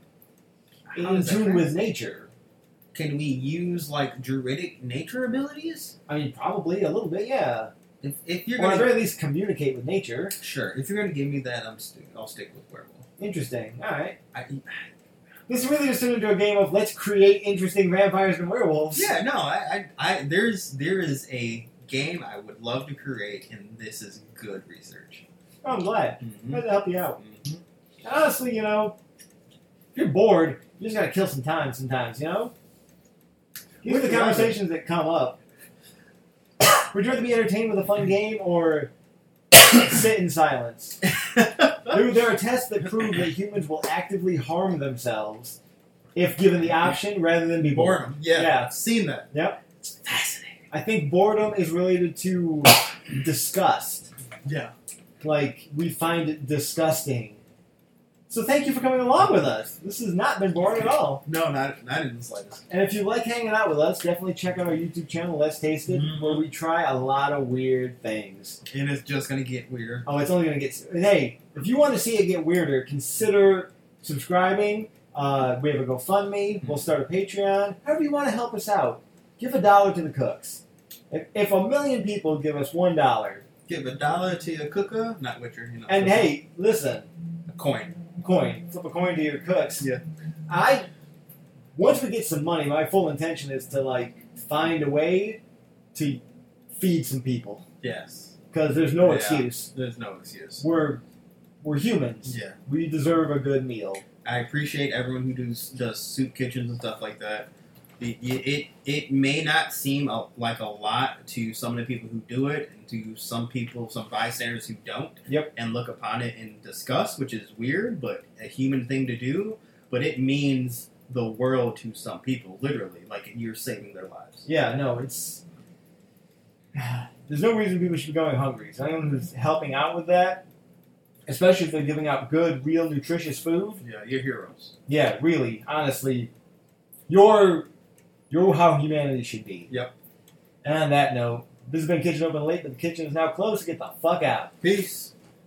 [SPEAKER 2] How
[SPEAKER 1] in
[SPEAKER 2] does that
[SPEAKER 1] tune
[SPEAKER 2] happen?
[SPEAKER 1] with nature.
[SPEAKER 2] Can we use like druidic nature abilities?
[SPEAKER 1] I mean, probably a little bit, yeah.
[SPEAKER 2] If, if you're
[SPEAKER 1] or at
[SPEAKER 2] gonna
[SPEAKER 1] very least communicate with nature.
[SPEAKER 2] sure, if you're gonna give me that, I'm st- I'll stick with werewolf.
[SPEAKER 1] Interesting. All right.
[SPEAKER 2] I,
[SPEAKER 1] This really just turned into a game of let's create interesting vampires and werewolves.
[SPEAKER 2] yeah, no, I, I, I there's there is a game I would love to create, and this is good research.
[SPEAKER 1] Oh, I'm glad.
[SPEAKER 2] Mhm.
[SPEAKER 1] Glad to help you out.
[SPEAKER 2] Mhm.
[SPEAKER 1] And honestly, you know, if you're bored, you just gotta kill some time sometimes, you know? These are the
[SPEAKER 2] Would you
[SPEAKER 1] conversations that come up. Would you rather be entertained with a fun game or sit in silence?
[SPEAKER 2] Mm-hmm.
[SPEAKER 1] There, there are tests that prove that humans will actively harm themselves if given the option rather than be bored.
[SPEAKER 2] Boredom. Yeah,
[SPEAKER 1] Yeah.
[SPEAKER 2] I've seen that.
[SPEAKER 1] Yep.
[SPEAKER 2] It's fascinating.
[SPEAKER 1] I think boredom is related to disgust.
[SPEAKER 2] Yeah.
[SPEAKER 1] Like, we find it disgusting. So, thank you for coming along with us. This has not been boring at all.
[SPEAKER 2] No, not not in the slightest.
[SPEAKER 1] And if you like hanging out with us, definitely check out our YouTube channel, Let's Taste It,
[SPEAKER 2] Mhm.
[SPEAKER 1] where we try a lot of weird things.
[SPEAKER 2] And it's just gonna get weird.
[SPEAKER 1] Oh, it's only going to get. Hey, if you want to see it get weirder, consider subscribing. Uh, we have a GoFundMe.
[SPEAKER 2] Mm-hmm.
[SPEAKER 1] We'll start a Patreon. However, you want to help us out, give a dollar to the cooks. If, if a million people give us one dollar,
[SPEAKER 2] Give a dollar to your cooker, not Witcher, you know.
[SPEAKER 1] and
[SPEAKER 2] cooker.
[SPEAKER 1] hey, listen,
[SPEAKER 2] a coin.
[SPEAKER 1] coin, flip a coin to your cooks.
[SPEAKER 2] Yeah.
[SPEAKER 1] I once we get some money, my full intention is to like find a way to feed some people
[SPEAKER 2] Yes.
[SPEAKER 1] because there's no
[SPEAKER 2] Yeah.
[SPEAKER 1] excuse.
[SPEAKER 2] There's no excuse.
[SPEAKER 1] We're we're humans.
[SPEAKER 2] Yeah.
[SPEAKER 1] We deserve a good meal.
[SPEAKER 2] I appreciate everyone who does does soup kitchens and stuff like that. It it, it may not seem a, like a lot to some of the people who do it, and to some people, some bystanders who don't.
[SPEAKER 1] Yep.
[SPEAKER 2] And look upon it in disgust, which is weird, but a human thing to do. But it means the world to some people, literally. Like you're saving their lives.
[SPEAKER 1] Yeah, no, it's there's no reason people should be going hungry. So anyone who's helping out with that, especially if they're giving out good, real, nutritious food,
[SPEAKER 2] Yeah, you're heroes.
[SPEAKER 1] yeah, really, honestly, you're you're how humanity should be.
[SPEAKER 2] Yep.
[SPEAKER 1] And on that note, this has been Kitchen Open Late, but the kitchen is now closed. Get the fuck out.
[SPEAKER 2] Peace.